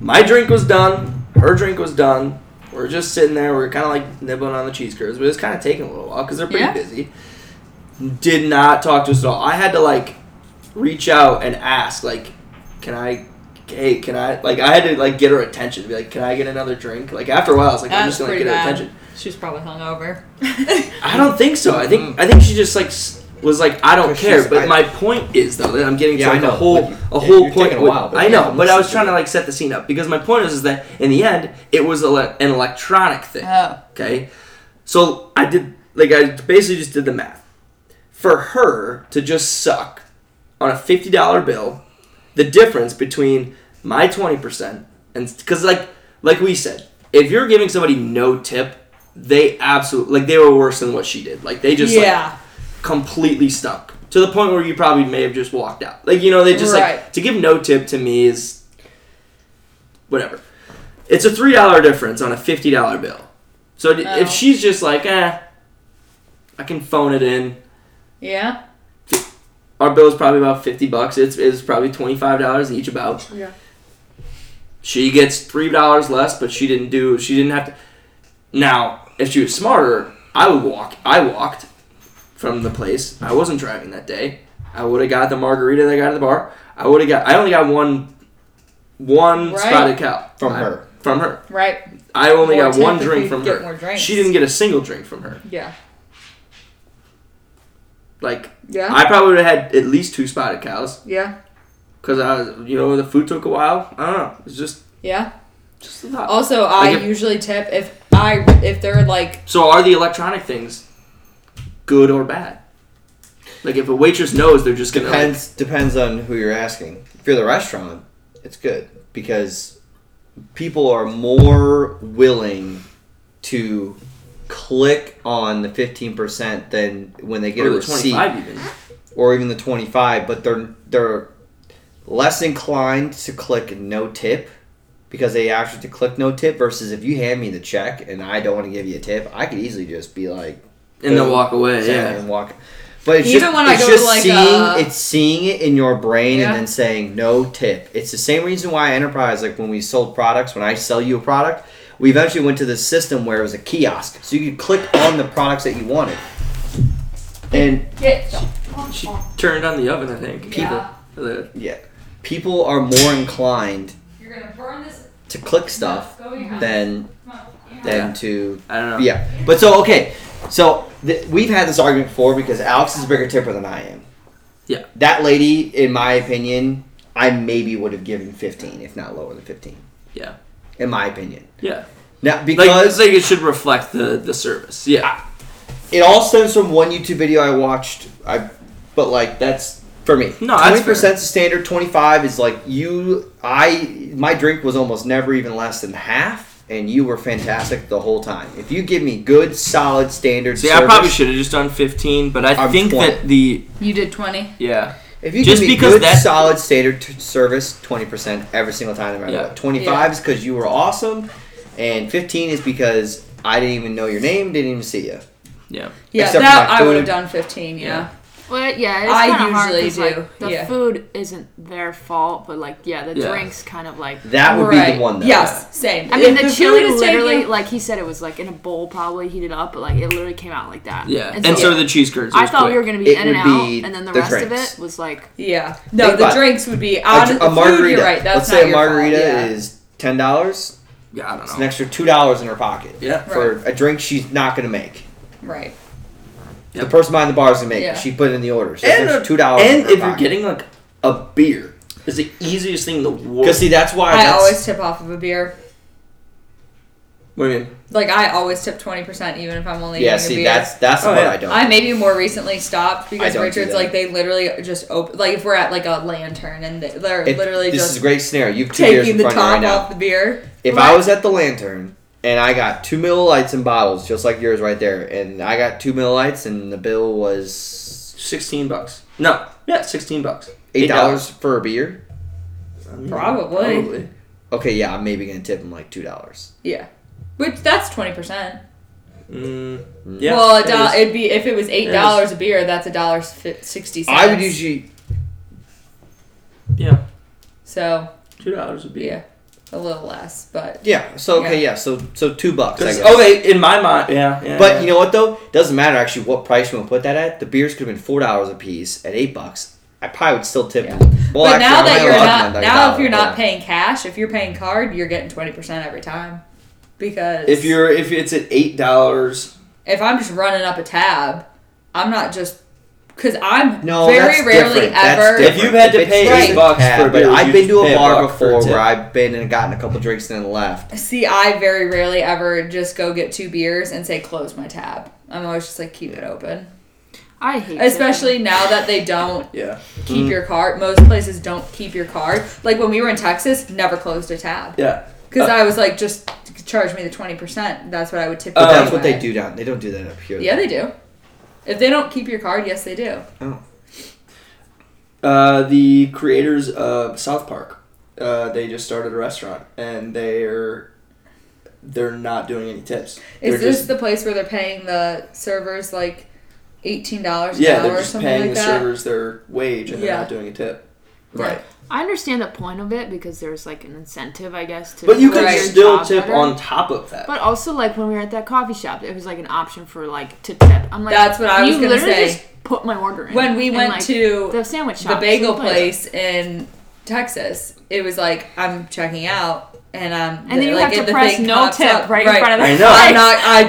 Speaker 2: my drink was done. her drink was done. We are just sitting there. We are kind of like nibbling on the cheese curds, but it's kind of taking a little while because they're pretty
Speaker 5: Yeah.
Speaker 2: busy. Did not talk to us at all. I had to like reach out and ask, like, can I? Hey, can I? Like, I had to like get her attention. Be like, can I get another drink? Like after a while, I was like, I'm
Speaker 4: That's
Speaker 2: just gonna
Speaker 4: pretty
Speaker 2: get her
Speaker 4: bad.
Speaker 2: attention.
Speaker 4: She's probably hungover. [laughs]
Speaker 2: I don't think so. I think I think she just like s- was like I don't
Speaker 3: Because
Speaker 2: care.
Speaker 3: she's-
Speaker 2: But
Speaker 3: I-
Speaker 2: my point is though that I'm getting
Speaker 3: Yeah,
Speaker 2: to
Speaker 3: I
Speaker 2: like a
Speaker 3: know,
Speaker 2: whole
Speaker 3: but you-
Speaker 2: a
Speaker 3: yeah,
Speaker 2: whole
Speaker 3: you're
Speaker 2: point.
Speaker 3: taking a
Speaker 2: with-
Speaker 3: while, but
Speaker 2: I
Speaker 3: you
Speaker 2: know,
Speaker 3: haven't
Speaker 2: but I was
Speaker 3: listened to
Speaker 2: trying to like set the scene up because my point is, is that in the end it was ele- an electronic thing.
Speaker 5: Oh.
Speaker 2: Okay, so I did like I basically just did the math for her to just suck on a fifty dollar bill. The difference between my twenty percent and because like like we said, if you're giving somebody no tip, they absolutely like they were worse than what she did. Like they just like,
Speaker 4: yeah.
Speaker 2: completely stunk to the point where you probably may have just walked out. Like you know, they just like
Speaker 4: Right.
Speaker 2: to give no tip to me is whatever. It's a three dollar difference on a fifty dollar bill. So d-
Speaker 4: Oh.
Speaker 2: if she's just like, eh, I can phone it in.
Speaker 4: yeah.
Speaker 2: Our bill is probably about fifty bucks. It's it's probably twenty five dollars each about.
Speaker 4: Yeah.
Speaker 2: She gets three dollars less, but she didn't do. She didn't have to. Now, if she was smarter, I would walk. I walked from the place. I wasn't driving that day. I would have got the margarita that I got at the bar. I would have got. I only got one, one
Speaker 4: Right.
Speaker 2: spotted cow
Speaker 3: From
Speaker 2: I-
Speaker 3: her.
Speaker 2: From her.
Speaker 4: Right.
Speaker 2: I only
Speaker 4: More
Speaker 2: got one
Speaker 4: tip if
Speaker 2: drink
Speaker 4: you
Speaker 2: from
Speaker 4: get
Speaker 2: her.
Speaker 4: more drinks.
Speaker 2: She didn't get a single drink from her.
Speaker 4: Yeah.
Speaker 2: Like
Speaker 4: Yeah.
Speaker 2: I probably would have had at least two spotted cows
Speaker 4: yeah.
Speaker 2: because I was, you know, the food took a while. I don't know. It's just,
Speaker 4: Yeah.
Speaker 2: just a
Speaker 5: Oh.
Speaker 2: lot.
Speaker 4: Also, I
Speaker 2: Like if-
Speaker 4: usually tip if I if they're like
Speaker 2: So are the electronic things good or bad? Like if a waitress knows they're just gonna like,
Speaker 3: Depends depends on who you're asking. If you're the restaurant, it's good because people are more willing to click on the 15% than when they get
Speaker 2: or
Speaker 3: a
Speaker 2: the
Speaker 3: receipt
Speaker 2: twenty-five even.
Speaker 3: or even the 25, but they're they're less inclined to click no tip because they ask you to click no tip versus if you hand me the check and I don't want to give you a tip, I could easily just be like
Speaker 2: And then
Speaker 3: Boom.
Speaker 2: walk away. Uh, Yeah.
Speaker 3: and walk. But it's
Speaker 4: Even
Speaker 3: just,
Speaker 4: when I
Speaker 3: it's
Speaker 4: go to,
Speaker 3: just
Speaker 4: like,
Speaker 3: seeing
Speaker 4: a-
Speaker 3: it's seeing it in your brain
Speaker 4: Yeah.
Speaker 3: and then saying no tip. It's the same reason why enterprise like when we sold products, when I sell you a product, we eventually went to this system where it was a kiosk, so you could click on the products that you wanted. And
Speaker 4: get
Speaker 2: She turned on the oven, I think.
Speaker 4: Yeah.
Speaker 2: The-
Speaker 3: yeah, people are more inclined
Speaker 4: You're gonna burn this.
Speaker 3: to click stuff
Speaker 4: Go to your house.
Speaker 3: than than
Speaker 2: Yeah.
Speaker 3: to
Speaker 2: I don't know.
Speaker 3: yeah. But so okay, so th- we've had this argument before because Alex is a bigger tipper than I am.
Speaker 2: Yeah.
Speaker 3: That lady, in my opinion, I maybe would have given fifteen, if not lower than fifteen.
Speaker 2: Yeah.
Speaker 3: In my opinion,
Speaker 2: Yeah.
Speaker 3: now
Speaker 2: Like,
Speaker 3: because Ah,
Speaker 2: like it should reflect the, the service. Yeah.
Speaker 3: it all stems from one YouTube video I watched. I, but like that's for me.
Speaker 2: No, that's
Speaker 3: twenty percent is standard. Twenty five is like you. I my drink was almost never even less than half, and you were fantastic the whole time. If you give me good, solid standard.
Speaker 2: See, I
Speaker 3: service-
Speaker 2: probably should have just done fifteen, but I
Speaker 3: I'm
Speaker 2: think
Speaker 3: 20.
Speaker 2: that the
Speaker 4: You did twenty.
Speaker 2: yeah.
Speaker 3: If you
Speaker 2: Just
Speaker 3: give me
Speaker 2: because
Speaker 3: good,
Speaker 2: that's-
Speaker 3: solid standard t- service, twenty percent every single time, no matter
Speaker 2: Yeah.
Speaker 3: what. Twenty-five
Speaker 4: Yeah.
Speaker 3: is because you were awesome, and fifteen is because I didn't even know your name, didn't even see you.
Speaker 2: Yeah.
Speaker 4: Yeah,
Speaker 3: Except for
Speaker 4: that
Speaker 3: my
Speaker 4: I would have
Speaker 3: food.
Speaker 4: done fifteen. Yeah.
Speaker 5: Well, yeah, it's
Speaker 4: I
Speaker 5: kinda hard
Speaker 4: usually
Speaker 5: 'cause, like,
Speaker 4: do,
Speaker 5: the
Speaker 4: yeah.
Speaker 5: food isn't their fault, but like, yeah, the
Speaker 2: Yeah.
Speaker 5: drinks kind of like.
Speaker 3: That would
Speaker 4: right.
Speaker 3: be the one. Though.
Speaker 4: Yes, same.
Speaker 5: I
Speaker 4: If
Speaker 5: mean, the
Speaker 4: food
Speaker 5: chili
Speaker 4: is
Speaker 5: literally,
Speaker 4: taken-
Speaker 5: like he said, it was like in a bowl, probably heated up, but like it literally came out like that.
Speaker 2: Yeah. And, so the cheese curds.
Speaker 5: I
Speaker 2: was
Speaker 5: thought
Speaker 2: quick.
Speaker 5: we were gonna be
Speaker 3: It
Speaker 5: in and
Speaker 3: would
Speaker 5: out,
Speaker 3: be
Speaker 5: and then the,
Speaker 3: the
Speaker 5: rest
Speaker 3: drinks.
Speaker 5: of it was like
Speaker 4: Yeah. No,
Speaker 3: Think
Speaker 4: the
Speaker 3: about it.
Speaker 4: drinks would be
Speaker 3: A
Speaker 4: out
Speaker 3: dr-
Speaker 4: of
Speaker 3: A,
Speaker 4: the food.
Speaker 3: margarita.
Speaker 4: You're right. That's
Speaker 3: Let's
Speaker 4: not
Speaker 3: say a
Speaker 4: your fault,
Speaker 3: margarita
Speaker 4: yeah.
Speaker 3: is ten dollars.
Speaker 2: Yeah, I don't
Speaker 3: It's
Speaker 2: know.
Speaker 3: an extra two dollars in her pocket
Speaker 2: Yeah.
Speaker 3: for a drink she's not going to make.
Speaker 4: right.
Speaker 2: Yeah.
Speaker 3: The person behind the bar is going to make.
Speaker 4: Yeah.
Speaker 3: it. She put in the order. So
Speaker 2: And
Speaker 3: and
Speaker 2: a-
Speaker 3: two dollars.
Speaker 2: And if you're getting like a beer, it's the easiest thing in the world.
Speaker 3: because see, that's why
Speaker 4: I
Speaker 3: that's,
Speaker 4: always tip off of a beer.
Speaker 2: what do you mean?
Speaker 4: Like I always tip twenty percent, even if I'm only
Speaker 3: yeah.
Speaker 4: eating a
Speaker 3: See,
Speaker 4: beer.
Speaker 3: that's that's
Speaker 2: Oh,
Speaker 3: what
Speaker 2: yeah.
Speaker 3: I don't.
Speaker 4: I maybe more recently stopped
Speaker 3: I
Speaker 4: because
Speaker 3: don't do
Speaker 4: Richards
Speaker 3: that.
Speaker 4: like they literally just open like if we're at like a lantern and they- they're
Speaker 3: If-
Speaker 4: literally
Speaker 3: this is
Speaker 4: just
Speaker 3: a great scenario. You've two beers
Speaker 4: taking
Speaker 3: in
Speaker 4: the
Speaker 3: front of you right
Speaker 4: top
Speaker 3: now.
Speaker 4: off the beer.
Speaker 3: If I was at the lantern and I got two millilights in bottles, just like yours right there, and I got two millilights and the bill was
Speaker 2: Sixteen bucks. No. Yeah, sixteen bucks.
Speaker 3: eight dollars for a beer.
Speaker 2: $8.
Speaker 4: Mm, Probably.
Speaker 2: Probably.
Speaker 3: Okay, yeah, I'm maybe gonna tip him like two dollars.
Speaker 4: Yeah. Which that's twenty percent.
Speaker 2: Mm, yeah.
Speaker 4: well, a
Speaker 2: it
Speaker 4: dollar.
Speaker 2: is.
Speaker 4: it'd be if it was eight dollars a beer. That's a dollar fi- sixty cents.
Speaker 3: I would usually
Speaker 2: yeah,
Speaker 4: so
Speaker 2: two dollars would be.
Speaker 4: yeah. a little less, but
Speaker 3: Yeah. So okay. Yeah. so so two bucks. I
Speaker 2: 'Cause-
Speaker 3: guess.
Speaker 2: okay, in my mind, yeah. yeah
Speaker 3: But
Speaker 2: yeah.
Speaker 3: you know what though? Doesn't matter actually what price you want to put that at. The beers could have been four dollars a piece at eight bucks. I probably would still tip.
Speaker 4: Yeah.
Speaker 3: Well,
Speaker 4: but
Speaker 3: actually, I
Speaker 4: now that
Speaker 3: might
Speaker 4: you're
Speaker 3: have
Speaker 4: not
Speaker 3: gotten like a
Speaker 4: now if
Speaker 3: dollar,
Speaker 4: you're not
Speaker 3: but-
Speaker 4: paying cash, if you're paying card, you're getting twenty percent every time. Because
Speaker 2: if you're if it's at eight dollars,
Speaker 4: if I'm just running up a tab, I'm not just because I'm
Speaker 3: No,
Speaker 4: very
Speaker 3: that's
Speaker 4: rarely
Speaker 3: different. That's
Speaker 4: ever.
Speaker 3: different.
Speaker 2: If you've had to
Speaker 3: It's
Speaker 2: pay
Speaker 3: just
Speaker 4: eight
Speaker 3: a
Speaker 2: bucks
Speaker 3: tab,
Speaker 2: for a
Speaker 3: but
Speaker 2: beer,
Speaker 3: I've
Speaker 2: you
Speaker 3: been to
Speaker 2: pay
Speaker 3: a
Speaker 2: a
Speaker 3: bar
Speaker 2: buck for a
Speaker 3: before
Speaker 2: tip.
Speaker 3: where I've been and gotten a couple drinks and then left.
Speaker 4: See, I very rarely ever just go get two beers and say close my tab. I'm always just like keep it open.
Speaker 5: I hate
Speaker 4: Especially now that they don't
Speaker 2: yeah,
Speaker 3: Mm.
Speaker 4: keep your card. Most places don't keep your card. Like when we were in Texas, never closed a tab
Speaker 2: yeah.
Speaker 4: because I was like, just charge me the twenty percent. That's what I would tip.
Speaker 3: But
Speaker 2: Uh,
Speaker 3: that's what they
Speaker 4: anyway.
Speaker 3: do down. They don't do that up here.
Speaker 4: Yeah, they do. If they don't keep your card, yes, they do.
Speaker 3: Oh.
Speaker 2: Uh, the creators of South Park, uh, they just started a restaurant and they're they're not doing any tips.
Speaker 4: Is
Speaker 2: They're
Speaker 4: this
Speaker 2: just,
Speaker 4: the place where they're paying the servers like eighteen dollars an
Speaker 2: yeah?
Speaker 4: hour
Speaker 2: They're
Speaker 4: or
Speaker 2: just
Speaker 4: something
Speaker 2: paying
Speaker 4: like
Speaker 2: the
Speaker 4: that?
Speaker 2: servers their wage and
Speaker 4: Yeah.
Speaker 2: they're not doing a tip.
Speaker 4: Right.
Speaker 5: I understand the point of it because there's like an incentive, I guess, to.
Speaker 2: But you
Speaker 5: do
Speaker 2: could
Speaker 4: Right.
Speaker 5: your
Speaker 2: still
Speaker 5: job
Speaker 2: tip
Speaker 5: better.
Speaker 2: on top of that.
Speaker 5: But also, like when we were at that coffee shop, it was like an option for like to tip. I'm like,
Speaker 4: That's what I was
Speaker 5: you
Speaker 4: gonna
Speaker 5: literally
Speaker 4: say.
Speaker 5: Just put my order in.
Speaker 4: When we
Speaker 5: And,
Speaker 4: went
Speaker 5: like,
Speaker 4: to
Speaker 5: the sandwich shop,
Speaker 4: the bagel
Speaker 5: same
Speaker 4: place in Texas, it was like I'm checking out and I'm
Speaker 5: and then you
Speaker 4: like,
Speaker 5: have
Speaker 4: it-
Speaker 5: to
Speaker 4: the
Speaker 5: press
Speaker 4: thing
Speaker 5: no
Speaker 4: pops
Speaker 5: tip
Speaker 4: up,
Speaker 5: right, in front of the
Speaker 3: I know.
Speaker 4: I'm
Speaker 5: place.
Speaker 4: not. I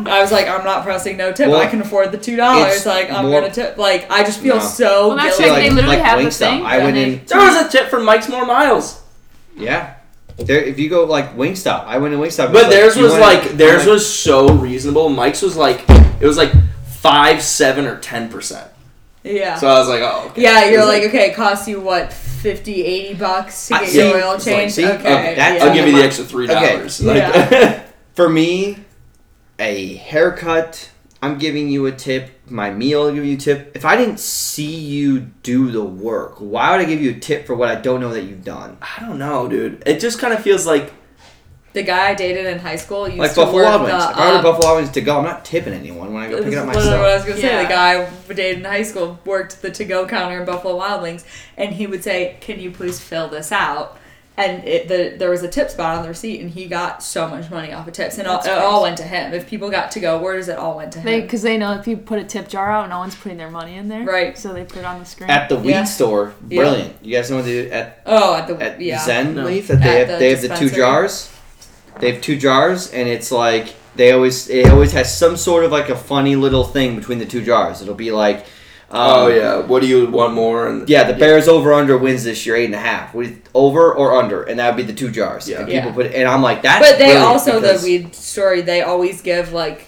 Speaker 4: don't. I. I was like, I'm not pressing no tip.
Speaker 3: Well,
Speaker 4: I can afford the two dollars.
Speaker 3: it's
Speaker 4: Like I'm
Speaker 3: more-
Speaker 4: gonna tip. Like I just feel
Speaker 3: No.
Speaker 4: so
Speaker 5: Well, that's
Speaker 4: guilty.
Speaker 5: like- they literally have the
Speaker 3: Wingstop,
Speaker 5: thing,
Speaker 3: I went
Speaker 5: don't
Speaker 3: in.
Speaker 2: there was a tip for Mike's More Miles,
Speaker 3: Yeah. There, if you go like Wingstop, I went to Wingstop. it
Speaker 2: but theirs
Speaker 3: you
Speaker 2: was
Speaker 3: wanna-
Speaker 2: like theirs
Speaker 3: I'm like,
Speaker 2: was so reasonable. Mike's was like it was like five, seven, or ten percent.
Speaker 4: yeah.
Speaker 2: So I was like, oh, okay.
Speaker 4: yeah,
Speaker 2: It
Speaker 4: you're
Speaker 2: was
Speaker 4: like, okay, it costs you what, 50, 80 bucks to
Speaker 3: I-
Speaker 4: get
Speaker 3: see,
Speaker 4: your oil
Speaker 3: it's like,
Speaker 4: changed?
Speaker 3: see,
Speaker 4: okay,
Speaker 3: okay, that's-
Speaker 4: yeah.
Speaker 2: I'll give you the extra three dollars.
Speaker 4: Okay.
Speaker 2: Like, [laughs]
Speaker 3: for me, a haircut. I'm giving you a tip. My meal, I give you a tip. If I didn't see you do the work, why would I give you a tip for what I don't know that you've done?
Speaker 2: I don't know, dude. It just kind of feels like
Speaker 4: The guy I dated in high school used
Speaker 3: like
Speaker 4: to
Speaker 3: Buffalo
Speaker 4: work
Speaker 3: Wild Wings.
Speaker 4: the.
Speaker 3: if I order
Speaker 4: um,
Speaker 3: Buffalo Wild Wings to go, I'm not tipping anyone when I go
Speaker 4: This
Speaker 3: pick it
Speaker 4: is
Speaker 3: up
Speaker 4: literally what I was
Speaker 3: myself.
Speaker 4: gonna
Speaker 5: Yeah.
Speaker 4: say. The guy I dated in high school worked the to-go counter in Buffalo Wild Wings, and he would say, "Can you please fill this out?" And it, the, there was a tip spot on the receipt, and he got so much money off of tips, and all,
Speaker 5: That's
Speaker 4: it all went to him. If people got to-go orders, it all went to him.
Speaker 5: Because [laughs] they know if you put a tip jar out, no one's putting their money in there.
Speaker 4: Right.
Speaker 5: So they put it on the screen.
Speaker 3: At the weed
Speaker 4: Yeah.
Speaker 3: store,
Speaker 4: Yeah.
Speaker 3: brilliant. You guys know what they do at
Speaker 4: oh, at the
Speaker 3: at
Speaker 4: yeah,
Speaker 3: Zen
Speaker 2: No.
Speaker 3: Leaf that they have
Speaker 4: At the
Speaker 3: they have the two
Speaker 4: dispensary.
Speaker 3: jars. They have two jars and it's like they always it always has some sort of like a funny little thing between the two jars. It'll be like
Speaker 2: Oh
Speaker 3: um,
Speaker 2: yeah, what do you want more? And
Speaker 3: Yeah, the Bears over under wins this year eight and a half. With over or under, and that would be the two jars.
Speaker 2: Yeah.
Speaker 3: And
Speaker 4: Yeah.
Speaker 3: people put and I'm like that.
Speaker 4: but they also the weed story. They always give like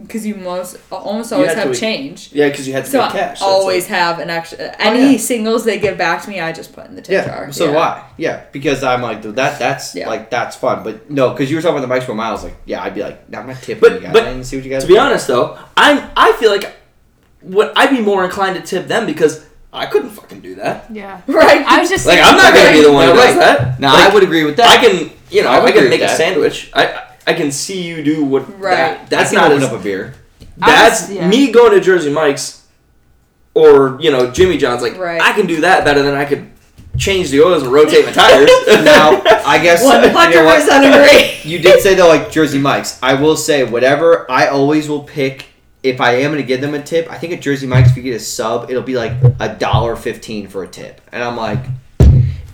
Speaker 4: because you most almost
Speaker 2: You
Speaker 4: always
Speaker 2: have to
Speaker 4: have
Speaker 2: eat-
Speaker 4: change.
Speaker 2: yeah, because you had to
Speaker 4: So
Speaker 2: pay
Speaker 4: I
Speaker 2: cash. that's
Speaker 4: always
Speaker 2: it.
Speaker 4: have an extra. Any
Speaker 3: yeah.
Speaker 4: singles they give back to me, I just put in the tip
Speaker 3: yeah.
Speaker 4: jar.
Speaker 3: So why? Yeah, because I'm like dude, that. That's
Speaker 4: Yeah.
Speaker 3: like that's fun. But no, because you were talking about the Mike's for miles. Like yeah, I'd be like, nah, I'm not tipping
Speaker 2: But-
Speaker 3: you guys.
Speaker 2: but
Speaker 3: I didn't see what you guys.
Speaker 2: to be
Speaker 3: did.
Speaker 2: honest though, I'm I feel like what I'd be more inclined to tip them because I couldn't fucking do that.
Speaker 5: yeah.
Speaker 4: [laughs] Right.
Speaker 5: I was
Speaker 2: [laughs]
Speaker 5: just
Speaker 2: Like I'm not gonna be the one who does that.
Speaker 3: No,
Speaker 2: Like,
Speaker 3: I would agree with that.
Speaker 2: I can you know
Speaker 3: I
Speaker 2: I,
Speaker 3: would agree with
Speaker 2: can make a
Speaker 3: that.
Speaker 2: sandwich. I- I I can see you do what
Speaker 4: Right.
Speaker 3: That's
Speaker 2: that- that's
Speaker 3: not
Speaker 2: not
Speaker 3: open
Speaker 2: as,
Speaker 3: up a beer.
Speaker 2: that's
Speaker 5: I was- yeah.
Speaker 2: me going to Jersey Mike's or you know Jimmy John's. Like
Speaker 4: Right.
Speaker 2: I can do that better than I could change the oils and rotate my tires.
Speaker 3: [laughs] Now,
Speaker 2: [laughs]
Speaker 3: I guess you know what?
Speaker 4: 100%
Speaker 3: [laughs]
Speaker 4: agree.
Speaker 3: You did say though, like Jersey Mike's. I will say whatever. I always will pick if I am going to give them a tip. I think at Jersey Mike's, if you get a sub, it'll be like a dollar fifteen for a tip, and I'm like,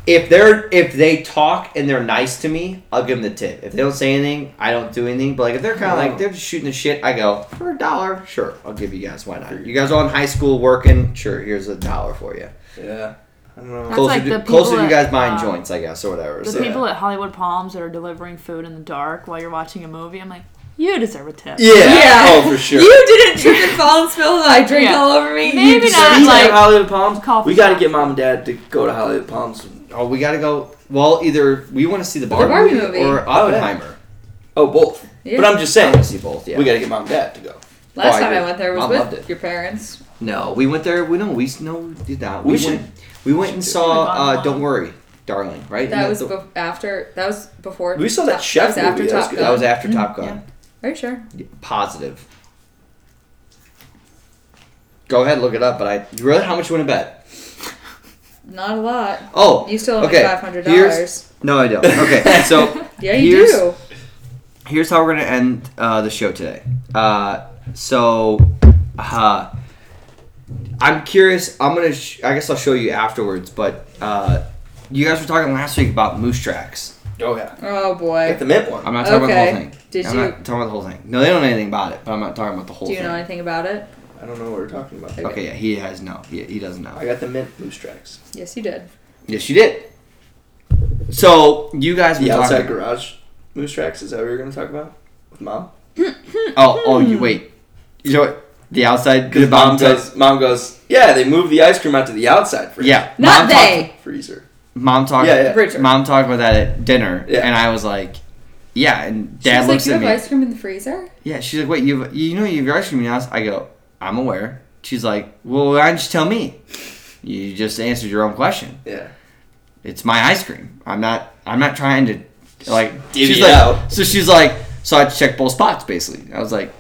Speaker 3: if they're if they talk and they're nice to me, I'll give them the tip. If they don't say anything, I don't do anything. But like if they're kind of like they're just shooting the shit, I go for a dollar. Sure, I'll give you guys. Why not? You guys all in high school working? Sure, here's a dollar for you.
Speaker 2: yeah, I don't know.
Speaker 5: That's
Speaker 3: Closer,
Speaker 5: like
Speaker 3: to,
Speaker 5: the
Speaker 3: closer
Speaker 5: people
Speaker 3: to you guys
Speaker 5: that,
Speaker 3: buying
Speaker 5: um,
Speaker 3: joints, I guess, or whatever.
Speaker 5: The
Speaker 3: so.
Speaker 5: people at Hollywood Palms that are delivering food in the dark while you're watching a movie, I'm like, you deserve a tip.
Speaker 2: Yeah.
Speaker 4: Yeah.
Speaker 2: Oh, for sure.
Speaker 4: You didn't trip and fall and spill my drink
Speaker 5: Yeah.
Speaker 4: all over me.
Speaker 5: Maybe
Speaker 4: You just-
Speaker 5: not.
Speaker 2: Speaking
Speaker 5: like,
Speaker 2: of Hollywood Palms,
Speaker 5: coffee
Speaker 2: we got to
Speaker 5: shop.
Speaker 2: get mom and dad to go to Hollywood Palms.
Speaker 3: Oh, we gotta go. Well, either we want to see the Barbie,
Speaker 4: Barbie
Speaker 3: movie,
Speaker 4: movie.
Speaker 3: or Oppenheimer.
Speaker 2: Oh, both.
Speaker 4: Yeah.
Speaker 2: But I'm just
Speaker 3: I
Speaker 2: saying,
Speaker 3: want to see both. Yeah.
Speaker 2: we got to get mom and dad to go.
Speaker 4: Last
Speaker 3: Oh, I
Speaker 4: time I
Speaker 3: agree.
Speaker 4: went there was
Speaker 3: Mom loved
Speaker 4: with
Speaker 3: it.
Speaker 4: your parents.
Speaker 3: no, we went there. We no, we s- no, we did not.
Speaker 2: We
Speaker 3: We,
Speaker 2: should-
Speaker 3: went. We went and
Speaker 2: should do
Speaker 3: saw.
Speaker 5: it. Like
Speaker 3: Uh,
Speaker 5: on-
Speaker 3: Don't worry, darling. Right.
Speaker 4: That
Speaker 3: No,
Speaker 4: was
Speaker 3: the-
Speaker 4: bef- after. That was before.
Speaker 2: We saw that
Speaker 4: Top-
Speaker 2: chef
Speaker 4: was after
Speaker 2: movie, that was
Speaker 4: Top
Speaker 2: good.
Speaker 3: that was
Speaker 4: Gun.
Speaker 3: after Top
Speaker 5: yeah.
Speaker 3: Gun.
Speaker 4: Are you sure?
Speaker 3: Positive. Go ahead, look it up. But I you really how much you want to bet?
Speaker 4: Not a lot.
Speaker 3: Oh,
Speaker 4: You still owe me
Speaker 3: Okay,
Speaker 4: five hundred
Speaker 3: here's-
Speaker 4: dollars.
Speaker 3: no, I don't.
Speaker 4: [laughs]
Speaker 3: Okay, so
Speaker 4: Yeah, you
Speaker 3: here's-
Speaker 4: do.
Speaker 3: here's how we're gonna end uh, the show today. Uh, so, uh, I'm curious. I'm gonna. Sh- I guess I'll show you afterwards. But uh, you guys were talking last week about moose tracks.
Speaker 2: Oh yeah.
Speaker 4: Oh
Speaker 2: Like
Speaker 4: boy.
Speaker 2: the mint one.
Speaker 3: I'm not talking about the
Speaker 4: Okay.
Speaker 3: whole thing.
Speaker 4: Did
Speaker 3: I'm
Speaker 4: you
Speaker 3: not talking about the whole thing. No, they don't know anything about it. But I'm not talking about the whole
Speaker 4: do you
Speaker 3: thing.
Speaker 4: know anything about it?
Speaker 2: I don't know what we're talking about.
Speaker 4: Okay.
Speaker 3: Okay, yeah, he has no. He, he doesn't know.
Speaker 2: I got the mint boost tracks.
Speaker 4: Yes, you did.
Speaker 3: Yes, you did. So you guys were
Speaker 2: The
Speaker 3: talking.
Speaker 2: outside garage moose tracks. Is that what you're gonna talk about with mom?
Speaker 3: Oh, oh, you
Speaker 4: Hmm.
Speaker 3: wait. You know what? The outside.
Speaker 2: Because
Speaker 3: The
Speaker 2: mom
Speaker 3: bomb does.
Speaker 2: goes, mom goes, yeah, they moved the ice cream out to the outside freezer.
Speaker 3: Yeah,
Speaker 4: Not
Speaker 3: mom talked-
Speaker 4: they.
Speaker 2: Freezer.
Speaker 3: mom talked.
Speaker 2: Yeah, yeah.
Speaker 4: Richard.
Speaker 3: Mom talked about that at dinner,
Speaker 2: Yeah.
Speaker 3: and I was like, "Yeah." And Dad
Speaker 4: She's
Speaker 3: looks
Speaker 4: like,
Speaker 3: at
Speaker 4: you
Speaker 3: me.
Speaker 4: have ice cream in the freezer?
Speaker 3: Yeah, she's like, "Wait, you have, you know you have your ice cream in your house?" I go, "I'm aware." She's like, "Well, why didn't you tell me?" You just answered your own question.
Speaker 2: Yeah.
Speaker 3: It's my ice cream. I'm not. I'm not trying to like.
Speaker 2: Divvy
Speaker 3: she's
Speaker 2: it
Speaker 3: like.
Speaker 2: out.
Speaker 3: So she's like. So I checked both spots basically. I was like,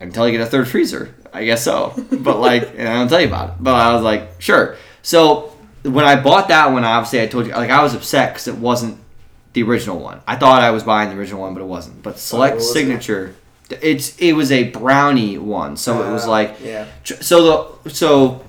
Speaker 3: until you get a third freezer, I guess so. But like, and I don't tell you about it. But I was like, sure. So when I bought that one, obviously I told you like I was upset because it wasn't the original one. I thought I was buying the original one, but it wasn't. But
Speaker 2: what
Speaker 3: select
Speaker 2: was it?
Speaker 3: signature. It's it was a brownie one, so it was
Speaker 2: Uh,
Speaker 3: like
Speaker 2: yeah.
Speaker 3: Tr- so the so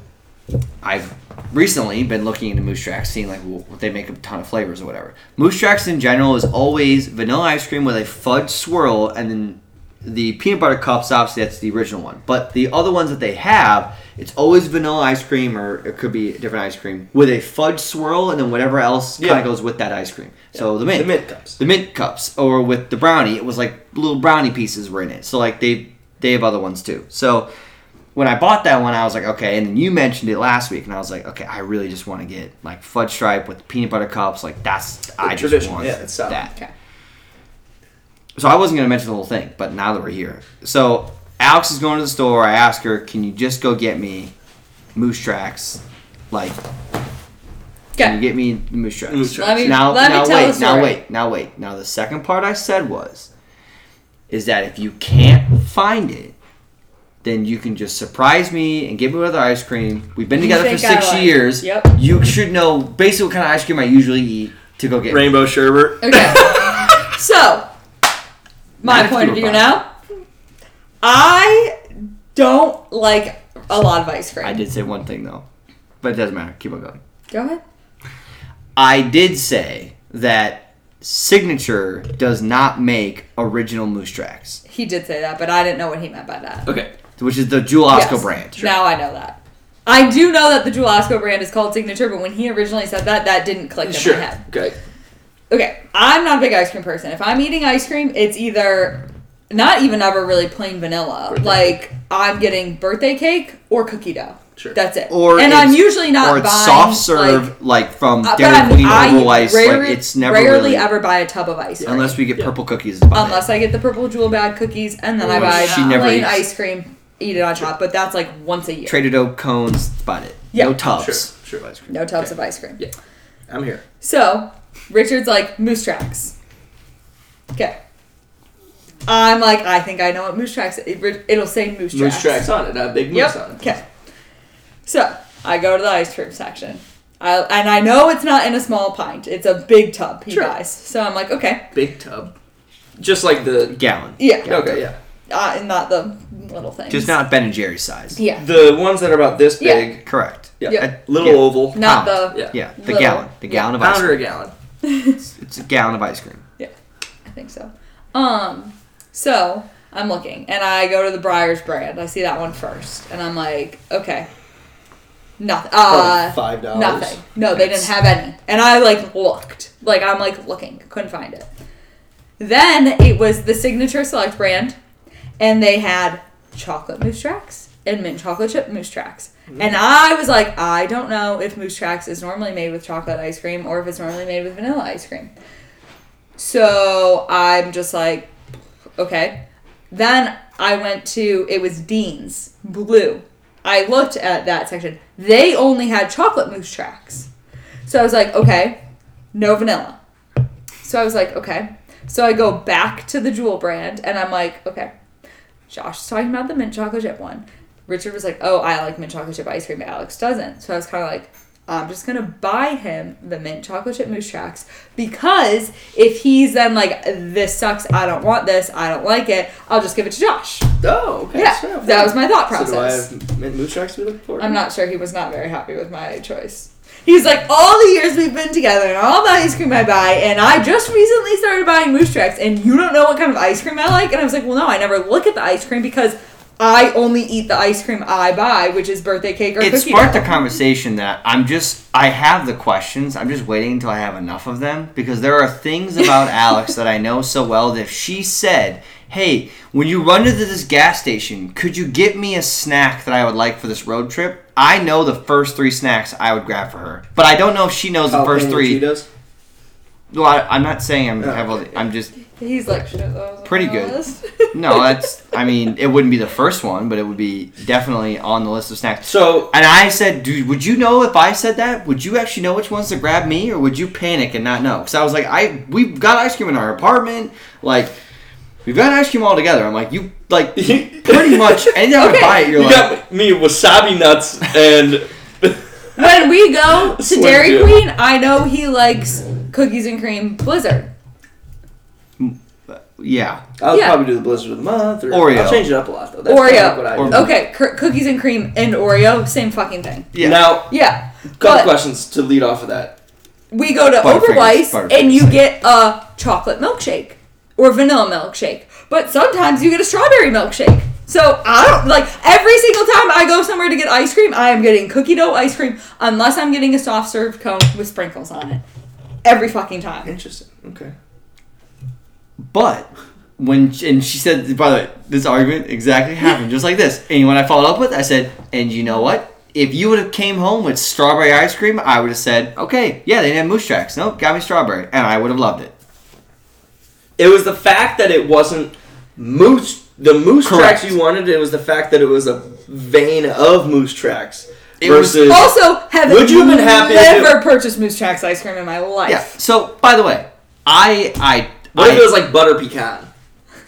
Speaker 3: I've recently been looking into moose tracks, seeing like well, they make a ton of flavors or whatever. Moose tracks in general is always vanilla ice cream with a fudge swirl, and then the peanut butter cups. Obviously, that's the original one, but the other ones that they have, it's always vanilla ice cream or it could be a different ice cream with a fudge swirl, and then whatever else kind
Speaker 2: Yeah.
Speaker 3: of goes with that ice cream. So the mint,
Speaker 2: The mint cups.
Speaker 3: the mint cups or with the brownie it was like little brownie pieces were in it so like they they have other ones too so when i bought that one i was like okay and then you mentioned it last week and i was like okay i really just want to get like fudge stripe with peanut butter cups like that's i just
Speaker 2: tradition,
Speaker 3: want
Speaker 2: yeah, it's solid.
Speaker 3: that
Speaker 4: Okay.
Speaker 3: so i wasn't going to mention the whole thing but now that we're here so alex is going to the store i ask her can you just go get me moose tracks like can you
Speaker 4: Okay.
Speaker 3: get me the moose tracks
Speaker 2: Moose tracks.
Speaker 4: Let me
Speaker 3: now,
Speaker 4: let me
Speaker 3: now
Speaker 4: tell
Speaker 3: wait,
Speaker 4: the story.
Speaker 3: now wait, now wait. Now the second part I said was, is that if you can't find it, then you can just surprise me and give me another ice cream. We've been
Speaker 4: You
Speaker 3: together for
Speaker 4: think I
Speaker 3: six
Speaker 4: like-
Speaker 3: years.
Speaker 4: Yep.
Speaker 3: You should know basically what kind of ice cream I usually eat to go get.
Speaker 2: Rainbow
Speaker 3: [laughs]
Speaker 2: sherbet.
Speaker 4: Okay. so, my
Speaker 3: Not
Speaker 4: point of
Speaker 3: through a
Speaker 4: view
Speaker 3: bottle.
Speaker 4: now. I don't like a lot of ice cream.
Speaker 3: I did say one thing though, but it doesn't matter. Keep on going.
Speaker 4: Go ahead.
Speaker 3: I did say that Signature does not make original moose tracks,
Speaker 4: He did say that, but I didn't know what he meant by that.
Speaker 2: Okay.
Speaker 3: which is the Jewel Osco
Speaker 4: Yes.
Speaker 3: brand.
Speaker 4: Now I know that. I do know that the Jewel Osco brand is called Signature, but when he originally said that, that didn't click in
Speaker 2: Sure.
Speaker 4: my head.
Speaker 2: Okay.
Speaker 4: Okay, I'm not a big ice cream person. If I'm eating ice cream, it's either not even ever really plain vanilla.
Speaker 2: Birthday
Speaker 4: Like I'm getting birthday cake or cookie dough.
Speaker 2: Sure.
Speaker 4: That's it.
Speaker 3: Or
Speaker 4: and I'm
Speaker 3: it's-
Speaker 4: usually not
Speaker 3: or it's
Speaker 4: buying,
Speaker 3: soft serve
Speaker 4: like-
Speaker 3: like, from
Speaker 4: uh, but
Speaker 3: Dairy
Speaker 4: I'm-
Speaker 3: Queen
Speaker 4: I
Speaker 3: Herbalice.
Speaker 4: rarely-
Speaker 3: like it's never
Speaker 4: rarely
Speaker 3: really,
Speaker 4: ever buy a tub of ice cream
Speaker 3: unless we get
Speaker 2: Yeah.
Speaker 3: purple cookies. by it.
Speaker 4: unless I get the purple jewel bag cookies and then I
Speaker 3: Ooh,
Speaker 4: buy
Speaker 3: she never
Speaker 4: plain
Speaker 3: eats.
Speaker 4: ice cream, eat it on top. But that's like once a year.
Speaker 3: Trader Joe cones, spot it.
Speaker 4: Yeah.
Speaker 3: No tubs.
Speaker 2: Sure. Sure. Ice cream.
Speaker 4: no tubs of ice cream.
Speaker 2: Yeah. I'm here.
Speaker 4: So, Richard's like, Moose Tracks. Okay. I'm like, I think I know what Moose Tracks it, It'll say Moose Tracks.
Speaker 2: Moose tracks on it. Not big moose
Speaker 4: Yep.
Speaker 2: on it.
Speaker 4: Okay. So, I go to the ice cream section. I, and I know it's not in a small pint. It's a big tub he
Speaker 2: Sure.
Speaker 4: buys. So I'm like, okay.
Speaker 2: Big tub. Just like the.
Speaker 3: Gallon.
Speaker 4: Yeah.
Speaker 2: Okay. Yeah.
Speaker 4: Uh, and not the little things.
Speaker 3: Just not Ben and Jerry's size.
Speaker 4: Yeah.
Speaker 2: The ones that are about this
Speaker 4: Yeah.
Speaker 2: big.
Speaker 3: Correct.
Speaker 2: Yeah.
Speaker 4: Yeah.
Speaker 2: Little
Speaker 3: Yeah.
Speaker 2: oval.
Speaker 4: Not
Speaker 2: Pound.
Speaker 4: the-
Speaker 2: Yeah.
Speaker 3: Yeah. The
Speaker 4: Little.
Speaker 3: gallon. The gallon of ice
Speaker 2: Pound or a
Speaker 3: cream.
Speaker 2: gallon.
Speaker 3: It's a gallon of ice cream.
Speaker 4: I think so. Um, so I'm looking, and I go to the Briars brand. I see that one first, and I'm like, okay, nothing. Uh,
Speaker 2: Probably five dollars.
Speaker 4: Nothing. No, they didn't have any. And I like looked, like I'm like looking, couldn't find it. Then it was the Signature Select brand, and they had chocolate moose tracks and mint chocolate chip moose tracks.
Speaker 2: Mm-hmm.
Speaker 4: And I was like, I don't know if moose tracks is normally made with chocolate ice cream or if it's normally made with vanilla ice cream. So I'm just like, okay. Then I went to it was Dean's Blue. I looked at that section. They only had chocolate moose tracks. So I was like, okay, no vanilla. So I was like, okay. So I go back to the Jewel brand and I'm like, okay. Josh was talking about the mint chocolate chip one. Richard was like, oh, I like mint chocolate chip ice cream, but Alex doesn't. So I was kind of like, I'm just gonna buy him the mint chocolate chip moose tracks because if he's then like, this sucks, I don't want this, I don't like it, I'll just give it to Josh.
Speaker 8: Oh, okay.
Speaker 4: Yeah,
Speaker 8: so
Speaker 4: that was my thought
Speaker 8: So do I
Speaker 4: process.
Speaker 8: have mint moose tracks to be looking for?
Speaker 4: I'm not sure he was not very happy with my choice. He's like, all the years we've been together and all the ice cream I buy, and I just recently started buying moose tracks, and you don't know what kind of ice cream I like? And I was like, well, no, I never look at the ice cream because I only eat the ice cream I buy, which is birthday cake or
Speaker 3: it
Speaker 4: cookie
Speaker 3: sparked
Speaker 4: dough.
Speaker 3: a conversation that I'm just I have the questions. I'm just waiting until I have enough of them because there are things about Alex that I know so well that if she said, "Hey, when you run into this gas station, could you get me a snack that I would like for this road trip?" I know the first three snacks I would grab for her, but I don't know if she knows
Speaker 2: Oh,
Speaker 3: the first
Speaker 8: Jalapeno
Speaker 3: three.
Speaker 8: Cheetos?
Speaker 3: Well, I, I'm not saying I'm
Speaker 8: Oh,
Speaker 3: have all
Speaker 8: okay.
Speaker 3: the- I'm just
Speaker 4: He's like, shit, that was on
Speaker 3: Pretty
Speaker 4: my
Speaker 3: good.
Speaker 4: list."
Speaker 3: no. That's I mean it wouldn't be the first one, but it would be definitely on the list of
Speaker 8: [laughs]
Speaker 3: snacks.
Speaker 8: So
Speaker 3: And I said, dude, would you know if I said that? Would you actually know which ones to grab me, or would you panic and not know? Because I was like, I we've got ice cream in our apartment, like we've got ice cream all together. I'm like, you like pretty much anytime
Speaker 4: Okay.
Speaker 3: I buy it, you're
Speaker 2: You
Speaker 3: like,
Speaker 2: got me wasabi nuts and
Speaker 4: when we go to
Speaker 2: Slim
Speaker 4: Dairy
Speaker 2: Jim.
Speaker 4: Queen, I know he likes cookies and cream blizzard.
Speaker 3: yeah,
Speaker 8: [laughs] I'll
Speaker 4: Yeah.
Speaker 8: probably do the Blizzard of the Month. Or
Speaker 3: Oreo.
Speaker 8: I'll change it up a lot though. That's
Speaker 4: Oreo.
Speaker 8: kind of what I do.
Speaker 3: Or-
Speaker 4: Okay, cur- cookies and cream and Oreo, same fucking thing.
Speaker 3: yeah.
Speaker 8: Now,
Speaker 4: Yeah,
Speaker 8: couple
Speaker 4: But-
Speaker 8: questions to lead off of that.
Speaker 4: we go to
Speaker 3: Butterfingers,
Speaker 4: Oberweis and you
Speaker 3: Butterfingers.
Speaker 4: get a chocolate milkshake or vanilla milkshake, but sometimes you get a strawberry milkshake. So I don't like every single time I go somewhere to get ice cream, I am getting cookie dough ice cream unless I'm getting a soft serve cone with sprinkles on it. Every fucking time.
Speaker 8: Interesting. Okay.
Speaker 3: But when she, and she said, by the way, this argument exactly happened just like this. And when I followed up with, I said, and you know what? If you would have came home with strawberry ice cream, I would have said, okay, yeah, they didn't have moose tracks. Nope, got me strawberry, and I would have loved it.
Speaker 2: It was the fact that it wasn't moose. The moose
Speaker 3: Correct.
Speaker 2: tracks you wanted. It was the fact that it was a vein of moose tracks
Speaker 3: It was-
Speaker 2: versus.
Speaker 4: Also, have
Speaker 2: Would you have been happy if it-
Speaker 4: never purchased Moose Tracks ice cream in my life.
Speaker 3: Yeah. So, by the way, I, I,
Speaker 2: what
Speaker 3: I
Speaker 2: if it was like butter pecan?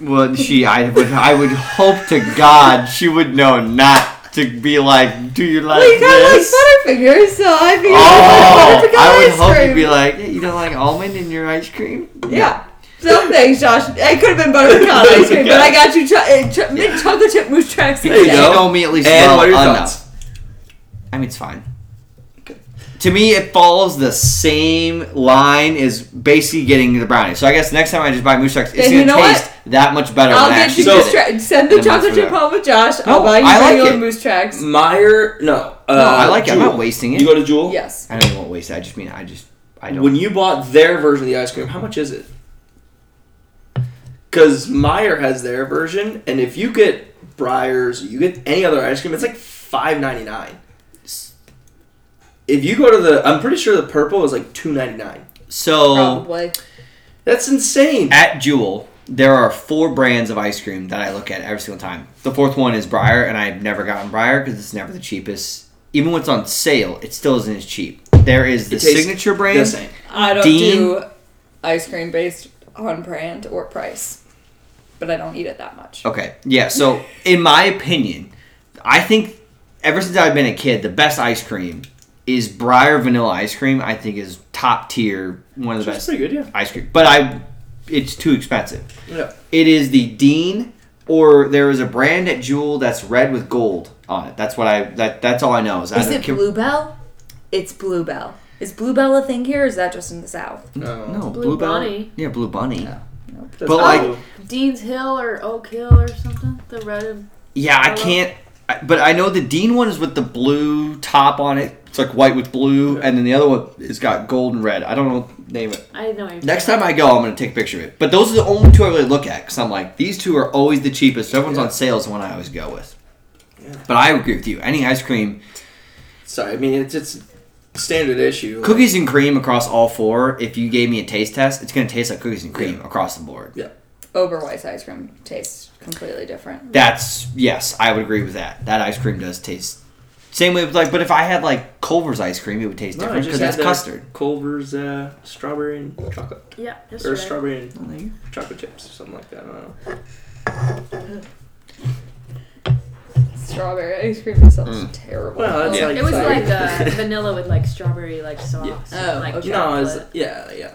Speaker 3: well, she, I [laughs] would, I would hope to God she would know not to be like, do you like
Speaker 4: Well, you kind of
Speaker 3: this?
Speaker 4: like Butterfingers, so I figured
Speaker 3: Oh,
Speaker 4: Butterfinger
Speaker 3: I would
Speaker 4: ice
Speaker 3: hope
Speaker 4: cream.
Speaker 3: you'd be like, "Yeah, you don't like almond in your ice cream?
Speaker 4: Yeah. Some things, Josh. It could have been butter pecan ice cream, but I got you cho- uh, cho- mint chocolate chip moose tracks.
Speaker 3: You
Speaker 2: you
Speaker 4: instead.
Speaker 2: go.
Speaker 3: know me at least
Speaker 2: And
Speaker 3: well
Speaker 2: what are your
Speaker 3: enough.
Speaker 2: thoughts?
Speaker 3: I mean, it's fine. To me, it follows the same line as basically getting the brownie. So I guess next time I just buy moose tracks, it's
Speaker 4: Then you
Speaker 3: gonna
Speaker 4: know what?
Speaker 3: taste that much better.
Speaker 4: I'll
Speaker 3: when I
Speaker 4: get
Speaker 3: actually
Speaker 4: you
Speaker 2: So-
Speaker 4: moose
Speaker 3: it.
Speaker 4: tracks. Send the
Speaker 3: And that's
Speaker 4: chocolate chip
Speaker 3: what I-
Speaker 4: home with Josh. I'll
Speaker 3: No,
Speaker 4: buy you
Speaker 3: I like
Speaker 4: your own
Speaker 3: it. Mm.
Speaker 4: moose tracks.
Speaker 2: Meyer, no. Uh,
Speaker 3: No, I like it. I'm
Speaker 2: Jewel.
Speaker 3: not wasting it.
Speaker 2: You go to Jewel.
Speaker 4: Yes.
Speaker 3: I don't even want to waste it. I just mean I just I don't.
Speaker 2: When you bought their version of the ice cream, how much is it? Because Meyer has their version, and if you get Breyers, you get any other ice cream, it's like five ninety nine. If you go to the, I'm pretty sure the purple is like two ninety nine.
Speaker 3: so
Speaker 4: Probably.
Speaker 2: That's insane.
Speaker 3: at Jewel, there are four brands of ice cream that I look at every single time. The fourth one is Briar, and I've never gotten Briar because it's never the cheapest. Even when it's on sale, it still isn't as cheap. There is the
Speaker 2: It tastes
Speaker 3: signature brand.
Speaker 2: The same.
Speaker 4: I don't
Speaker 3: Dean?
Speaker 4: do ice cream based on brand or price, but I don't eat it that much.
Speaker 3: Okay. Yeah. So, in my opinion, I think ever since I've been a kid, the best ice cream is Briar vanilla ice cream. I think is top tier, one of the
Speaker 2: That's
Speaker 3: best
Speaker 2: pretty good, yeah.
Speaker 3: ice cream. But I, it's too expensive.
Speaker 2: Yeah.
Speaker 3: It is the Dean, or there is a brand at Jewel that's red with gold on it. That's what I. That that's all I know. Is, I
Speaker 4: Is
Speaker 3: don't
Speaker 4: it
Speaker 3: care-
Speaker 4: Bluebell? It's Bluebell. Is Bluebell a thing here, or is that just in the South?
Speaker 2: No.
Speaker 3: No,
Speaker 5: Blue
Speaker 3: Blue
Speaker 5: Bunny.
Speaker 3: Bunny. Yeah, Blue Bunny. Yeah,
Speaker 2: That's
Speaker 3: But, like-
Speaker 2: blue.
Speaker 5: Dean's Hill or Oak Hill or something. The red. and-
Speaker 3: I
Speaker 5: Hello?
Speaker 3: can't. I- But I know the Dean one is with the blue top on it. It's like white with blue, and then the other one is got gold and red. I don't know the name of it.
Speaker 5: I know. what you're
Speaker 3: Next
Speaker 5: talking
Speaker 3: time I go, I'm gonna take a picture of it. But those are the only two I really look at because I'm like, these two are always the cheapest. So everyone's on sale is the one I always go with. But I agree with you. Any ice cream,
Speaker 2: Sorry, I mean it's it's standard issue. like-
Speaker 3: cookies and cream across all four. If you gave me a taste test, it's gonna taste like cookies and cream across the board.
Speaker 4: Oberweis ice cream tastes completely different.
Speaker 3: That's yes, I would agree with that. That ice cream does taste same way with like, but if I had like Culver's ice cream, it would taste
Speaker 2: No, I
Speaker 3: different
Speaker 2: just
Speaker 3: because
Speaker 2: had
Speaker 3: that's
Speaker 2: the
Speaker 3: custard.
Speaker 2: Culver's uh, strawberry and chocolate.
Speaker 5: about. Yeah. Yesterday.
Speaker 2: Or strawberry and
Speaker 3: Oh,
Speaker 2: chocolate chips or something like that. I don't know.
Speaker 4: strawberry ice cream. It sounds terrible.
Speaker 2: Well, that's
Speaker 9: Yeah.
Speaker 2: like
Speaker 10: It was
Speaker 2: so-
Speaker 10: like
Speaker 2: [laughs]
Speaker 10: uh, vanilla with like strawberry like sauce.
Speaker 4: Yeah.
Speaker 10: and, like
Speaker 4: Oh, okay.
Speaker 2: no, it's
Speaker 10: chocolate.
Speaker 2: yeah, yeah.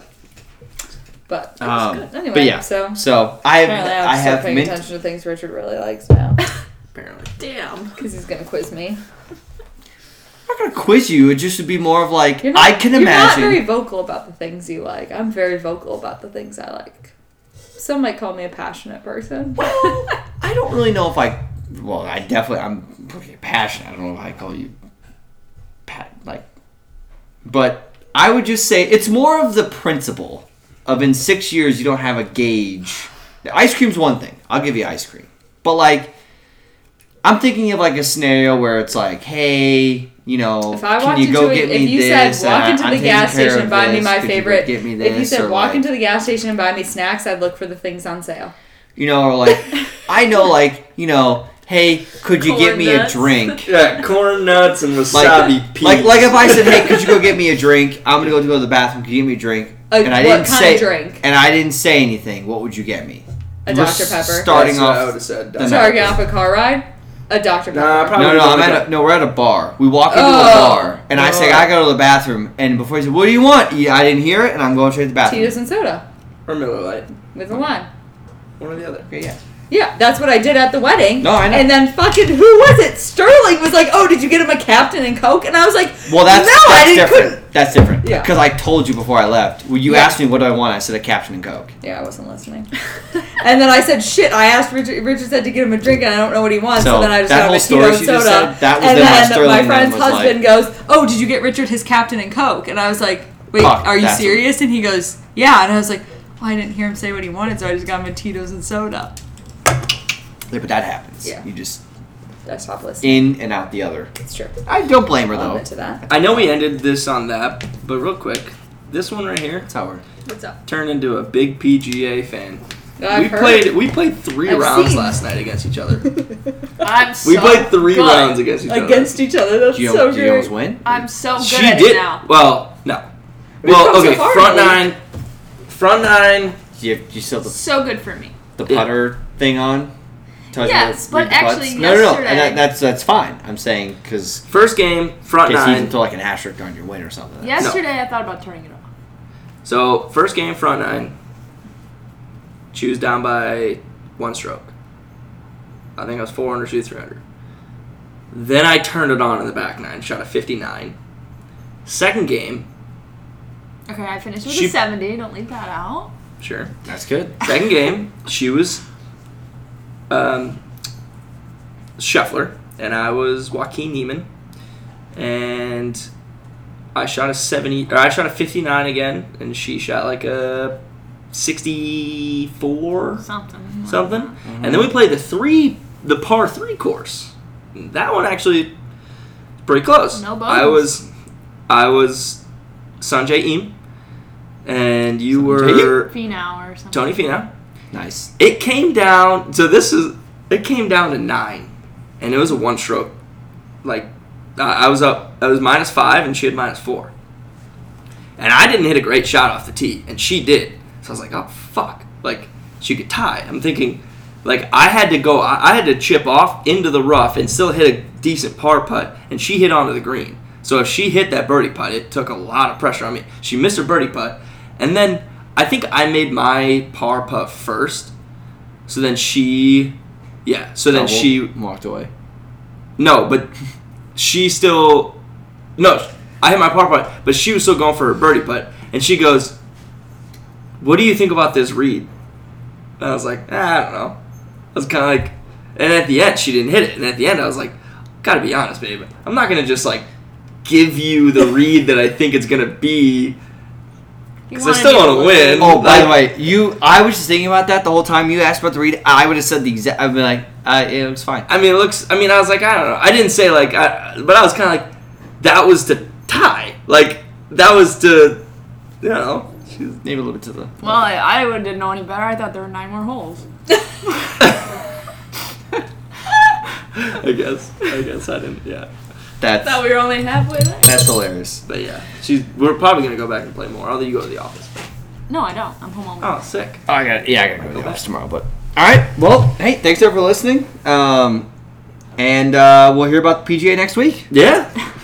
Speaker 4: but it was
Speaker 3: Um,
Speaker 4: good. Anyway,
Speaker 3: but yeah.
Speaker 4: so
Speaker 3: So I have
Speaker 4: apparently
Speaker 3: I
Speaker 4: I'm
Speaker 3: have
Speaker 4: start paying
Speaker 3: mint.
Speaker 4: attention to things Richard really
Speaker 3: [laughs]
Speaker 4: likes now
Speaker 2: Apparently,
Speaker 5: [laughs]
Speaker 10: damn.
Speaker 4: because he's gonna quiz me.
Speaker 3: I'm not gonna quiz you. It just would be more of like
Speaker 4: You're not-
Speaker 3: I can imagine.
Speaker 4: You're not very vocal about the things you like. I'm very vocal about the things I like. Some might call me a passionate person.
Speaker 3: Well, I don't really know if I. Well, I definitely I'm pretty passionate. I don't know if I call you, pat like, but I would just say it's more of the principle of in six years you don't have a gauge. The ice cream's one thing. I'll give you ice cream, but like, I'm thinking of like a scenario where it's like, hey. You know,
Speaker 4: If I
Speaker 3: can
Speaker 4: walked
Speaker 3: you go
Speaker 4: into
Speaker 3: get
Speaker 4: a, if
Speaker 3: me
Speaker 4: you
Speaker 3: this?
Speaker 4: said walk
Speaker 3: and
Speaker 4: into
Speaker 3: I'm
Speaker 4: the
Speaker 3: taking
Speaker 4: gas
Speaker 3: care
Speaker 4: station
Speaker 3: of
Speaker 4: and buy me
Speaker 3: this,
Speaker 4: my
Speaker 3: could you go
Speaker 4: favorite,
Speaker 3: Get me
Speaker 4: if you
Speaker 3: this?"
Speaker 4: said
Speaker 3: Or,
Speaker 4: walk
Speaker 3: like,
Speaker 4: into the gas station and buy me snacks, I'd look for the things on sale.
Speaker 3: You know, or
Speaker 4: [laughs]
Speaker 3: like I know, like you know, hey, could you get
Speaker 10: Corn
Speaker 3: me
Speaker 10: nuts.
Speaker 3: a
Speaker 4: [laughs]
Speaker 3: drink?
Speaker 2: yeah, corn nuts and wasabi
Speaker 3: Like,
Speaker 2: peas.
Speaker 3: like, like if I said, hey, could you
Speaker 2: [laughs]
Speaker 3: go get me a drink? I'm gonna go to the bathroom. Could you get me a drink?
Speaker 4: A,
Speaker 3: and I
Speaker 4: what
Speaker 3: didn't
Speaker 4: kind
Speaker 3: say,
Speaker 4: of drink?
Speaker 3: and I didn't say anything. What would you get me?
Speaker 4: A
Speaker 3: We're
Speaker 4: Dr. Pepper.
Speaker 3: Starting
Speaker 2: That's what I
Speaker 3: off.
Speaker 2: would have said.
Speaker 3: the
Speaker 4: Sorry, get off a car ride. A Dr. Pepper.
Speaker 2: Nah, probably-
Speaker 3: No, no, I'm
Speaker 2: like
Speaker 3: at a, no. We're at a bar. We walk into
Speaker 4: Oh.
Speaker 3: a bar, and I say, I gotta go to the bathroom. And before he said, what do you want? Yeah, I didn't hear it, and I'm going straight to the bathroom.
Speaker 4: Tito's and soda
Speaker 2: or Miller Lite,
Speaker 4: with a lime.
Speaker 2: one or the other.
Speaker 3: Okay, yeah.
Speaker 4: Yeah, that's what I did at the wedding.
Speaker 3: No, I know.
Speaker 4: And then fucking who was it? Sterling was like, "Oh, did you get him a Captain and Coke?" And I was like,
Speaker 3: Well, that's
Speaker 4: no,
Speaker 3: that's
Speaker 4: I didn't."
Speaker 3: different.
Speaker 4: Couldn't.
Speaker 3: That's different.
Speaker 4: Yeah.
Speaker 3: Because I told you before I left. Well, you
Speaker 4: Yeah.
Speaker 3: asked me what do I want. I said a Captain and Coke.
Speaker 4: Yeah, I wasn't listening. and then I said, "Shit!" I asked Richard. Richard said to get him a drink, and I don't know what he wants. So,
Speaker 3: So,
Speaker 4: then I just
Speaker 3: that
Speaker 4: got him
Speaker 3: whole
Speaker 4: a Tito
Speaker 3: story
Speaker 4: and
Speaker 3: she
Speaker 4: soda.
Speaker 3: just said, that was
Speaker 4: and
Speaker 3: then how
Speaker 4: then
Speaker 3: Sterling
Speaker 4: my
Speaker 3: then
Speaker 4: friend's
Speaker 3: was like-
Speaker 4: husband goes, "Oh, did you get Richard his Captain and Coke?" And I was like, "Wait,
Speaker 3: Fuck,
Speaker 4: are you
Speaker 3: that's-
Speaker 4: serious?" And he goes, "Yeah." And I was like, "Well, I didn't hear him say what he wanted, so I just got him a Tito's and soda."
Speaker 3: Yeah, but that happens.
Speaker 4: Yeah.
Speaker 3: You just
Speaker 4: I stopped listening.
Speaker 3: in and out the other.
Speaker 4: It's true.
Speaker 3: I don't blame her
Speaker 4: I'll
Speaker 3: though.
Speaker 4: admit to that.
Speaker 2: I know we ended this on that, but real quick, this one right here
Speaker 3: That's how we're.
Speaker 10: What's up?
Speaker 2: turned into a big PGA fan.
Speaker 4: I've
Speaker 2: we
Speaker 4: heard. [laughs]
Speaker 2: played we played 3
Speaker 4: I've
Speaker 2: rounds
Speaker 4: seen.
Speaker 2: last night against
Speaker 4: [laughs]
Speaker 2: each other.
Speaker 5: I'm
Speaker 2: [laughs]
Speaker 5: so
Speaker 2: we played three
Speaker 5: good.
Speaker 2: rounds against each other.
Speaker 4: against each other. That's
Speaker 3: Do you,
Speaker 4: so
Speaker 3: do you
Speaker 4: great.
Speaker 3: almost win?
Speaker 5: I'm so good
Speaker 2: she
Speaker 5: at
Speaker 2: did.
Speaker 5: it now.
Speaker 2: Well, no.
Speaker 4: We've
Speaker 2: well,
Speaker 4: come so
Speaker 2: okay,
Speaker 4: far in
Speaker 2: front
Speaker 4: the
Speaker 2: nine, front nine.
Speaker 3: Do you, do you still have
Speaker 5: So good for me.
Speaker 3: the, the putter thing on? Tells you
Speaker 5: Yes,
Speaker 3: to read
Speaker 5: but actually
Speaker 3: putts? no, no, no.
Speaker 5: yesterday-
Speaker 3: And that, that's that's fine. I'm saying because
Speaker 2: First game, front
Speaker 3: you
Speaker 2: nine.
Speaker 3: can throw like an asterisk on your win or something.
Speaker 5: Yesterday, I thought about turning it off.
Speaker 2: So first game, front nine. She was down by one stroke. I think I was four under, she was three under. Then I turned it on in the back nine, shot a 59. Second game,
Speaker 5: Okay, I finished with
Speaker 2: She-
Speaker 5: a 70. Don't leave that out.
Speaker 2: sure.
Speaker 3: That's good.
Speaker 2: Second game, she was um, Scheffler, and I was Joaquin Neiman, and I shot a seventy, or I shot a fifty-nine again, and she shot like a sixty-four
Speaker 5: Something. like
Speaker 2: something,
Speaker 5: that.
Speaker 2: and then we played the three, the par three course. That one actually pretty close.
Speaker 5: No
Speaker 2: I
Speaker 5: bones.
Speaker 2: was, I was Sanjay Im, and you
Speaker 3: Sanjay
Speaker 2: were
Speaker 5: Finau or something.
Speaker 2: Tony Fina.
Speaker 3: Nice.
Speaker 2: It came down. So this is. It came down to nine, and it was a one stroke. Like, I I was up. I was minus five, and she had minus four. And I didn't hit a great shot off the tee, and she did. So I was like, oh fuck! Like she could tie. I'm thinking, like I had to go. I, I had to chip off into the rough and still hit a decent par putt, and she hit onto the green. So if she hit that birdie putt, it took a lot of pressure on me. She missed her birdie putt, and then I think I made my par putt first. So then she, yeah. So then
Speaker 3: Double.
Speaker 2: she
Speaker 3: walked away.
Speaker 2: no, but she still. No, I hit my par putt, but she was still going for her birdie putt, and she goes, "What do you think about this read?" And I was like, "Ah, "I don't know." I was kind of like, and at the end she didn't hit it, and at the end I was like, "Gotta be honest, babe, I'm not gonna just like give you the read that I think it's gonna be
Speaker 5: You
Speaker 2: because I
Speaker 5: wanted
Speaker 2: still
Speaker 5: to
Speaker 2: want to win."
Speaker 3: Oh, by
Speaker 2: Like,
Speaker 3: the way, you. I was just thinking about that the whole time you asked about the read. I would have said the exact. I'd been like, uh, it looks fine.
Speaker 2: I mean, it looks. I mean, I was like, I don't know. I didn't say like, I, but I was kind of like, that was to tie. Like that was to, you know. she's-
Speaker 3: Maybe a little bit to the.
Speaker 5: Well, I, I would didn't know any better. I thought there were nine more holes.
Speaker 2: I guess. I guess I didn't. Yeah.
Speaker 3: That's
Speaker 5: Thought we were Oh, only halfway there.
Speaker 3: that's hilarious.
Speaker 2: But yeah, she's. We're probably gonna go back and play more. Although you go to the office.
Speaker 5: No, I don't. I'm home all week.
Speaker 2: Oh, sick.
Speaker 3: I got yeah, I gotta go to the office tomorrow. But all right, well, hey, thanks everyone for listening. Um, And uh, we'll hear about the PGA next week.
Speaker 2: Yeah.